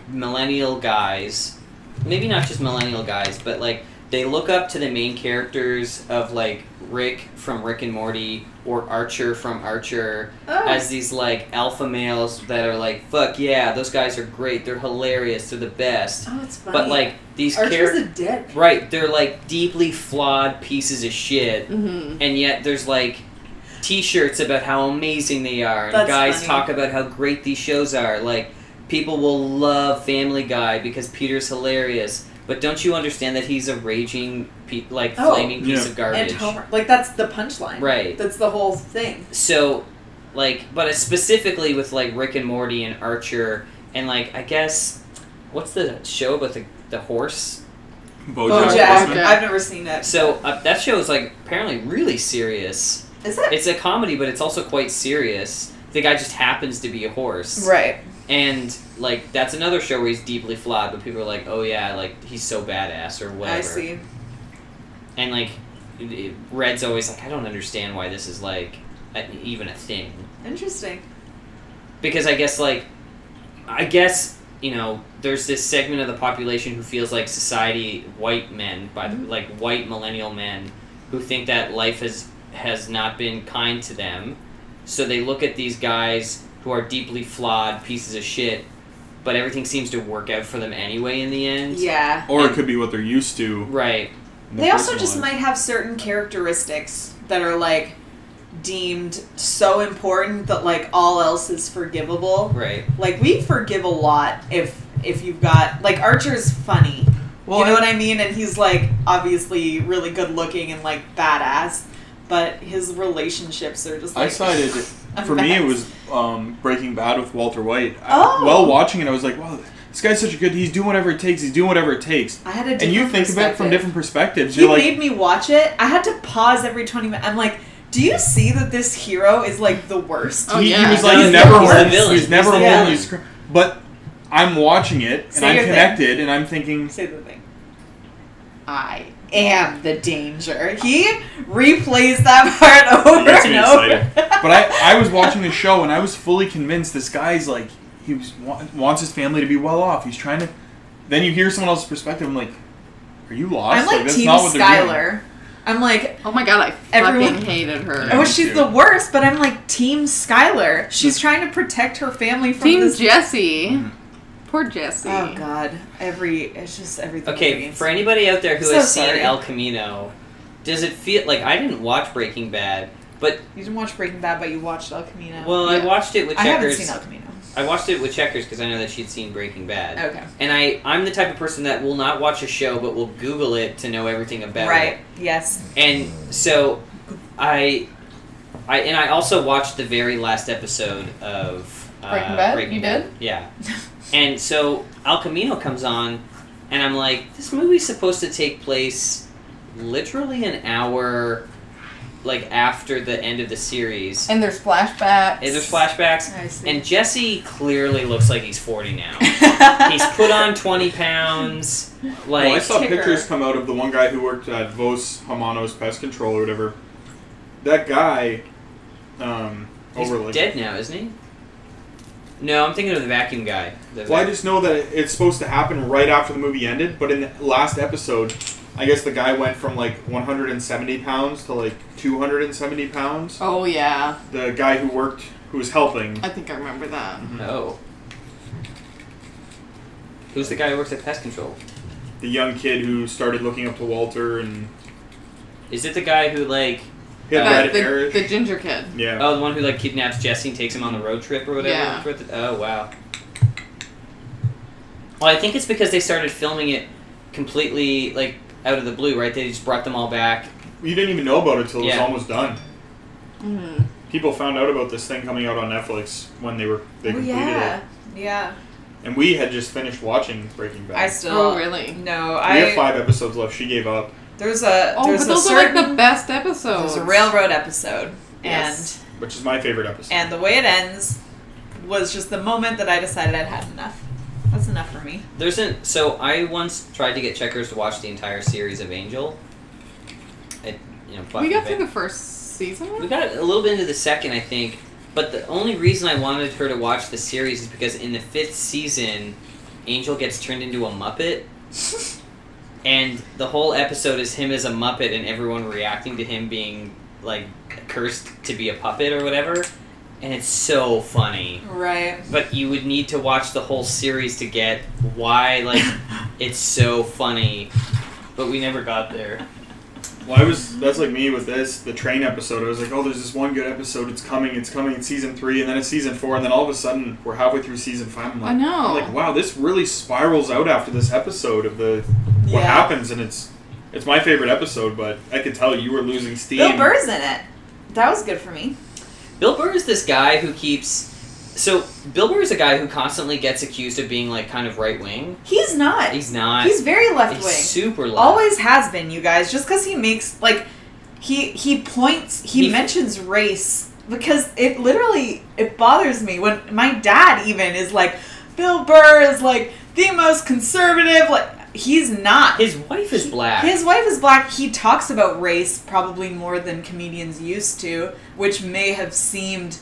S1: millennial guys, maybe not just millennial guys, but like they look up to the main characters of like Rick from Rick and Morty or Archer from Archer
S4: oh.
S1: as these like alpha males that are like, fuck yeah, those guys are great, they're hilarious, they're the best.
S4: Oh, it's funny.
S1: But like these
S4: Archer's
S1: characters,
S4: a dick.
S1: right? They're like deeply flawed pieces of shit,
S5: Mm-hmm.
S1: and yet there's like t-shirts about how amazing they are, and
S4: That's
S1: guys
S4: funny.
S1: talk about how great these shows are. Like people will love Family Guy because Peter's hilarious. But don't you understand that he's a raging, pe- like
S4: Oh.
S1: flaming piece
S3: Yeah.
S1: of
S4: And
S1: garbage?
S4: Homer. Like that's the punchline.
S1: Right.
S4: That's the whole thing.
S1: so like but specifically with like rick and morty and archer and like i guess what's the show about the, the horse
S3: Bojack,
S4: Bojack.
S3: Horseman.
S5: Bojack.
S4: Oh, I've never seen it.
S1: so uh, that show is like apparently really serious
S4: Is it?
S1: it's a comedy but it's also quite serious the guy just happens to be a horse
S4: right.
S1: and like that's another show where he's deeply flawed but people are like oh yeah like he's so badass or whatever
S4: I see.
S1: and like it- it- red's always like i don't understand why this is like a, even a thing
S4: Interesting.
S1: because I guess like I guess you know there's this segment of the population who feels like society white men by the,
S4: Mm-hmm.
S1: like white millennial men who think that life has has not been kind to them so they look at these guys who are deeply flawed pieces of shit but everything seems to work out for them anyway in the end
S4: Yeah.
S3: Or it could be what they're used to.
S1: right
S3: in their
S4: They also
S3: personal
S4: just
S3: life.
S4: might have certain characteristics that are like deemed so important that like all else is forgivable.
S1: right
S4: Like we forgive a lot if if you've got like Archer's funny. you know what I mean? And he's like obviously really good looking and like badass, but his relationships are just
S3: I
S4: like
S3: sided.
S4: a
S3: For me, it
S4: mess.
S3: was um, Breaking Bad with Walter White.
S4: Oh.
S3: I, while watching it, I was like, "Wow, this guy's such a good. He's doing whatever it takes. He's doing whatever it takes."
S4: I had a different
S3: And you think about it from
S4: perspective.
S3: different perspectives.
S4: He
S3: You're like,
S4: made me watch it. I had to pause every twenty minutes. I'm like, do you see that this hero is like the worst?
S5: Oh,
S3: he, he
S5: yeah.
S3: was
S5: He's
S3: like
S1: the-
S3: he's never
S1: he's the
S3: home.
S1: villain.
S3: He's
S4: He's
S3: never
S4: the
S3: home.
S4: villain.
S3: He's cr- but I'm watching it and
S4: Say
S3: I'm
S4: your thing.
S3: connected and I'm thinking,
S4: Say the thing.
S5: I.
S4: Am the danger. He replays that part over
S6: gets me
S4: and over.
S3: but I, I was watching the show and I was fully convinced this guy's like he was, wa- wants his family to be well off. He's trying to. Then you hear someone else's perspective. I'm like, are you lost?
S4: I'm like
S3: that's
S4: Team
S3: not what they're doing.
S4: Skylar. I'm like,
S5: Oh my god, I
S4: Everyone-
S5: fucking hated her.
S4: I
S3: Yeah,
S4: wish
S3: me
S4: she's
S3: too.
S4: the worst, but I'm like Team Skylar. She's trying to protect her family from
S5: Team
S4: this.
S3: Mm-hmm.
S5: Jesse. Poor Jesse.
S4: Oh God! Every it's just everything.
S1: Okay,
S4: reads.
S1: for anybody out there who
S4: So
S1: has
S4: sorry.
S1: seen El Camino, does it feel like I didn't watch Breaking Bad?
S4: you didn't watch Breaking Bad, but you watched El Camino.
S1: Well,
S5: Yeah.
S1: I watched it with
S4: I haven't
S1: Checkers.
S4: seen El Camino.
S1: I watched it with Checkers because I know that she'd seen Breaking Bad.
S4: Okay,
S1: And I, I'm the type of person that will not watch a show but will Google it to know everything about it.
S4: right? Yes.
S1: And so, I, I and I also watched the very last episode of uh,
S5: Breaking Bad? You
S1: Bad.
S5: did?
S1: Yeah. and so Al Camino comes on, and I'm like, this movie's supposed to take place literally an hour, like after the end of the series.
S5: And there's flashbacks.
S1: And there's flashbacks,
S4: I see.
S1: and Jesse clearly looks like he's 40 now. He's put on 20 pounds.
S3: Well, Oh, I
S1: Like,
S3: saw
S4: Ticker.
S3: pictures come out of the one guy who worked at Vos Hamano's Pest Control or whatever. That guy, um,
S1: he's
S3: over like.
S1: dead now, isn't he? No, I'm thinking of the vacuum guy. The
S3: Well, I
S1: vac-
S3: just know that it's supposed to happen right after the movie ended, but in the last episode, I guess the guy went from like 170 pounds to like 270 pounds.
S5: Oh yeah,
S3: The guy who worked, who was helping.
S5: I think I remember that.
S1: no. Oh. Who's the guy who works at pest control?
S3: The young kid who started looking up to Walter and
S1: Is it the guy who like
S3: he had
S1: Uh,
S3: red
S5: the,
S3: hair.
S5: the ginger kid.
S3: yeah.
S1: oh the one who like kidnaps Jesse and takes him on the road trip or whatever?
S5: Yeah.
S1: With the- oh wow. Well, I think it's because they started filming it completely like out of the blue, right? They just brought them all back.
S3: You didn't even know about it till it
S1: Yeah.
S3: was almost done.
S4: Mm-hmm.
S5: Mm.
S3: People found out about this thing coming out on Netflix when they were they
S4: Oh,
S3: completed
S4: yeah,
S3: it,
S4: yeah.
S3: and we had just finished watching Breaking
S4: I
S3: Bad.
S4: still.
S5: Oh really?
S4: No,
S3: we have
S4: I.
S3: five episodes left. She gave up.
S4: There's a.
S5: Oh,
S4: there's
S5: but those
S4: a
S5: are
S4: certain,
S5: like the best episodes.
S4: There's a railroad episode,
S5: Yes.
S3: which is my favorite episode.
S4: and and the way it ends was just the moment that I decided I'd had enough. That's enough for me.
S1: There's an so I once tried to get Checkers to watch the entire series of Angel. It you know
S5: we
S1: fucking
S5: got
S1: fa-
S5: through the first season.
S1: we got a little bit into the second I think, but the only reason I wanted her to watch the series is because in the fifth season, Angel gets turned into a Muppet. And the whole episode is him as a Muppet and everyone reacting to him being like cursed to be a puppet or whatever. And it's so funny.
S4: Right.
S1: But you would need to watch the whole series to get why, like, it's so funny. But we never got there.
S3: Well, I was that's like me with this the train episode. I was like, oh, there's this one good episode. It's coming. It's coming. It's season three, and then it's season four, and then all of a sudden we're halfway through season five. I'm
S5: I
S3: like, I'm
S5: know.
S4: Oh.
S3: like wow, this really spirals out after this episode of the what
S4: Yeah.
S3: happens, and it's it's my favorite episode. But I could tell you were losing steam.
S4: Bill Burr's in it. That was good for me.
S1: Bill Burr is this guy who keeps. So, Bill Burr is a guy who constantly gets accused of being, like, kind of right wing.
S4: He's not.
S1: He's not.
S4: He's very left
S1: He's
S4: wing.
S1: super left.
S4: Always has been, you guys. Just because he makes like he he points he,
S1: He-
S4: mentions race because it literally it bothers me when my dad even is like Bill Burr is like the most conservative. Like he's not.
S1: His wife is black.
S4: His wife is black. He talks about race probably more than comedians used to, which may have seemed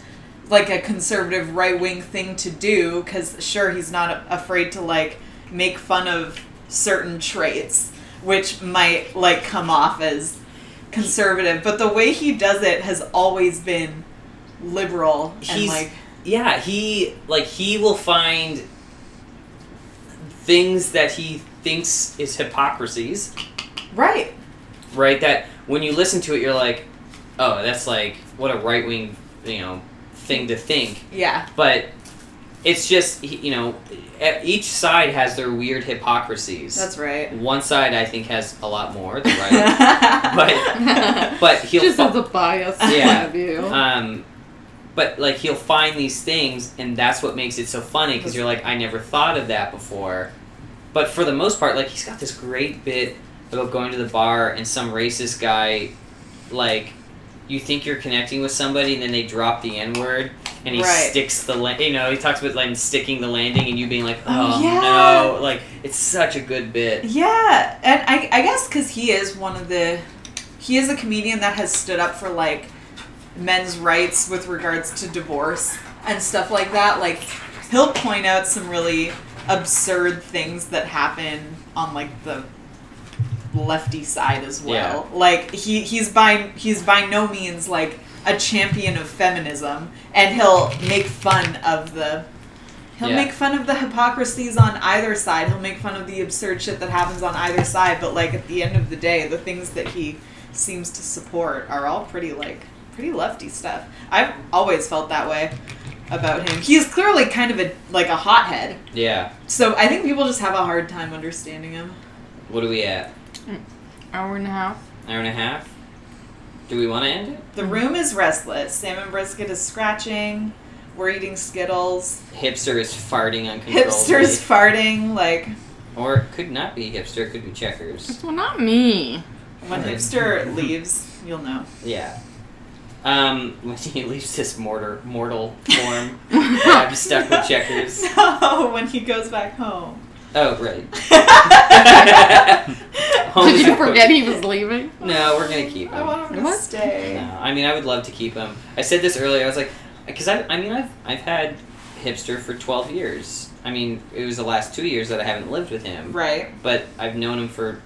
S4: like a conservative right wing thing to do because sure he's not afraid to like make fun of certain traits which might like come off as conservative but the way he does it has always been liberal and
S1: He's-
S4: like
S1: yeah, he, like, he will find things that he thinks is hypocrisies
S4: right
S1: right? That when you listen to it, you're like, oh, that's like what a right wing, you know, thing to think.
S4: yeah
S1: But it's just he- you know, e- each side has their weird hypocrisies.
S4: that's right
S1: one side I think has a lot more, the right? But- but he'll
S5: just
S1: fu-
S5: as a bias
S1: Yeah.
S5: point of view.
S1: um, but like he'll find these things, and that's what makes it so funny because you're like, I never thought of that before. But for the most part, like he's got this great bit about going to the bar and some racist guy, like, you think you're connecting with somebody, and then they drop the N word, and he
S4: Right.
S1: sticks the la- you know he talks about like sticking the landing, and you being like,
S4: Oh,
S1: oh,
S4: yeah.
S1: no, like it's such a good bit.
S4: Yeah, and I, I guess because he is one of the, he is a comedian that has stood up for like men's rights with regards to divorce and stuff like that. Like, he'll point out some really absurd things that happen on like the lefty side as well. Like he he's by he's by no means like a champion of feminism, and he'll make fun of the He'll
S1: Yeah.
S4: make fun of the hypocrisies on either side. He'll make fun of the absurd shit that happens on either side. But like at the end of the day, the things that he seems to support are all pretty like pretty lefty stuff. I've always felt that way about him. He's clearly kind of a like a hothead.
S1: Yeah.
S4: So I think people just have a hard time understanding him.
S1: What are we at?
S5: Hour and a half.
S1: Hour and a half? Do we want to end it?
S4: The room is restless. Salmon brisket is scratching. We're eating Skittles.
S1: Hipster is farting uncontrollably.
S4: Hipsters farting. Like
S1: Or it could not be hipster, it could be checkers.
S5: Well, not me.
S4: when
S1: Right.
S4: hipster leaves, you'll know.
S1: Yeah. Um, when he leaves his mortar, mortal form, I'm stuck with checkers.
S4: No, when he goes back home.
S1: Oh, right.
S5: Did you forget he was leaving?
S1: No, we're gonna keep
S4: I
S1: him.
S4: want him to
S5: What?
S1: No,
S4: stay.
S1: I mean, I would love to keep him. I said this earlier. I was like, because I, I mean, I've I've had hipster for twelve years. I mean, it was the last two years that I haven't lived with him,
S4: Right.
S1: but I've known him for.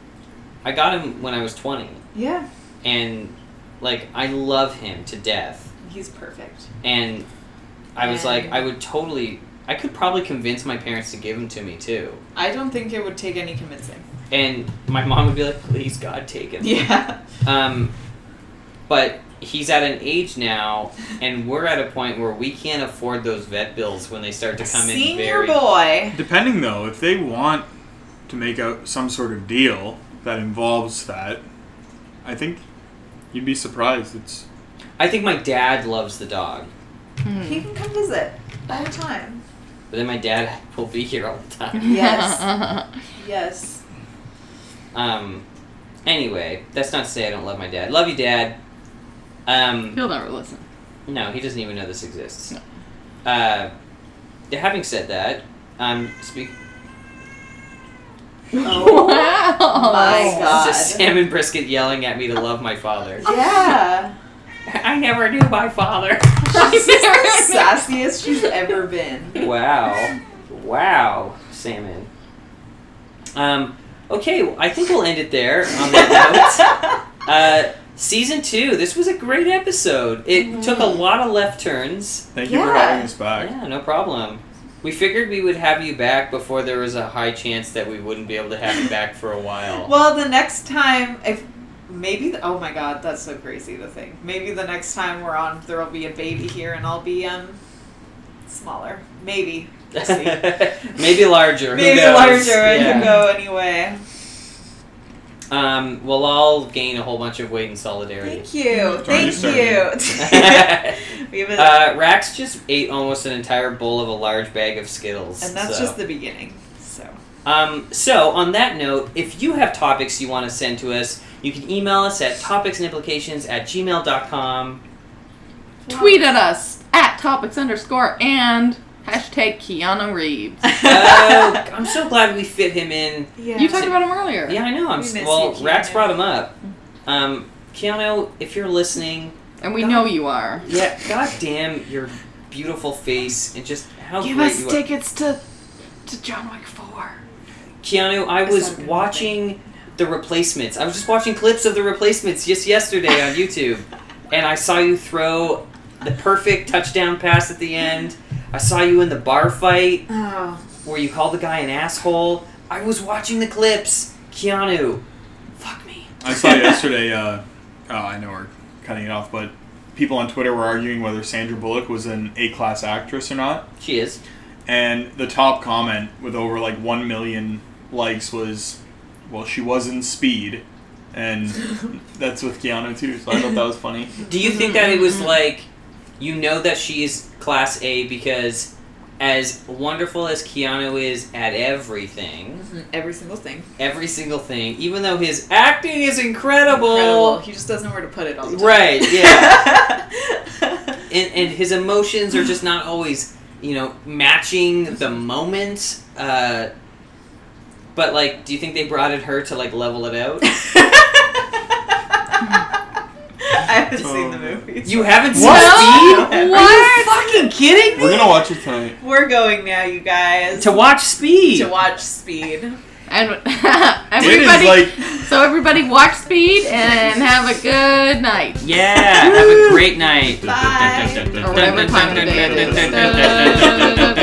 S1: I got him when I was twenty,
S4: Yeah.
S1: and like I love him to death,
S4: He's perfect.
S1: and I was like,
S4: And-
S1: I would totally. I could probably convince my parents to give him to me too,
S4: I don't think it would take any convincing.
S1: and my mom would be like, "Please God, take him."
S4: Yeah.
S1: Um, but he's at an age now, and we're at a point where we can't afford those vet bills when they start to come in.
S4: Senior
S1: Very
S4: boy.
S3: Depending though, if they want to make out some sort of deal that involves that, I think you'd be surprised. It's
S1: I think my dad loves the dog,
S5: Hmm.
S4: He can come visit all the time.
S1: but then my dad will be here all the time.
S5: Hmm.
S4: Yes. Yes.
S1: Um, anyway, that's not to say I don't love my dad. Love you, dad. Um,
S5: He'll never listen.
S1: No, he doesn't even know this exists.
S5: No.
S1: Uh, having said that, um, speak.
S4: Oh.
S5: wow.
S4: My God.
S1: It's just salmon brisket yelling at me to love my father.
S4: Yeah.
S1: I never knew my father.
S4: She's the sassiest she's ever been.
S1: Wow. Wow, salmon. Um, okay, well, I think we'll end it there on that note. Uh, season two, this was a great episode. It took a lot of left turns.
S3: thank you for
S4: Yeah.
S3: having us back.
S1: Yeah, no problem. We figured we would have you back before there was a high chance that we wouldn't be able to have you back for a while.
S4: Well, the next time, if maybe, the, oh my god, that's so crazy. The thing, maybe the next time we're on, there'll be a baby here, and I'll be um smaller, maybe, We'll see.
S1: Maybe larger. who
S4: maybe
S1: knows?
S4: larger, and
S1: Yeah.
S4: you go anyway.
S1: Um, we'll all gain a whole bunch of weight in solidarity.
S4: Thank you,
S3: Trying
S4: thank you.
S3: to
S4: we have a,
S1: Uh, Rax just ate almost an entire bowl of a large bag of Skittles.
S4: and that's
S1: so.
S4: just the beginning. So
S1: Um, so, on that note, if you have topics you want to send to us, you can email us at topicsandimplications at gmail.com.
S5: Tweet at us at topics underscore and hashtag Keanu Reeves.
S1: Oh, I'm so glad we fit him in.
S4: yeah,
S5: You talked about him earlier.
S1: Yeah, I know. I'm
S4: We
S1: s-
S4: miss
S1: well.
S4: you,
S1: Rax
S4: Keanu.
S1: brought him up. Um, Keanu, if you're listening,
S5: And we know you are.
S1: yeah, goddamn your beautiful face and just how
S5: Give
S1: great
S5: us
S1: you are.
S5: tickets to to John Wick 4.
S1: Keanu, I
S5: It's
S1: was
S5: not a good
S1: watching The Replacements. I was just watching clips of The Replacements just yesterday on YouTube, and I saw you throw the perfect touchdown pass at the end. I saw you in the bar fight
S4: oh,
S1: where you called the guy an asshole. I was watching the clips. Keanu, fuck me.
S3: I saw yesterday. Uh, oh, I know we're cutting it off, but people on Twitter were arguing whether Sandra Bullock was an A-class actress or not,
S1: She is.
S3: and the top comment with over like one million likes was, "Well, she was in Speed." And that's with Keanu too, so I thought that was funny.
S1: Do you think that it was
S4: Mm-hmm.
S1: like, you know, that she is class A because, as wonderful as Keanu is at everything,
S4: Mm, every single thing.
S1: every single thing, even though his acting is incredible.
S4: Incredible. He just doesn't know where to put it all the time.
S1: Right, yeah.
S4: yeah.
S1: And, and his emotions are just not always, you know, matching the moment. Uh, but, like, do you think they brought it her to, like, level it out?
S4: I haven't
S3: Oh,
S4: seen the
S3: man.
S4: movies.
S1: You haven't seen
S5: What?
S1: Speed?
S4: Whatever.
S1: Are you fucking kidding me?
S3: We're gonna watch it tonight.
S4: We're going now, you guys.
S1: To watch Speed.
S4: To watch Speed.
S5: And
S3: It
S5: everybody
S3: is like
S5: So everybody watch speed and have a good night.
S1: yeah, have a great night.
S4: Bye.
S5: Or whatever time of day it is.